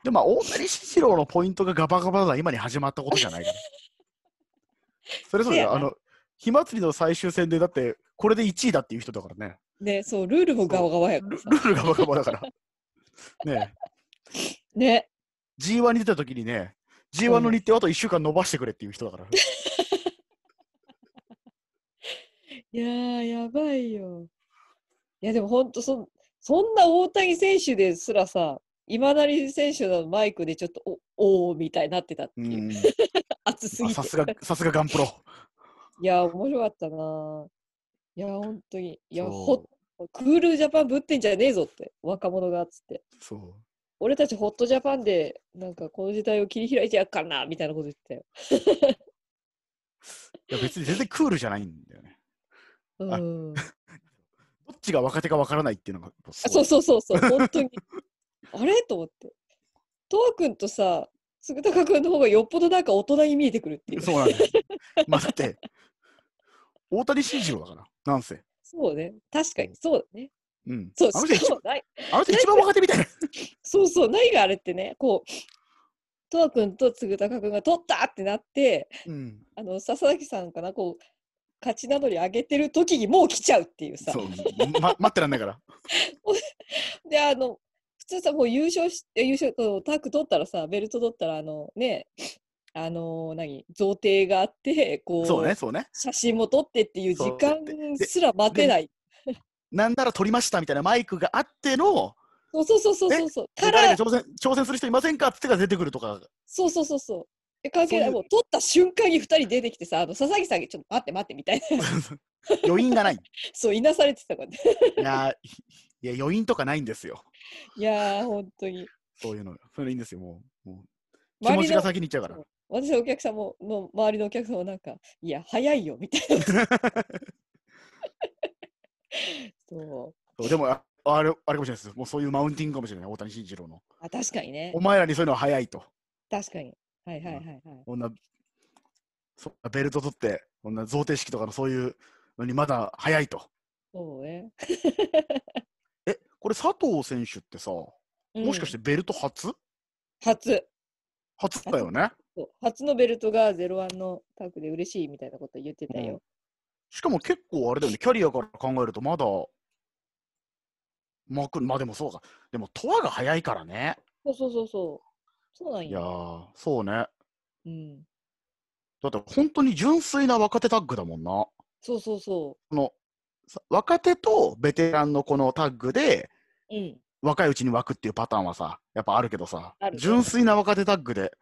Speaker 3: でもまあ大谷四郎のポイントがガバガバだ今に始まったことじゃないから。それぞ
Speaker 4: せ
Speaker 3: れ
Speaker 4: やな
Speaker 3: あの火祭りの最終戦でだってこれで1位だっていう人だからね。
Speaker 4: ね、そう、ルールもガバガバやから
Speaker 3: ル
Speaker 4: さ。
Speaker 3: ルールガバガバだから。ね
Speaker 4: ね。
Speaker 3: え G1 に出た時にね、G1 の日程をあと1週間伸ばしてくれっていう人だから。
Speaker 4: いやー、やばいよ。いや、でも本当そん、そんな大谷選手ですらさ、今成選手のマイクでちょっとお、おーみたいになってたって
Speaker 3: う
Speaker 4: い
Speaker 3: ん
Speaker 4: う、熱す
Speaker 3: あ
Speaker 4: ぎて
Speaker 3: さ。すが、さすがガンプロ。
Speaker 4: いやー、面白かったなー。いやー、本当に、いや、
Speaker 3: そう
Speaker 4: ほクールジャパンぶってんじゃねえぞって、若者がっつって、
Speaker 3: そう。
Speaker 4: 俺たちホットジャパンで、なんかこの時代を切り開いてやっからな、みたいなこと言ってたよ。
Speaker 3: いや、別に全然クールじゃないんだよね。あ
Speaker 4: うん。
Speaker 3: どっちが若手かわからないっていうのが。
Speaker 4: あそうそうそうそう、 本当に。あれと思って。とわくんとさ、嗣高くんの方がよっぽどなんか大人に見えてくるっていう。
Speaker 3: そうなんです。まあ、だって、大谷慎次郎だから、なんせ。
Speaker 4: そうね。確かに、そうだね。
Speaker 3: うん。
Speaker 4: そう、
Speaker 3: あの人
Speaker 4: し
Speaker 3: 一
Speaker 4: か
Speaker 3: 番
Speaker 4: もない。
Speaker 3: あの人一番若手みたい な。
Speaker 4: そうそう、何があれってね、こう、とわくんと嗣高くんが取ったってなって、
Speaker 3: うん。
Speaker 4: あの、笹崎さんかな、こう、勝ち名乗り上げてる時にもう来ちゃうっていうさ。
Speaker 3: そう、ま、待ってらんないから。
Speaker 4: で、あの、普通さ、もう優勝し、え優勝、こうタッグ取ったらさ、ベルト取ったら、あの、ね、あの何、贈呈があって、こう、
Speaker 3: そうね、そうね。
Speaker 4: 写真も撮ってっていう時間
Speaker 3: そうでです
Speaker 4: ら待てない。
Speaker 3: なんなら撮りましたみたいなマイクがあっての、
Speaker 4: そうそうそうそうそうそう。か
Speaker 3: 誰
Speaker 4: ら、
Speaker 3: か挑戦挑戦する人いませんかっつってから出てくるとか、
Speaker 4: そうそうそうそう。え関係な
Speaker 3: そ
Speaker 4: い、
Speaker 3: うい
Speaker 4: も
Speaker 3: う
Speaker 4: う撮った瞬間に2人出てきてさ、あの佐々木さんにちょっと待って待ってみたいな、
Speaker 3: 余韻がない。
Speaker 4: そう、いなされてたからね。
Speaker 3: いやー、いや余韻とかないんですよ。
Speaker 4: いやー、本当に。
Speaker 3: そういうの。そういうのいいんですよ、もう。もう気
Speaker 4: 周
Speaker 3: 持
Speaker 4: り
Speaker 3: ち
Speaker 4: の
Speaker 3: が先にいっちゃうから。
Speaker 4: 私のお客さんも、の周りのお客さんもなんか、いや、早いよみたい な。そう
Speaker 3: そうでもあ、あれ、あれかもしれないです。もうそういうマウンティングかもしれない、大谷慎次郎の。
Speaker 4: あ確かにね
Speaker 3: お。前らにそういうのは早いと。
Speaker 4: 確かに。はいはいはいはい。
Speaker 3: こんな、そベルト取って、こんな贈呈式とかのそういうのにまだ早いと。
Speaker 4: そうね。
Speaker 3: え、これ佐藤選手ってさ、も
Speaker 4: うん
Speaker 3: しかしてベルト初、
Speaker 4: 初
Speaker 3: 初だよね。
Speaker 4: そう初のベルトがゼロワンのタッグで嬉しいみたいなこと言ってたよ。
Speaker 3: しかも結構あれだよね、キャリアから考えるとまだ、まく、まあでもそうか。でも、トアが早いからね。
Speaker 4: そうそうそうそう。そうなん
Speaker 3: いや
Speaker 4: や。
Speaker 3: ー、そうね。
Speaker 4: うん。
Speaker 3: だって本当に純粋な若手タッグだもんな。
Speaker 4: そうそうそ
Speaker 3: このさ若手とベテランのこのタッグで
Speaker 4: う。うん。
Speaker 3: 若いうちに湧くっていうパターンはさやっぱあるけどさ
Speaker 4: ある
Speaker 3: 純粋な若手タッグで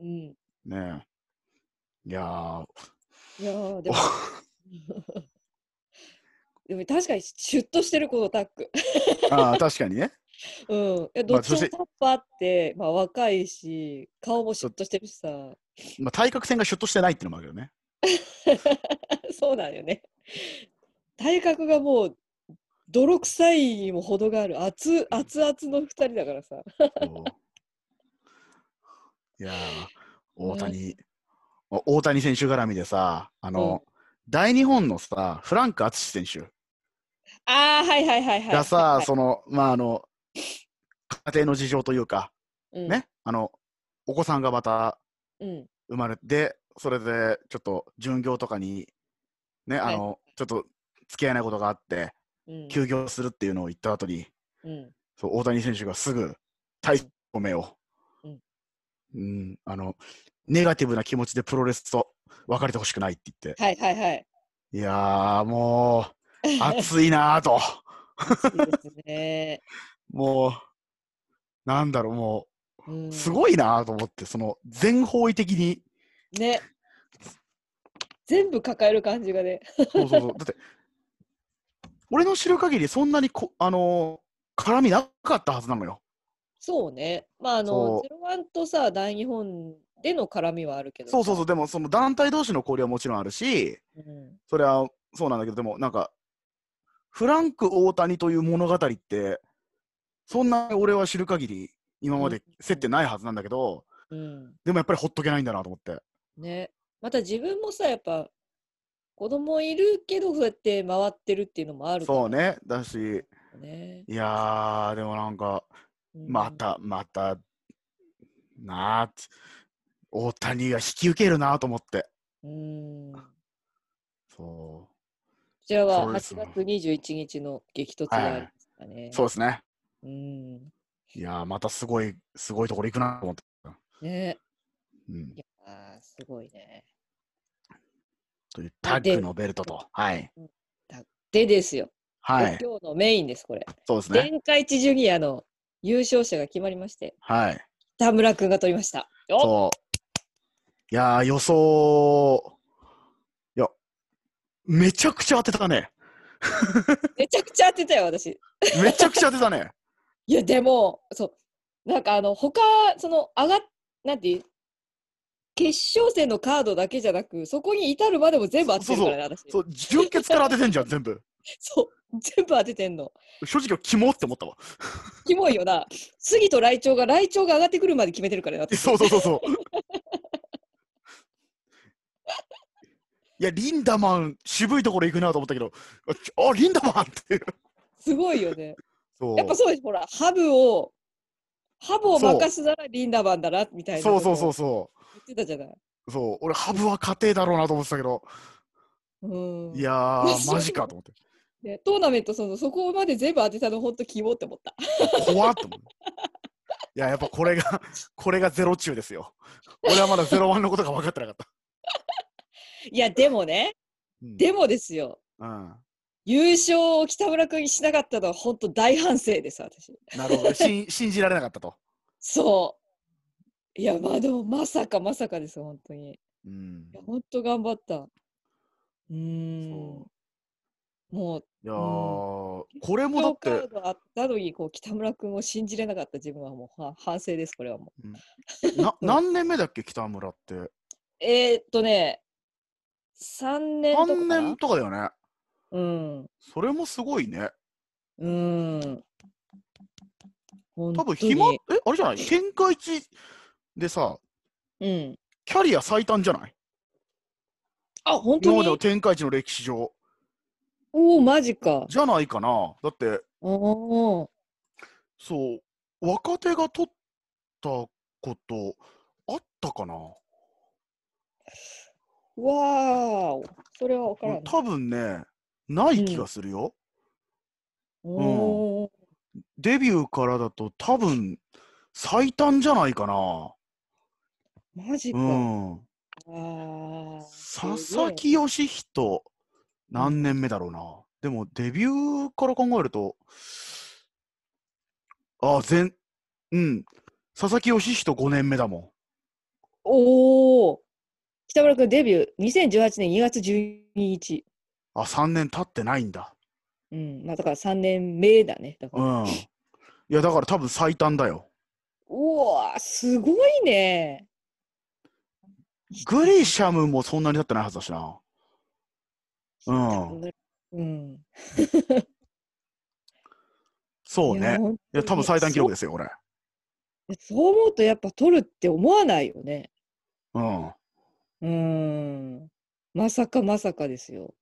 Speaker 4: うん。
Speaker 3: ねえいやー
Speaker 4: いやー でも。 でも確かにシュッとしてるこのタッグ。
Speaker 3: あー 確かにね
Speaker 4: うん。いやどっち
Speaker 3: そ
Speaker 4: も
Speaker 3: して
Speaker 4: タッパーって、まあ、若いし、顔もシュッとしてるしさ。
Speaker 3: まあ対角線がシュッとしてないっていうのもあるけどね
Speaker 4: そうなんよね。体格がもう泥臭いにも程がある熱熱々の二人だからさ。
Speaker 3: そういやー大谷まあ大谷選手絡みでさあの、大日本のさフランク淳選手
Speaker 4: ああはいはいはいはい。
Speaker 3: がさ、そのまああの家庭の事情というか
Speaker 4: うん
Speaker 3: ね、あのお子さんがまた
Speaker 4: うん
Speaker 3: 生まれてそれでちょっと巡業とかにね
Speaker 4: は
Speaker 3: あ
Speaker 4: い
Speaker 3: の、ちょっと付き合えないことがあって
Speaker 4: うん
Speaker 3: 休業するっていうのを言った後に
Speaker 4: うん
Speaker 3: そう大谷選手がすぐ対抗名を、
Speaker 4: う
Speaker 3: うんんあのネガティブな気持ちでプロレスと別れてほしくないって言って
Speaker 4: はいはいはい。
Speaker 3: いやーもう 熱いなーと
Speaker 4: いいですね。
Speaker 3: もうなんだろうも
Speaker 4: うん
Speaker 3: うすごいなーと思ってその全方位的に。
Speaker 4: ね。全部抱える感じがね。
Speaker 3: そうそうそう。だって、俺の知る限り、そんなにこ、あのー絡みなかったはずなのよ。
Speaker 4: そうね。まああ
Speaker 3: そ
Speaker 4: の
Speaker 3: う
Speaker 4: ゼロワンとさ大日本での絡みはあるけど。。
Speaker 3: そうそうそうう。でも、その団体同士の交流はもちろんあるし、
Speaker 4: うん、
Speaker 3: それはそうなんだけど、でも、なんか、フランク・大谷という物語って、そんなに俺は知る限り、今まで接点ないはずなんだけど、
Speaker 4: うん、
Speaker 3: でもやっぱりほっとけないんだなと思って。
Speaker 4: ね。また自分もさやっぱ子供いるけどそうやって回ってるっていうのもあるから
Speaker 3: そうね。だし、
Speaker 4: ね。
Speaker 3: いやー、でもなんか、
Speaker 4: うん
Speaker 3: ま。た、また、なあつ大谷が引き受けるなと思って。
Speaker 4: うん。こ
Speaker 3: そ
Speaker 4: ちらは
Speaker 3: そう
Speaker 4: 8
Speaker 3: です
Speaker 4: 月21日の激突がありますかね
Speaker 3: う。そうですね。
Speaker 4: うん。
Speaker 3: いやー、またすごい、すごいところ行くなと思って。
Speaker 4: ね。
Speaker 3: うん
Speaker 4: い、やーすごいね。
Speaker 3: というタッグのベルトと。はい。
Speaker 4: でですよ。
Speaker 3: はい。
Speaker 4: 今日のメインです、これ。
Speaker 3: そうですね。
Speaker 4: 天下一ジュニアの優勝者が決まりまして、
Speaker 3: はい。
Speaker 4: 田村君が取りました。お
Speaker 3: そう。いやー、予想、いや、めちゃくちゃ当てたね。
Speaker 4: めちゃくちゃ当てたよ、私。
Speaker 3: めちゃくちゃ当てたね。
Speaker 4: いや、でも、そう、なんかあの、他、その、上がっ、なんていう決勝戦のカードだけじゃなく、そこに至るまでも全部当ててるからね、私。
Speaker 3: そう、純潔から当ててんじゃん、全部。
Speaker 4: そう、全部当ててんの。
Speaker 3: 正直、キモって思ったわ。
Speaker 4: キモいよな。杉とライチョウが、ライチョウが上がってくるまで決めてるからね、私。
Speaker 3: そうそうそうそう。いや、リンダマン、渋いところ行くなと思ったけど、あちあ、リンダマンっていう。
Speaker 4: すごいよね。
Speaker 3: そう
Speaker 4: やっぱそうです、ほら、ハブを、ハブを任すならリンダマンだな、みたいな。。
Speaker 3: そうそうそううそ
Speaker 4: 言ってたじゃない。
Speaker 3: う。そう、俺、ハブは家庭だろうなと思ってたけど、
Speaker 4: うん。
Speaker 3: いや ー、マジかと思って。
Speaker 4: でトーナメントその、そこまで全部当てたの、本当キモって思った。
Speaker 3: 怖っと思う。いや、やっぱこれが、これがゼロ中ですよ。俺はまだゼロワンのことが分かってなかった。
Speaker 4: いや、でもね、
Speaker 3: うん、
Speaker 4: でもですよ。
Speaker 3: うん、
Speaker 4: 優勝を北村君にしなかったのは本当大反省です、私。
Speaker 3: なるほど。信 信じられなかったと。
Speaker 4: そう。いや、まあでも、まさかまさかです、本当に。
Speaker 3: うん
Speaker 4: いや、本当頑張った。うーん。
Speaker 3: そ
Speaker 4: もう、
Speaker 3: いやー、
Speaker 4: う
Speaker 3: これもだっ
Speaker 4: カー
Speaker 3: て、
Speaker 4: ドあったのに、こう、北村君を信じれなかった自分はもう、は反省です、これはもう。
Speaker 3: な何年目だっけ、北村って。
Speaker 4: えー、っとね、3年とか
Speaker 3: 3
Speaker 4: かな
Speaker 3: 年とかだよね。
Speaker 4: うん。
Speaker 3: それもすごいね。
Speaker 4: うーん。本
Speaker 3: 多分
Speaker 4: 当に
Speaker 3: 暇、え、あれじゃない県下一でさ、
Speaker 4: うん。
Speaker 3: キャリア最短じゃない
Speaker 4: あ、本
Speaker 3: 今
Speaker 4: 当
Speaker 3: までの
Speaker 4: に
Speaker 3: 天下一の歴史上。
Speaker 4: おお、マジか。
Speaker 3: じゃないかな。だって、
Speaker 4: おお。
Speaker 3: そう、若手が取ったことあったかな
Speaker 4: わーお。それは分からない。
Speaker 3: 多分ね、ない気がするよ。
Speaker 4: おー
Speaker 3: デビューからだと多分最短じゃないかな。
Speaker 4: マジか。
Speaker 3: うん。
Speaker 4: ああ。
Speaker 3: 佐々木義人、何年目だろうな。でも、デビューから考えると、あ、全、うん。佐々木義人5年目だも
Speaker 4: おお。北村君デビュー2018年2月12日。
Speaker 3: ん。あ、3年経ってないんだ。
Speaker 4: うん。まあだから3年目だね。だか
Speaker 3: う
Speaker 4: ら。
Speaker 3: ん。いや、だから多分最短だよ。
Speaker 4: うわーすごいね。
Speaker 3: グリシャムもそんなに経ってないはずだしな。うん。
Speaker 4: うん。
Speaker 3: そうね。
Speaker 4: 本当に
Speaker 3: いや、多分最短記録ですよ、俺。
Speaker 4: そうそう思うとやっぱ取るって思わないよね。
Speaker 3: うん。
Speaker 4: うーん。まさかまさかですよ。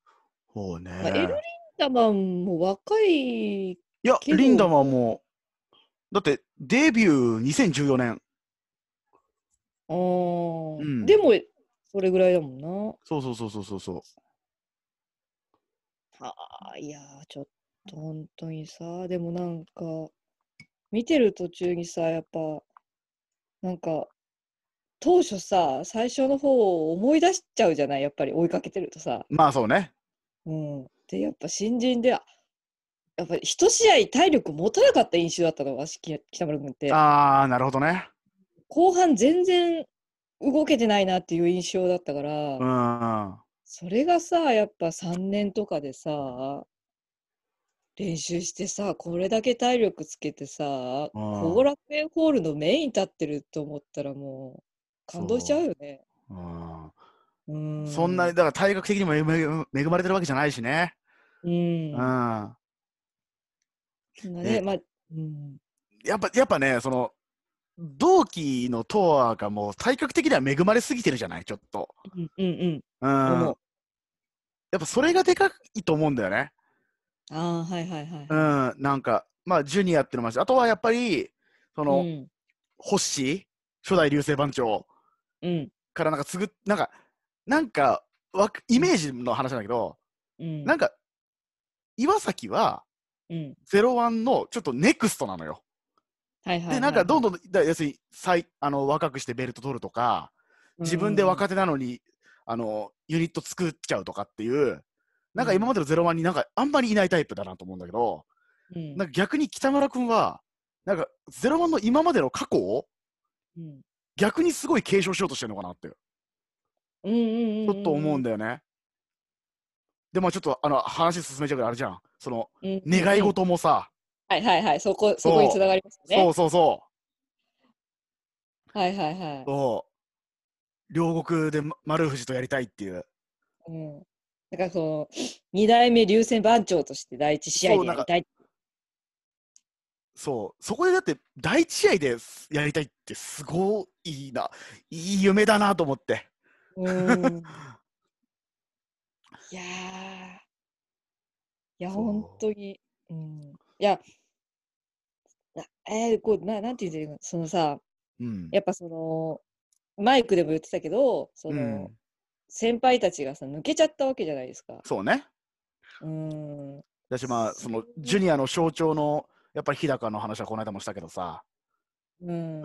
Speaker 3: そう
Speaker 4: まあ、エルリン
Speaker 3: ね。
Speaker 4: ダマンも若い。
Speaker 3: いや、
Speaker 4: けど
Speaker 3: リンダマンも、だって、デビュー2014年。
Speaker 4: あー
Speaker 3: うん
Speaker 4: でも、それぐらいだもんな。
Speaker 3: そうそうそうそうそうそう。
Speaker 4: あいやーちょっと本当にさでもなんか見てる途中にさやっぱなんか当初さ最初の方を思い出しちゃうじゃないやっぱり追いかけてるとさ、
Speaker 3: まあそうね。
Speaker 4: うん、でやっぱ新人であやっぱり一試合体力持たなかった印象だったのわしき北村君って
Speaker 3: ああ、なるほどね。
Speaker 4: 後半全然動けてないなっていう印象だったから、
Speaker 3: うん。
Speaker 4: それがさ、やっぱ3年とかでさ、練習してさ、これだけ体力つけてさ、後楽園ホールのメイン立ってると思ったらもう、感動しちゃうよね。
Speaker 3: うん
Speaker 4: うーん。
Speaker 3: そんなに、だから体格的にも恵ま恵まれてるわけじゃないしね。
Speaker 4: うん
Speaker 3: うん。。や
Speaker 4: そんなね、
Speaker 3: ね
Speaker 4: まあ、うん。
Speaker 3: っぱ、やっぱね、その、同期のトアがもう体格的には恵まれすぎてるじゃない、ちょっと。
Speaker 4: うんうんうん。
Speaker 3: うん。
Speaker 4: 思
Speaker 3: や
Speaker 4: う
Speaker 3: っぱそれがでかいと思うんだよね。
Speaker 4: ああ、はいはいはい。
Speaker 3: うん。なんか、まあ、ジュニアってのもあるし、あとはやっぱり、その、
Speaker 4: うん。
Speaker 3: ホッシー、初代流星番長
Speaker 4: うん。
Speaker 3: からなんか、つぐ、なんか、なんか、わくイメージの話なんだけど、
Speaker 4: うん。
Speaker 3: なんか、岩崎は、
Speaker 4: うん。
Speaker 3: ゼロワンのちょっとネクストなのよ。
Speaker 4: はいはいはい。
Speaker 3: で、なんかどん
Speaker 4: ど
Speaker 3: どん、だ要するに最あの若くしてベルト取るとか、自分で
Speaker 4: か
Speaker 3: 若手なのにあのユニット作っちゃうとかっていう、なんか今までのゼロワンになんかあんまりいないタイプだなと思うんだけど、
Speaker 4: うん
Speaker 3: なんか逆に北村君は、なんかゼロワンの今までの過去を
Speaker 4: うん
Speaker 3: 逆にすごい継承しようとしてるのかなって、ち
Speaker 4: うんうん
Speaker 3: ょっと思うん
Speaker 4: だ。
Speaker 3: だよね。で、まあちょっとあの話進めちゃうからあれじゃん。その
Speaker 4: うん
Speaker 3: 願い。事もさ、
Speaker 4: はいはいはい。そこ、そこにつながりますよね。
Speaker 3: そうそうそう。
Speaker 4: はいはいは
Speaker 3: を両国でま丸藤とやりたいっていう
Speaker 4: い。うん。だからその、二代目流線番長として第一試合
Speaker 3: そう
Speaker 4: で
Speaker 3: な
Speaker 4: や
Speaker 3: んか
Speaker 4: りたい。
Speaker 3: そうそこでだって第一試合ですやりたいってすごいないい夢だなと思って
Speaker 4: うん。いやー。いや、
Speaker 3: そう
Speaker 4: 本当に。うん。いや、なえー、こう、ななんて言うんだろうそのさ、
Speaker 3: うん
Speaker 4: やっぱその、マイクでも言ってたけど、その、
Speaker 3: うん、
Speaker 4: 先輩たちがさ、抜けちゃったわけじゃないですか。
Speaker 3: そうね
Speaker 4: うん。は
Speaker 3: だしまあその
Speaker 4: そう
Speaker 3: ジュニアの象徴のやっぱり日高の話はこの間もしたけどさ
Speaker 4: う。
Speaker 3: うんん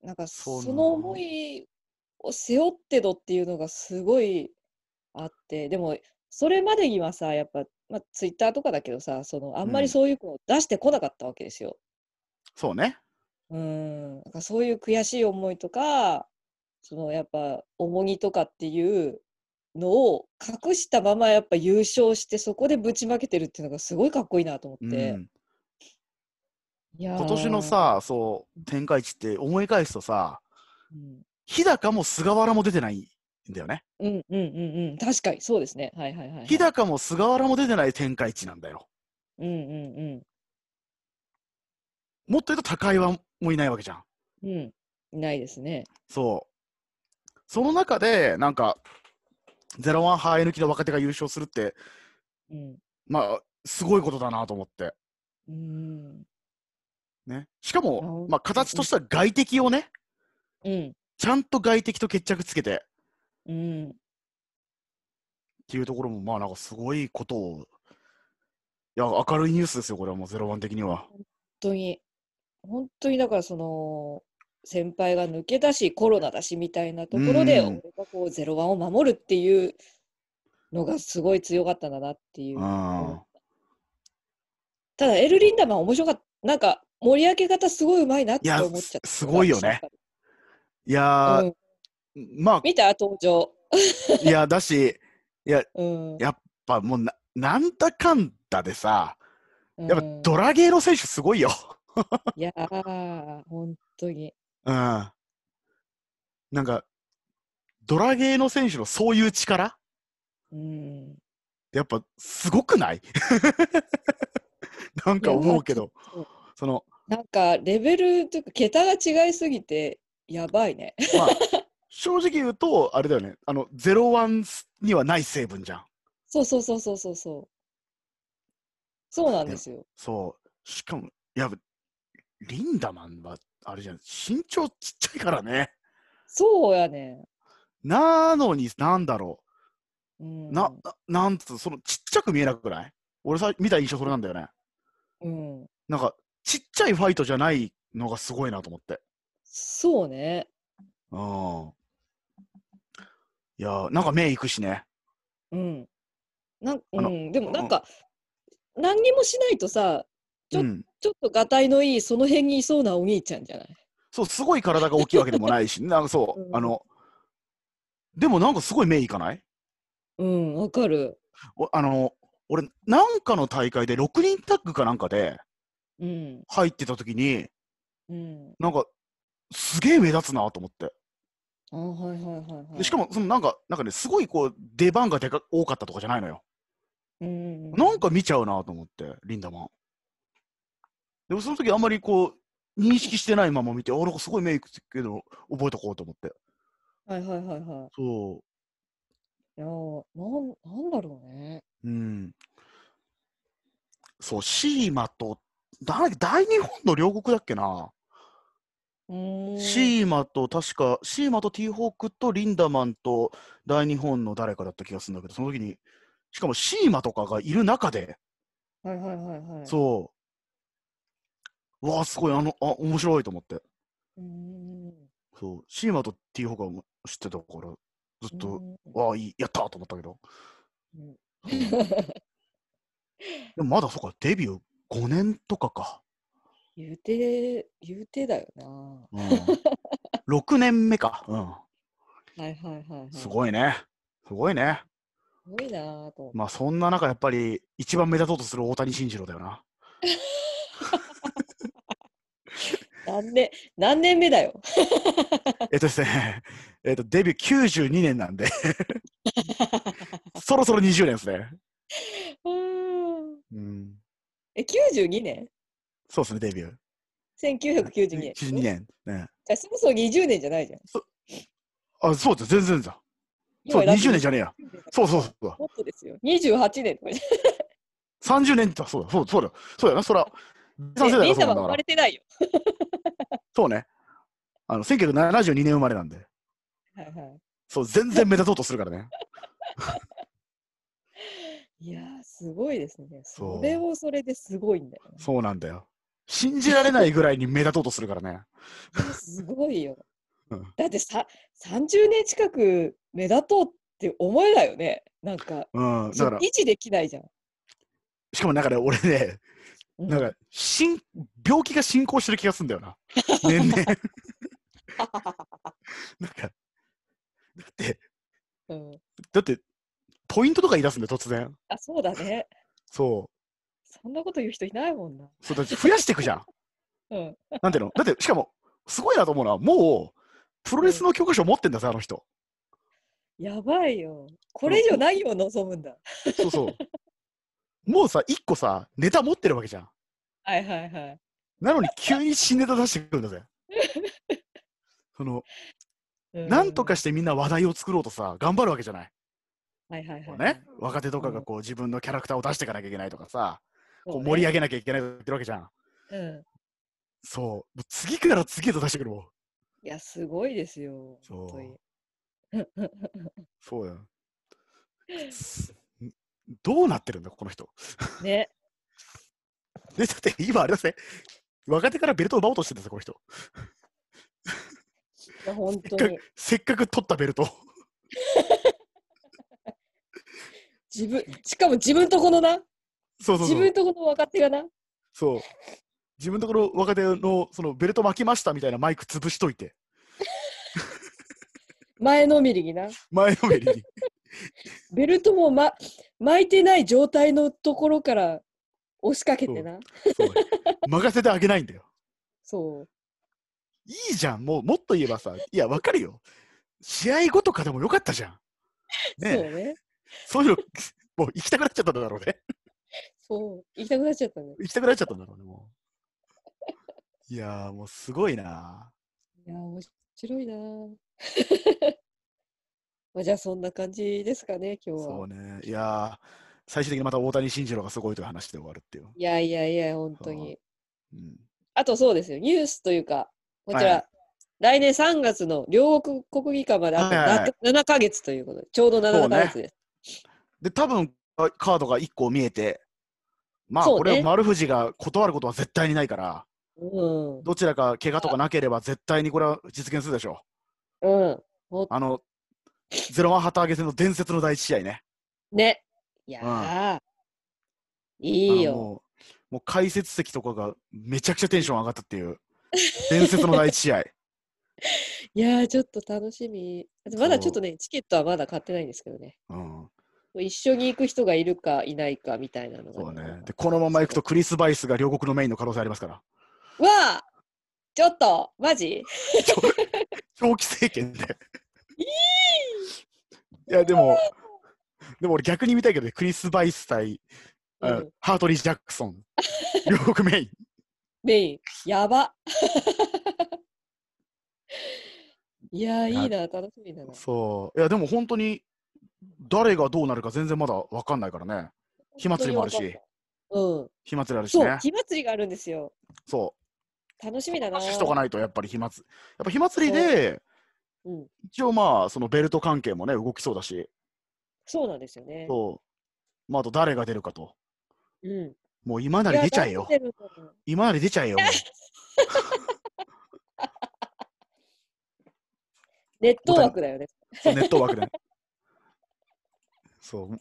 Speaker 4: なんか
Speaker 3: そう
Speaker 4: そ
Speaker 3: なの
Speaker 4: の思いを背負ってのっていうのがすごいあってでもそれまでにはさやっぱ、まあ、ツイッターとかだけどさそのあんま
Speaker 3: うん
Speaker 4: りそういうのを出してこなかったわけですよ。
Speaker 3: そうね
Speaker 4: うんなんかそういう悔しい思いとかそのやっぱ重荷とかっていうのを隠したままやっぱ優勝してそこでぶちまけてるっていうのがすごいかっこいいなと思
Speaker 3: う
Speaker 4: って、
Speaker 3: ん
Speaker 4: いやー
Speaker 3: 今年の、さそう展開地って思い返すとさ
Speaker 4: うん、
Speaker 3: 日高も菅原も出てないんだよね
Speaker 4: うんうんうんうん確かにそうですねはいはいはい、はい、
Speaker 3: 日高も菅原も出てない展開地なんだよ
Speaker 4: うんうんうん
Speaker 3: もっと言うと高井はもいないわけじゃん
Speaker 4: うん、いないですね。
Speaker 3: そうその中でなんか01生え抜きの若手が優勝するって
Speaker 4: うん。
Speaker 3: まあすごいことだなと思って
Speaker 4: うん。
Speaker 3: ねしか
Speaker 4: あほ
Speaker 3: も
Speaker 4: ん
Speaker 3: まあ形としては外敵をね
Speaker 4: うん。
Speaker 3: ちゃんと外敵と決着つけて
Speaker 4: うん。
Speaker 3: っていうところもまあなんかすごいことをいや明るいニュースですよこれはもう01的には
Speaker 4: 本当に、本当にだからその、先輩が抜けたし、コロナだしみたいなところで、
Speaker 3: うん
Speaker 4: 俺がこう、ゼロワンを守るっていうのがすごい強かったんだなっていうう。
Speaker 3: ん
Speaker 4: ただ、エル・リンダマン面白かった。なんか、盛り上げ方すごいうまいなって
Speaker 3: いや
Speaker 4: 思っちゃった。
Speaker 3: すすごいよね。いや
Speaker 4: う
Speaker 3: ー
Speaker 4: ん、
Speaker 3: ま
Speaker 4: 見た登場。
Speaker 3: あいやだし
Speaker 4: うん。
Speaker 3: やっぱもうななんだかんだでさやっぱド
Speaker 4: ラ、
Speaker 3: ラゲーの選手すごいよ
Speaker 4: いやー、本当に。
Speaker 3: うんなんかドラゲーの選手のそういう力
Speaker 4: うん。
Speaker 3: やっぱすごくない なんか思うけど
Speaker 4: そう
Speaker 3: その
Speaker 4: なんかレベルというか桁が違いすぎてやばいね。
Speaker 3: まあ正直言うとあれだよねあの01にはない成分じゃん
Speaker 4: そうそうそうそうそうそう。そうなんですよ。
Speaker 3: そうしかもやっぱリンダマンはあれじゃん身長ちっちゃいからね
Speaker 4: そうやね。
Speaker 3: なのになんだろう
Speaker 4: うん、
Speaker 3: な、ななんつう、そのちっちゃく見えなくない俺さ、見た印象それなんだよね。
Speaker 4: うん、
Speaker 3: なんか、ちっちゃいファイトじゃないのがすごいなと思って。
Speaker 4: そうね。
Speaker 3: うん。いやー、なんか目いくしね。
Speaker 4: うん。なん
Speaker 3: あ
Speaker 4: う
Speaker 3: の
Speaker 4: ん、でもなんか、何にもしないとさ、ちょ
Speaker 3: うん。
Speaker 4: ちょっとがたいのいい、その辺にいそうなお兄ちゃんじゃない
Speaker 3: そう、すごい体が大きいわけでもないし、なんかそう、
Speaker 4: うん
Speaker 3: あの、でもなんかすごい目いかない
Speaker 4: うん、わかる。
Speaker 3: おあの、俺、なんかの大会で6人タッグかなんかで
Speaker 4: うん、
Speaker 3: 入ってた時に、
Speaker 4: うん。
Speaker 3: なんか、すげえ目立つなと思って。
Speaker 4: あはいはいはい、はい。
Speaker 3: でしかも、そのなんか、なんかね、すごいこう、出番がでか多かったとかじゃないのよ。
Speaker 4: うん、
Speaker 3: なんか見ちゃうなと思って、リンダマン。でもその時あんまりこう、認識してないまま見て、あ、なんかすごいメイクつけど、覚えとこうと思って。
Speaker 4: はいはいはいは
Speaker 3: そ
Speaker 4: い。いやーなん、なんだろうね。
Speaker 3: う。うん。そう、シーマと、だ大日本の両国だっけな。
Speaker 4: うーん。
Speaker 3: シーマと、確か、シーマとティーホークとリンダマンと大日本の誰かだった気がするんだけど、その時に、しかもシーマとかがいる中で、
Speaker 4: はいはいはいはい。
Speaker 3: そう。うわあ、すごい、あの、あ、面白いと思って。
Speaker 4: うーん。
Speaker 3: そう、シーマとティーホークは知ってたから、ずっと、わあ、いい、やったーと思ったけど。
Speaker 4: うん
Speaker 3: うんでもまだそうか、デビュー5年とかか。
Speaker 4: 言うて、言うてだよな。は
Speaker 3: うん、6年目か。う
Speaker 4: いはいはい、はい。
Speaker 3: ん。す
Speaker 4: い。
Speaker 3: ごいね。すごいね。
Speaker 4: すごいなぁと思って。
Speaker 3: まあそんな中、やっぱり一番目立とうとする大谷慎次郎だよな。
Speaker 4: 何年、何年目だよ。
Speaker 3: えっとですね、 えっと、デビュー92年なんで、そろそろ20年ですね。
Speaker 4: うーん
Speaker 3: うん、
Speaker 4: え、92年
Speaker 3: そうですね、デビュー。
Speaker 4: ?1992 年。
Speaker 3: 92年。ね、
Speaker 4: じゃあそもそも20年じゃないじゃん。
Speaker 3: あ、そうです、全然だ。そう、
Speaker 4: 今ラジオ
Speaker 3: 20年じゃねえや。そうそうそうだ。
Speaker 4: もっとですよ。28年とかじ
Speaker 3: 30年だ、そうだ、そうそうだ、そうだな、そら、
Speaker 4: ゃん。
Speaker 3: 第三世代
Speaker 4: リ
Speaker 3: がそう
Speaker 4: ン
Speaker 3: なんだか
Speaker 4: さんは生
Speaker 3: ら
Speaker 4: まれ、てないよ。
Speaker 3: そうね。あの、1972年生まれなんで、
Speaker 4: はいは
Speaker 3: そう、全然目立とうとするからね。
Speaker 4: い。いやー、すごいですね。
Speaker 3: そう
Speaker 4: それをそれですごいんだよね。
Speaker 3: そうなんだよ。信じられないぐらいに目立とうとするからね。
Speaker 4: すごいよ
Speaker 3: うん。
Speaker 4: だってさ30年近く目立とうって思えないよね。なんか、
Speaker 3: うん、だから
Speaker 4: 維、持できないじゃん。
Speaker 3: しかもなんかね、俺ね、
Speaker 4: うん
Speaker 3: なんか、しん、病気が進行してる気がするんだよな。年 々。なんか、だって、
Speaker 4: うん、
Speaker 3: だって、ポイントとか言い出すんだよ、突然。
Speaker 4: あそうだね。
Speaker 3: そ
Speaker 4: そんなこと言う人いないもんな。
Speaker 3: う。そう、だって増やしていくじゃん。
Speaker 4: うん、
Speaker 3: なんていうのだって、しかも、すごいなと思うのは、もう、プロレスの教科書持ってんだぜ、あの人。
Speaker 4: やばいよ。これ以上何を望むんだ。
Speaker 3: そうそう。もうさ、一個さ、ネタ持ってるわけじゃん。
Speaker 4: はいはいはい。
Speaker 3: なのに、急に新ネタ出してくるんだぜ。その、
Speaker 4: う
Speaker 3: なんと。かしてみんな話題を作ろうとさ、頑張るわけじゃない。
Speaker 4: はいはいは
Speaker 3: こ
Speaker 4: い。
Speaker 3: うね、若手とかがこう、自分のキャラクターを出していかなきゃいけないとかさ、
Speaker 4: そう
Speaker 3: こ
Speaker 4: ね
Speaker 3: う盛り上げなきゃいけないとか言ってるわけじゃん。
Speaker 4: うん。
Speaker 3: そう。もう次から次へと出してくるもん。
Speaker 4: いや、すごいですよ。
Speaker 3: そう
Speaker 4: 本当に。
Speaker 3: そうやん。すどうなってるんだ、この人。
Speaker 4: ね。
Speaker 3: で、だって今あれだぜ。若手からベルトを奪おうとしてるんですよ、この人。
Speaker 4: いや本当
Speaker 3: せっ
Speaker 4: に。
Speaker 3: せっかく取ったベルトを。
Speaker 4: 自分、しかも自分とこのな、
Speaker 3: そうそう
Speaker 4: 自
Speaker 3: そう
Speaker 4: 分。とこの若手がな。
Speaker 3: そう自分のところ若手のそのベルト巻きましたみたいなマイク潰しといて、
Speaker 4: 前のみりにな。
Speaker 3: 前のめりに。
Speaker 4: ベルトも、ま、巻いてない状態のところから押しかけてな。
Speaker 3: そう任せてあげないんだよ。
Speaker 4: そう。
Speaker 3: いいじゃん、もうもっと言えばさ、いや、わかるよ。試合後とかでもよかったじゃん。ね
Speaker 4: そう
Speaker 3: え
Speaker 4: ね。
Speaker 3: そういうの、 もう行きたくなっちゃったんだろうね。
Speaker 4: そう。行きたくなっちゃったね。
Speaker 3: 行きたくなっちゃったんだろうね、もう。いやー、もうすごいない
Speaker 4: やー、面白いな ーまあじゃあ、そんな感じですかね、今日
Speaker 3: そ
Speaker 4: は
Speaker 3: う。ね。いやー、最終的にまた大谷慎二郎がすごいという話で終わるっていう。
Speaker 4: いやいやいや、本当に。
Speaker 3: うん、
Speaker 4: あとそうですよ、ニュースというか、こちら、
Speaker 3: はい
Speaker 4: 来年3月の両国国技館まであと
Speaker 3: はいはいはい
Speaker 4: 7ヶ月ということで、ちょうど
Speaker 3: そ
Speaker 4: 7
Speaker 3: うね
Speaker 4: ヶ月です。
Speaker 3: で、多分あカードが1個見えて、まあ、
Speaker 4: そうね
Speaker 3: これ、丸藤が断ることは絶対にないから、
Speaker 4: うん。
Speaker 3: どちらか怪我とかなければ、絶対にこれは実現するでしょ
Speaker 4: うん。
Speaker 3: う。あの、ゼロワン旗揚げ戦の伝説の第一試合ね。
Speaker 4: ね。いやー、いい
Speaker 3: あのもう、
Speaker 4: よ。
Speaker 3: もう解説席とかがめちゃくちゃテンション上がったっていう、伝説の第一試合。
Speaker 4: いやー、ちょっと楽しみ。まだちょっとね、チケットはまだ買ってないんですけどね。
Speaker 3: うん、
Speaker 4: 一緒に行く人がいるかいないかみたいなの
Speaker 3: そう
Speaker 4: が、
Speaker 3: ね。で、このままいくと、クリス・バイスが両国のメインの可能性ありますから。
Speaker 4: うわあちょっとマジ
Speaker 3: 長期政権で。いや、でも、でも俺逆に見たいけどね、クリス・バイス対、あ
Speaker 4: うん
Speaker 3: ハートリー・ジャックソン、両国メイン。
Speaker 4: メイン、やば。 いや
Speaker 3: いや
Speaker 4: ー、いいな、楽しみだな。
Speaker 3: そう。いや、でも本当に、誰がどうなるか全然まだ分かんないからね。火祭りもあるし
Speaker 4: 本当によかっ
Speaker 3: 火祭りあるし
Speaker 4: た。うん。そう
Speaker 3: ね、。
Speaker 4: 火祭りがあるんですよ。
Speaker 3: そ
Speaker 4: 楽しみだ
Speaker 3: う。
Speaker 4: な。
Speaker 3: 話しとかないと、やっぱり火祭り。やっぱ火祭りで、
Speaker 4: うん。
Speaker 3: 一応まあ、そのベルト関係もね、動きそうだし、
Speaker 4: そうなんですよね。
Speaker 3: そう。まあ、あと誰が出るかと。
Speaker 4: うん。
Speaker 3: もう今ないり
Speaker 4: や
Speaker 3: 出ちゃえよ
Speaker 4: 楽。しみだな
Speaker 3: 今なり出ちゃえよ。もう
Speaker 4: ネットワークだよね。
Speaker 3: そうネットワークで。そう。い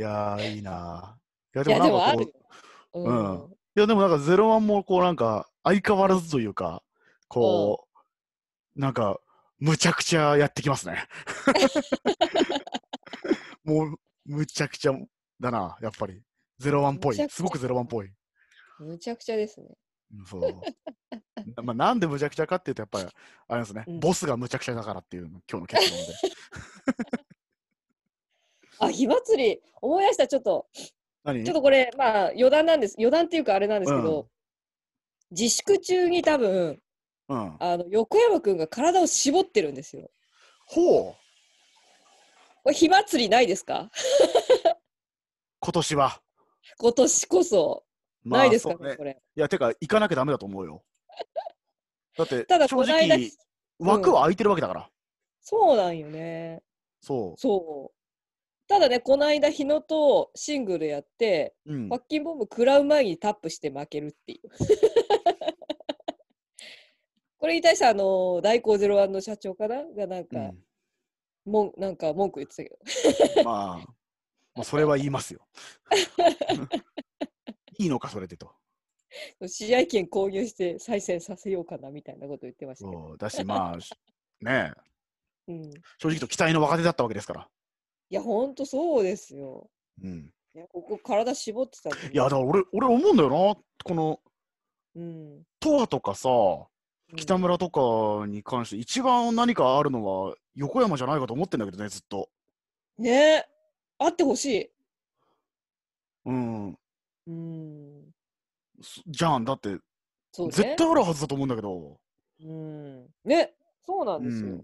Speaker 3: やー、いいなー。いや、
Speaker 4: い
Speaker 3: で
Speaker 4: や、
Speaker 3: もなんかこう、
Speaker 4: でもあ
Speaker 3: い
Speaker 4: るよ。うん。
Speaker 3: うや、でもなんか、ゼロワンもこう、なんか、相変わらずというか、こう、なんか、むちゃくちゃやってき ますね。もう、むちゃくちゃだな、やっぱり。ゼロワンっぽ
Speaker 4: むちゃ
Speaker 3: い。
Speaker 4: くちゃ
Speaker 3: すごくゼロワンっぽい。
Speaker 4: むちゃくちゃですね。
Speaker 3: うんそう。まあ、なんでむちゃくちゃかっていうと、やっぱり、あれですね、
Speaker 4: うん
Speaker 3: ボスがむちゃくちゃだからっていうの、今日の結論で。
Speaker 4: あ、火祭り、思い出した、ちょっと、
Speaker 3: 何
Speaker 4: ちょっとこれ、まあ、余談なんです。余談っていうか、あれなんですけど、自粛中に多分、
Speaker 3: うん、
Speaker 4: あの、横山くんが体を絞ってるんですよ。
Speaker 3: ほう、
Speaker 4: これ、火祭りないですか
Speaker 3: 今年は。
Speaker 4: 今年こそ、
Speaker 3: まあ
Speaker 4: ないですか、
Speaker 3: そうね
Speaker 4: これ。
Speaker 3: いや、てか、行かなきゃダメだと思 うよ。だって、
Speaker 4: ただ、
Speaker 3: 正
Speaker 4: この間、
Speaker 3: 直、枠は空いてるわけだから。
Speaker 4: そうなんよね。
Speaker 3: そ
Speaker 4: そう。ただね、この間、日野とシングルやって、
Speaker 3: う。うん
Speaker 4: パ。ッキンボム食らう前にタップして負けるっていう。 これに対してあの大光ゼロワンの社長かながなん
Speaker 3: う
Speaker 4: か、
Speaker 3: ん
Speaker 4: もん、なんか文句言ってたけど。
Speaker 3: まあ、まあ、それは言いますよ。 いいのか、それでと。
Speaker 4: 試合権購入して再戦させようかなみたいなこと言ってましたけど。
Speaker 3: そうだし、まあ、しねえ
Speaker 4: うん、い
Speaker 3: 正直と期待の若手だったわけですから。
Speaker 4: や、ほんとそうですよ。
Speaker 3: うん、
Speaker 4: いや、ここ体絞ってたのに
Speaker 3: いや、だから俺、俺思うんだよな。この、
Speaker 4: うん。
Speaker 3: 東亜とかさ、
Speaker 4: うん
Speaker 3: 北村とかに関して、一番何かあるのは横山じゃないかと思ってんだけどね、ずっと。
Speaker 4: ねえ、あってほしい。
Speaker 3: うん。
Speaker 4: うん。
Speaker 3: すじゃん、だって、
Speaker 4: そうね。
Speaker 3: 絶対あるはずだと思うんだけど。
Speaker 4: うん。ね、そうなんですよ。
Speaker 3: うん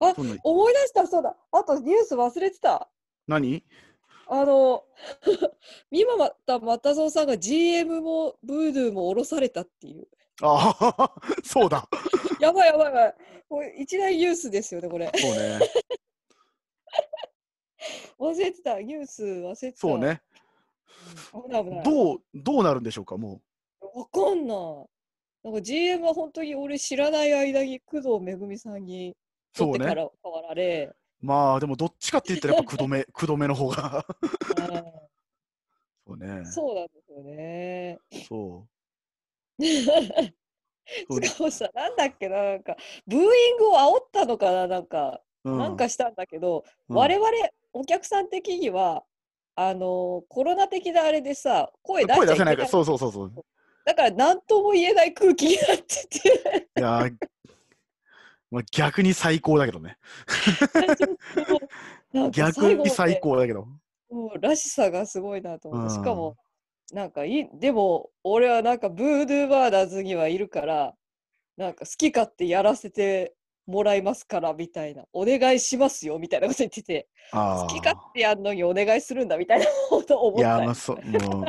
Speaker 4: あ
Speaker 3: そんな
Speaker 4: 思い出した、そうだ。あとニュース忘れてた。
Speaker 3: 何
Speaker 4: あの、 今また、またぞうさんが GM もブードゥーも降ろされたっていう。
Speaker 3: ああ、 そうだ。
Speaker 4: やばいやばいやばい。これ一大ニュースですよね、これ。
Speaker 3: そうね。
Speaker 4: 忘れてた、ニュース忘れてた。
Speaker 3: そう。ね。
Speaker 4: 危ない危ない。
Speaker 3: どう、どうなるんでしょうか、も
Speaker 4: わかんない。なんか GM は本当に俺知らない間に工藤めぐみさんに
Speaker 3: う。そ
Speaker 4: 取
Speaker 3: う
Speaker 4: って
Speaker 3: ね
Speaker 4: か。ら変わ られ、
Speaker 3: まあ、でも、どっちかって言ったら、 やっぱ、くどめ、くどめの方が。そうね
Speaker 4: う。んそうなんですよね。
Speaker 3: そう。 そう
Speaker 4: しかもさ、なんだっけな、なんか、ブーイングを煽ったのかな、なんか、
Speaker 3: う
Speaker 4: なんかしたんだけど、
Speaker 3: うん
Speaker 4: 我々お客さん的にはあのコロナ的なあれでさ声出しちゃ
Speaker 3: 声出
Speaker 4: い
Speaker 3: せ
Speaker 4: け
Speaker 3: な
Speaker 4: ない
Speaker 3: いから、そうそうそうそう。
Speaker 4: だから何とも言えない空気になってて
Speaker 3: いやー、 まあ、逆に最高だけどね。
Speaker 4: なんか
Speaker 3: 逆
Speaker 4: ま
Speaker 3: に
Speaker 4: で
Speaker 3: 最高だけど。
Speaker 4: もうらしさがすごいなと思って、
Speaker 3: うん
Speaker 4: しかもなんかいいでも俺はなんかブードゥーバーダーズにはいるからなんか好き勝手やらせてもらいますからみたいなお願いしますよみたいなこと言ってて
Speaker 3: あ
Speaker 4: 好き勝
Speaker 3: あ。
Speaker 4: 手やんのにお願いするんだみたいなことを思
Speaker 3: い
Speaker 4: った
Speaker 3: や
Speaker 4: よ
Speaker 3: ー、まあ、そう、も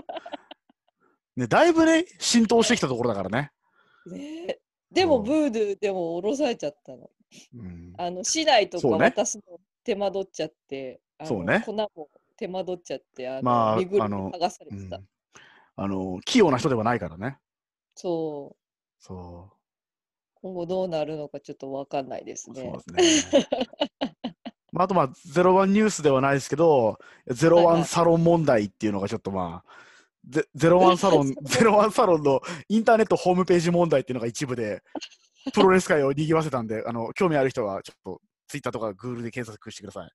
Speaker 3: う。ね、だいぶね、浸透してきたところだからね。
Speaker 4: ねえでも
Speaker 3: うん
Speaker 4: ブードゥーでも降ろされちゃったの。
Speaker 3: うん、
Speaker 4: あの市内とか
Speaker 3: そうね
Speaker 4: 渡すの手間取っちゃって、あの
Speaker 3: そうね
Speaker 4: 粉も手間取っちゃって、あの
Speaker 3: まあ
Speaker 4: 身ぐる
Speaker 3: あ
Speaker 4: み
Speaker 3: の
Speaker 4: 剥がさ
Speaker 3: う
Speaker 4: れて
Speaker 3: ん
Speaker 4: た。
Speaker 3: あの、器用な人ではないからね。
Speaker 4: そう、
Speaker 3: そ
Speaker 4: 今後どうなるのかちょっとわかんないです
Speaker 3: う。
Speaker 4: ね。
Speaker 3: そうです ね。まあ、あと、まあ、ゼロワンニュースではないですけど、ゼロ
Speaker 4: はい
Speaker 3: ワ
Speaker 4: は
Speaker 3: ン
Speaker 4: い
Speaker 3: サロン問題っていうのがちょっとまあ、ゼゼロワンサ ロン、ゼロワンサロンのインターネットホームページ問題っていうのが一部で、プロレス界を賑わせたんで、あの、興味ある人はちょっと、ツイッターとかグーグルで検索してください。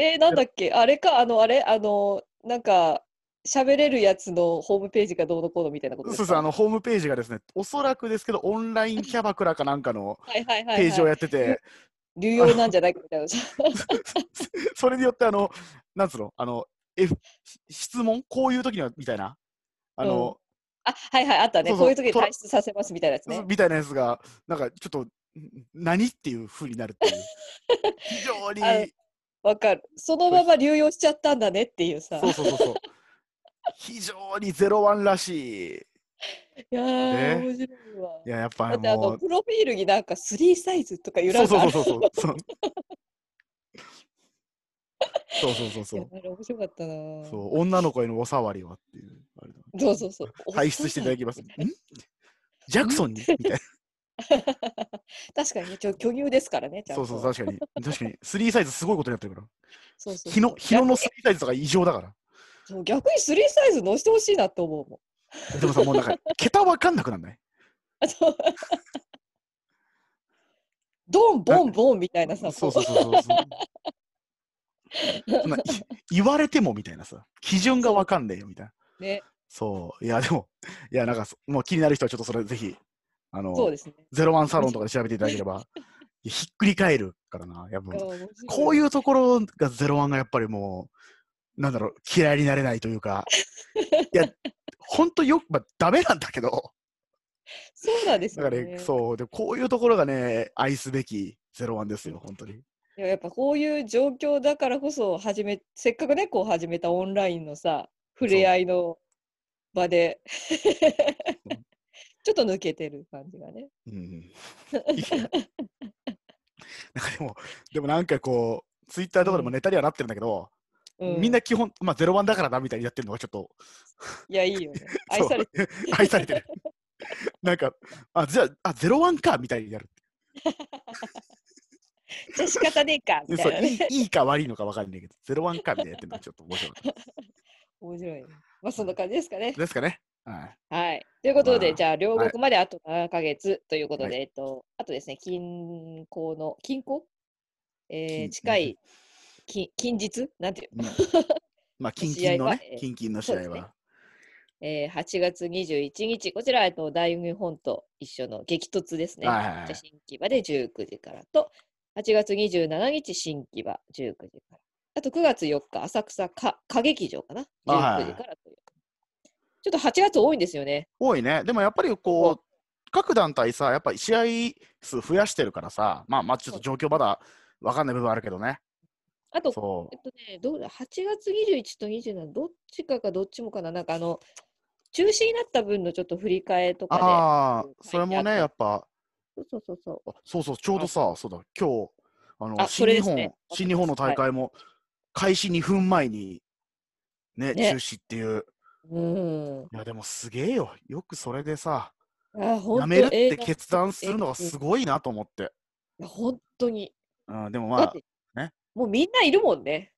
Speaker 4: えー、なんだっけあれか、あの、あれあの、なんか、喋れるやつのホームページがどうのこうのみたいなこと
Speaker 3: そう
Speaker 4: です
Speaker 3: そ
Speaker 4: か
Speaker 3: うあの、ホームページがですね、おそらくですけど、オンラインキャバクラかなんかの
Speaker 4: はいはいはい、
Speaker 3: ページを
Speaker 4: はい。
Speaker 3: やってて、
Speaker 4: 流用なんじゃないかみた いな。
Speaker 3: それによって、あの、なんつうの、あの、F、質問こういう時には、みたいな、あの、
Speaker 4: あ、はいはい、あったね。
Speaker 3: そうそう
Speaker 4: こういう時に
Speaker 3: トラ
Speaker 4: 退出させますみたいなやつね。
Speaker 3: みたいなやつが、なんかちょっと、ん何っていう風になるっていう。非常に
Speaker 4: あ、のわかる。そのまま流用しちゃったんだねっていうさ。
Speaker 3: そうそうそうそう。非常にゼロワンらしい。
Speaker 4: いやー、
Speaker 3: ね
Speaker 4: 面白いわ。
Speaker 3: いや、やっ
Speaker 4: だ
Speaker 3: ぱ
Speaker 4: ってあの
Speaker 3: も
Speaker 4: プロフィールになんか3サイズとかいう
Speaker 3: う、
Speaker 4: ら
Speaker 3: そ
Speaker 4: が
Speaker 3: うそ
Speaker 4: あ
Speaker 3: う
Speaker 4: る
Speaker 3: そうそうそう。そうそうそうそ
Speaker 4: いうや。あれ面白かったなぁ
Speaker 3: そう女の子へのおさわりはっていう。あれだ
Speaker 4: そうそうそう
Speaker 3: 排出していただき ます。んジャクソンにみたい
Speaker 4: 確かにねちょ巨乳ですからねち
Speaker 3: な。
Speaker 4: ゃん
Speaker 3: そ
Speaker 4: と
Speaker 3: うそう、確かに。確かに。スリーサイズすごいことになってるから。
Speaker 4: そうそう
Speaker 3: 日の日ののスリーサイズとか異常だから。
Speaker 4: そう逆に3サイズ乗してほしいなと思うもん
Speaker 3: でもさ、もうなん か、桁わかんなくなんない
Speaker 4: あそうドンボンボンみたいなさ
Speaker 3: そう
Speaker 4: こ
Speaker 3: そうそうそうそう。そんない言われてもみたいなさ、基準がわかんねえよみたいな。
Speaker 4: うね
Speaker 3: そう。いや、でも、いや、なんかそ、もう気になる人はちょっとそれぜひ、あの、
Speaker 4: そうですね。
Speaker 3: ゼロワンサロンとかで調べていただけれ ば、いやひっくり返るからな。やっぱ、こう
Speaker 4: う
Speaker 3: いうところがゼロワンがやっぱりもう、なんだろう、嫌いになれないというか、いや、ほんとよく、まあ、ダメなんだけど、
Speaker 4: そうなんです
Speaker 3: だか
Speaker 4: よ
Speaker 3: ら、
Speaker 4: ね。
Speaker 3: ね、そう、でこういうところがね、愛すべきゼロワンですよ、本当に。
Speaker 4: でもやっぱこういう状況だからこそ始めせっかくねこう始めたオンラインのさ触れ合いの場でちょっと抜けてる感じがね。
Speaker 3: うんいやなんかでも、でもなんかこう、ツイッターとかでもネタにはなってるんだけど、
Speaker 4: う
Speaker 3: みんな基本、まあ、ゼロワンだからなみたいにやってるのがちょっと、
Speaker 4: いやいいよね。
Speaker 3: そ
Speaker 4: 愛
Speaker 3: う
Speaker 4: されて
Speaker 3: 愛され てる。なんか、あ、じゃあ、あゼロワンかみたいになる。
Speaker 4: じゃあ仕方ねえかみた
Speaker 3: そ
Speaker 4: いうないね。
Speaker 3: いいいか悪いのか分かんないけど、ゼロワンかみたいにやってるのがちょっと面白かっ
Speaker 4: 面白いね。まあそんな感じですかね
Speaker 3: た。。ですかね。はい。
Speaker 4: はい。ということで、
Speaker 3: まあ
Speaker 4: じゃあ両
Speaker 3: は
Speaker 4: 国
Speaker 3: い
Speaker 4: まであと7ヶ月ということで、
Speaker 3: は
Speaker 4: えっとあとですね近郊の近郊、えー
Speaker 3: 近
Speaker 4: 近い近近日なんていう
Speaker 3: うんまあ、キン
Speaker 4: 試
Speaker 3: キン
Speaker 4: 合
Speaker 3: の
Speaker 4: は
Speaker 3: ね
Speaker 4: え、ー
Speaker 3: キンキンの試合
Speaker 4: そうですね
Speaker 3: は。
Speaker 4: えー8月21日、こちらはえっと大日本と一緒の激突ですね。
Speaker 3: はいはいはい
Speaker 4: じゃあ新木場で19時からと、8月27日、新木場19時から。あと9月4日、浅草か歌劇場かな、
Speaker 3: あはい
Speaker 4: 19時からという。ちょっと8月多いんですよね。
Speaker 3: 多いね。でもやっぱりこう、各団体さ、やっぱり試合数増やしてるからさ、まあまあちょっと状況まだ分かんない部分あるけどね。
Speaker 4: あと、
Speaker 3: そ
Speaker 4: えっとね、どうだ8月21と27、どっちかかどっちもかな、なんかあの、中止になった分のちょっと振り替えと
Speaker 3: う。
Speaker 4: かで、
Speaker 3: ああ、それも
Speaker 4: 書いてあ
Speaker 3: ね、
Speaker 4: った
Speaker 3: やっぱ、
Speaker 4: そうそうそうそう、
Speaker 3: あそうそう、ちょうどさ、そうだ、今日、あの、新
Speaker 4: あそれ
Speaker 3: 日
Speaker 4: です
Speaker 3: 本、
Speaker 4: ね
Speaker 3: 新日本の大会も、開始2分前に、ね、
Speaker 4: ね
Speaker 3: 中止っていう。
Speaker 4: うん。
Speaker 3: いや、でもすげえよ。よくそれでさ、
Speaker 4: あ、ほん
Speaker 3: や
Speaker 4: と
Speaker 3: めるっ
Speaker 4: 映
Speaker 3: て
Speaker 4: 画
Speaker 3: 決断するのがすごいなと思って。
Speaker 4: いや本当に。
Speaker 3: うん、でも
Speaker 4: だ
Speaker 3: ま
Speaker 4: って
Speaker 3: あね
Speaker 4: もうみんないるもんね。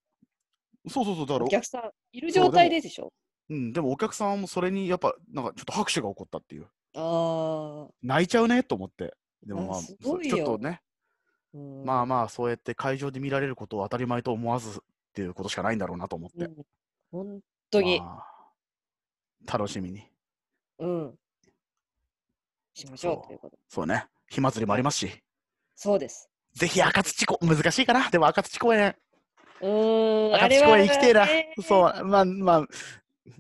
Speaker 3: そうそうそう、だか
Speaker 4: お
Speaker 3: ら
Speaker 4: 客さんいる
Speaker 3: そう
Speaker 4: 状態
Speaker 3: で
Speaker 4: で
Speaker 3: も
Speaker 4: でしょ。
Speaker 3: うん、でもお客さんもそれに、やっぱ、なんかちょっと拍手が起こったっていう。
Speaker 4: ああ、
Speaker 3: 泣いちゃうねと思って。でも
Speaker 4: あ
Speaker 3: まあ、
Speaker 4: すごい
Speaker 3: ちょっ
Speaker 4: よ
Speaker 3: とね、
Speaker 4: うん
Speaker 3: まあまあ、そうやって会場で見られることを当たり前と思わずっていうことしかないんだろうなと思っ
Speaker 4: う
Speaker 3: て。
Speaker 4: ん、本当に、
Speaker 3: まあ楽しみに。
Speaker 4: うん。しましょ
Speaker 3: そうう
Speaker 4: ということで。
Speaker 3: そうね。火祭りもありますし。
Speaker 4: そうです。
Speaker 3: ぜひ赤土公難しいかな。でも赤土公園、
Speaker 4: うーん、あ
Speaker 3: 赤
Speaker 4: れ
Speaker 3: 土公
Speaker 4: は、
Speaker 3: 園行きてえな。
Speaker 4: う。
Speaker 3: そう、まあまあ、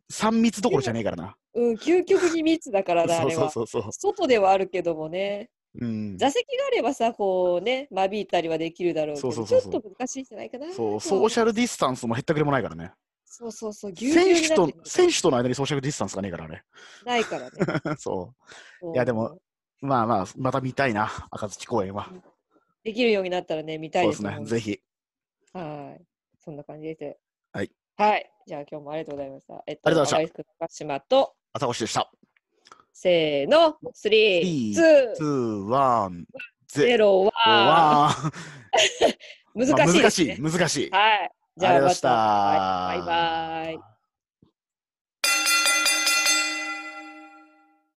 Speaker 3: 三密どころじゃねえからな。
Speaker 4: うん、究極に密だからだ、あ
Speaker 3: そう
Speaker 4: れ
Speaker 3: そう
Speaker 4: は。
Speaker 3: そうそう。
Speaker 4: 外ではあるけどもね、
Speaker 3: うん、
Speaker 4: 座席があればさ、こうね、間引いたりはできるだろうけど、
Speaker 3: そうそうそうそう
Speaker 4: ちょっと難しいんじゃないか
Speaker 3: そ
Speaker 4: な。
Speaker 3: う、
Speaker 4: とは
Speaker 3: ソ
Speaker 4: 思
Speaker 3: ーシャルディスタンスもへったくれもないからね。
Speaker 4: そうそうそう、ぎゅうぎゅ
Speaker 3: 選
Speaker 4: うに
Speaker 3: 手
Speaker 4: なっ
Speaker 3: と
Speaker 4: てる
Speaker 3: 選手との間にソーシャルディスタンスがねえからね。
Speaker 4: ないからね。
Speaker 3: そ いやでも
Speaker 4: こ
Speaker 3: う。まあまあ、また見たいな、赤土公園は。
Speaker 4: う、できるようになったらね、見た
Speaker 3: そうで
Speaker 4: いですすもん
Speaker 3: ね、ぜひ。
Speaker 4: はい。そんな感じです。
Speaker 3: はい。
Speaker 4: はい。じゃあ今日もありがとうございました。えっ
Speaker 3: ありがとうござい
Speaker 4: ました。高島と、
Speaker 3: 朝越でした。
Speaker 4: せーの、3、
Speaker 3: 3
Speaker 4: 2、
Speaker 3: 2、1、
Speaker 4: 0
Speaker 3: 0、
Speaker 4: は、
Speaker 3: 1。
Speaker 4: 難しい、
Speaker 3: まあ
Speaker 4: で
Speaker 3: 難
Speaker 4: す
Speaker 3: しい、
Speaker 4: ね。
Speaker 3: 難しい。
Speaker 4: はい。じゃあ
Speaker 3: ありがとうございま
Speaker 4: ま
Speaker 3: した
Speaker 4: た。はいバイバイ。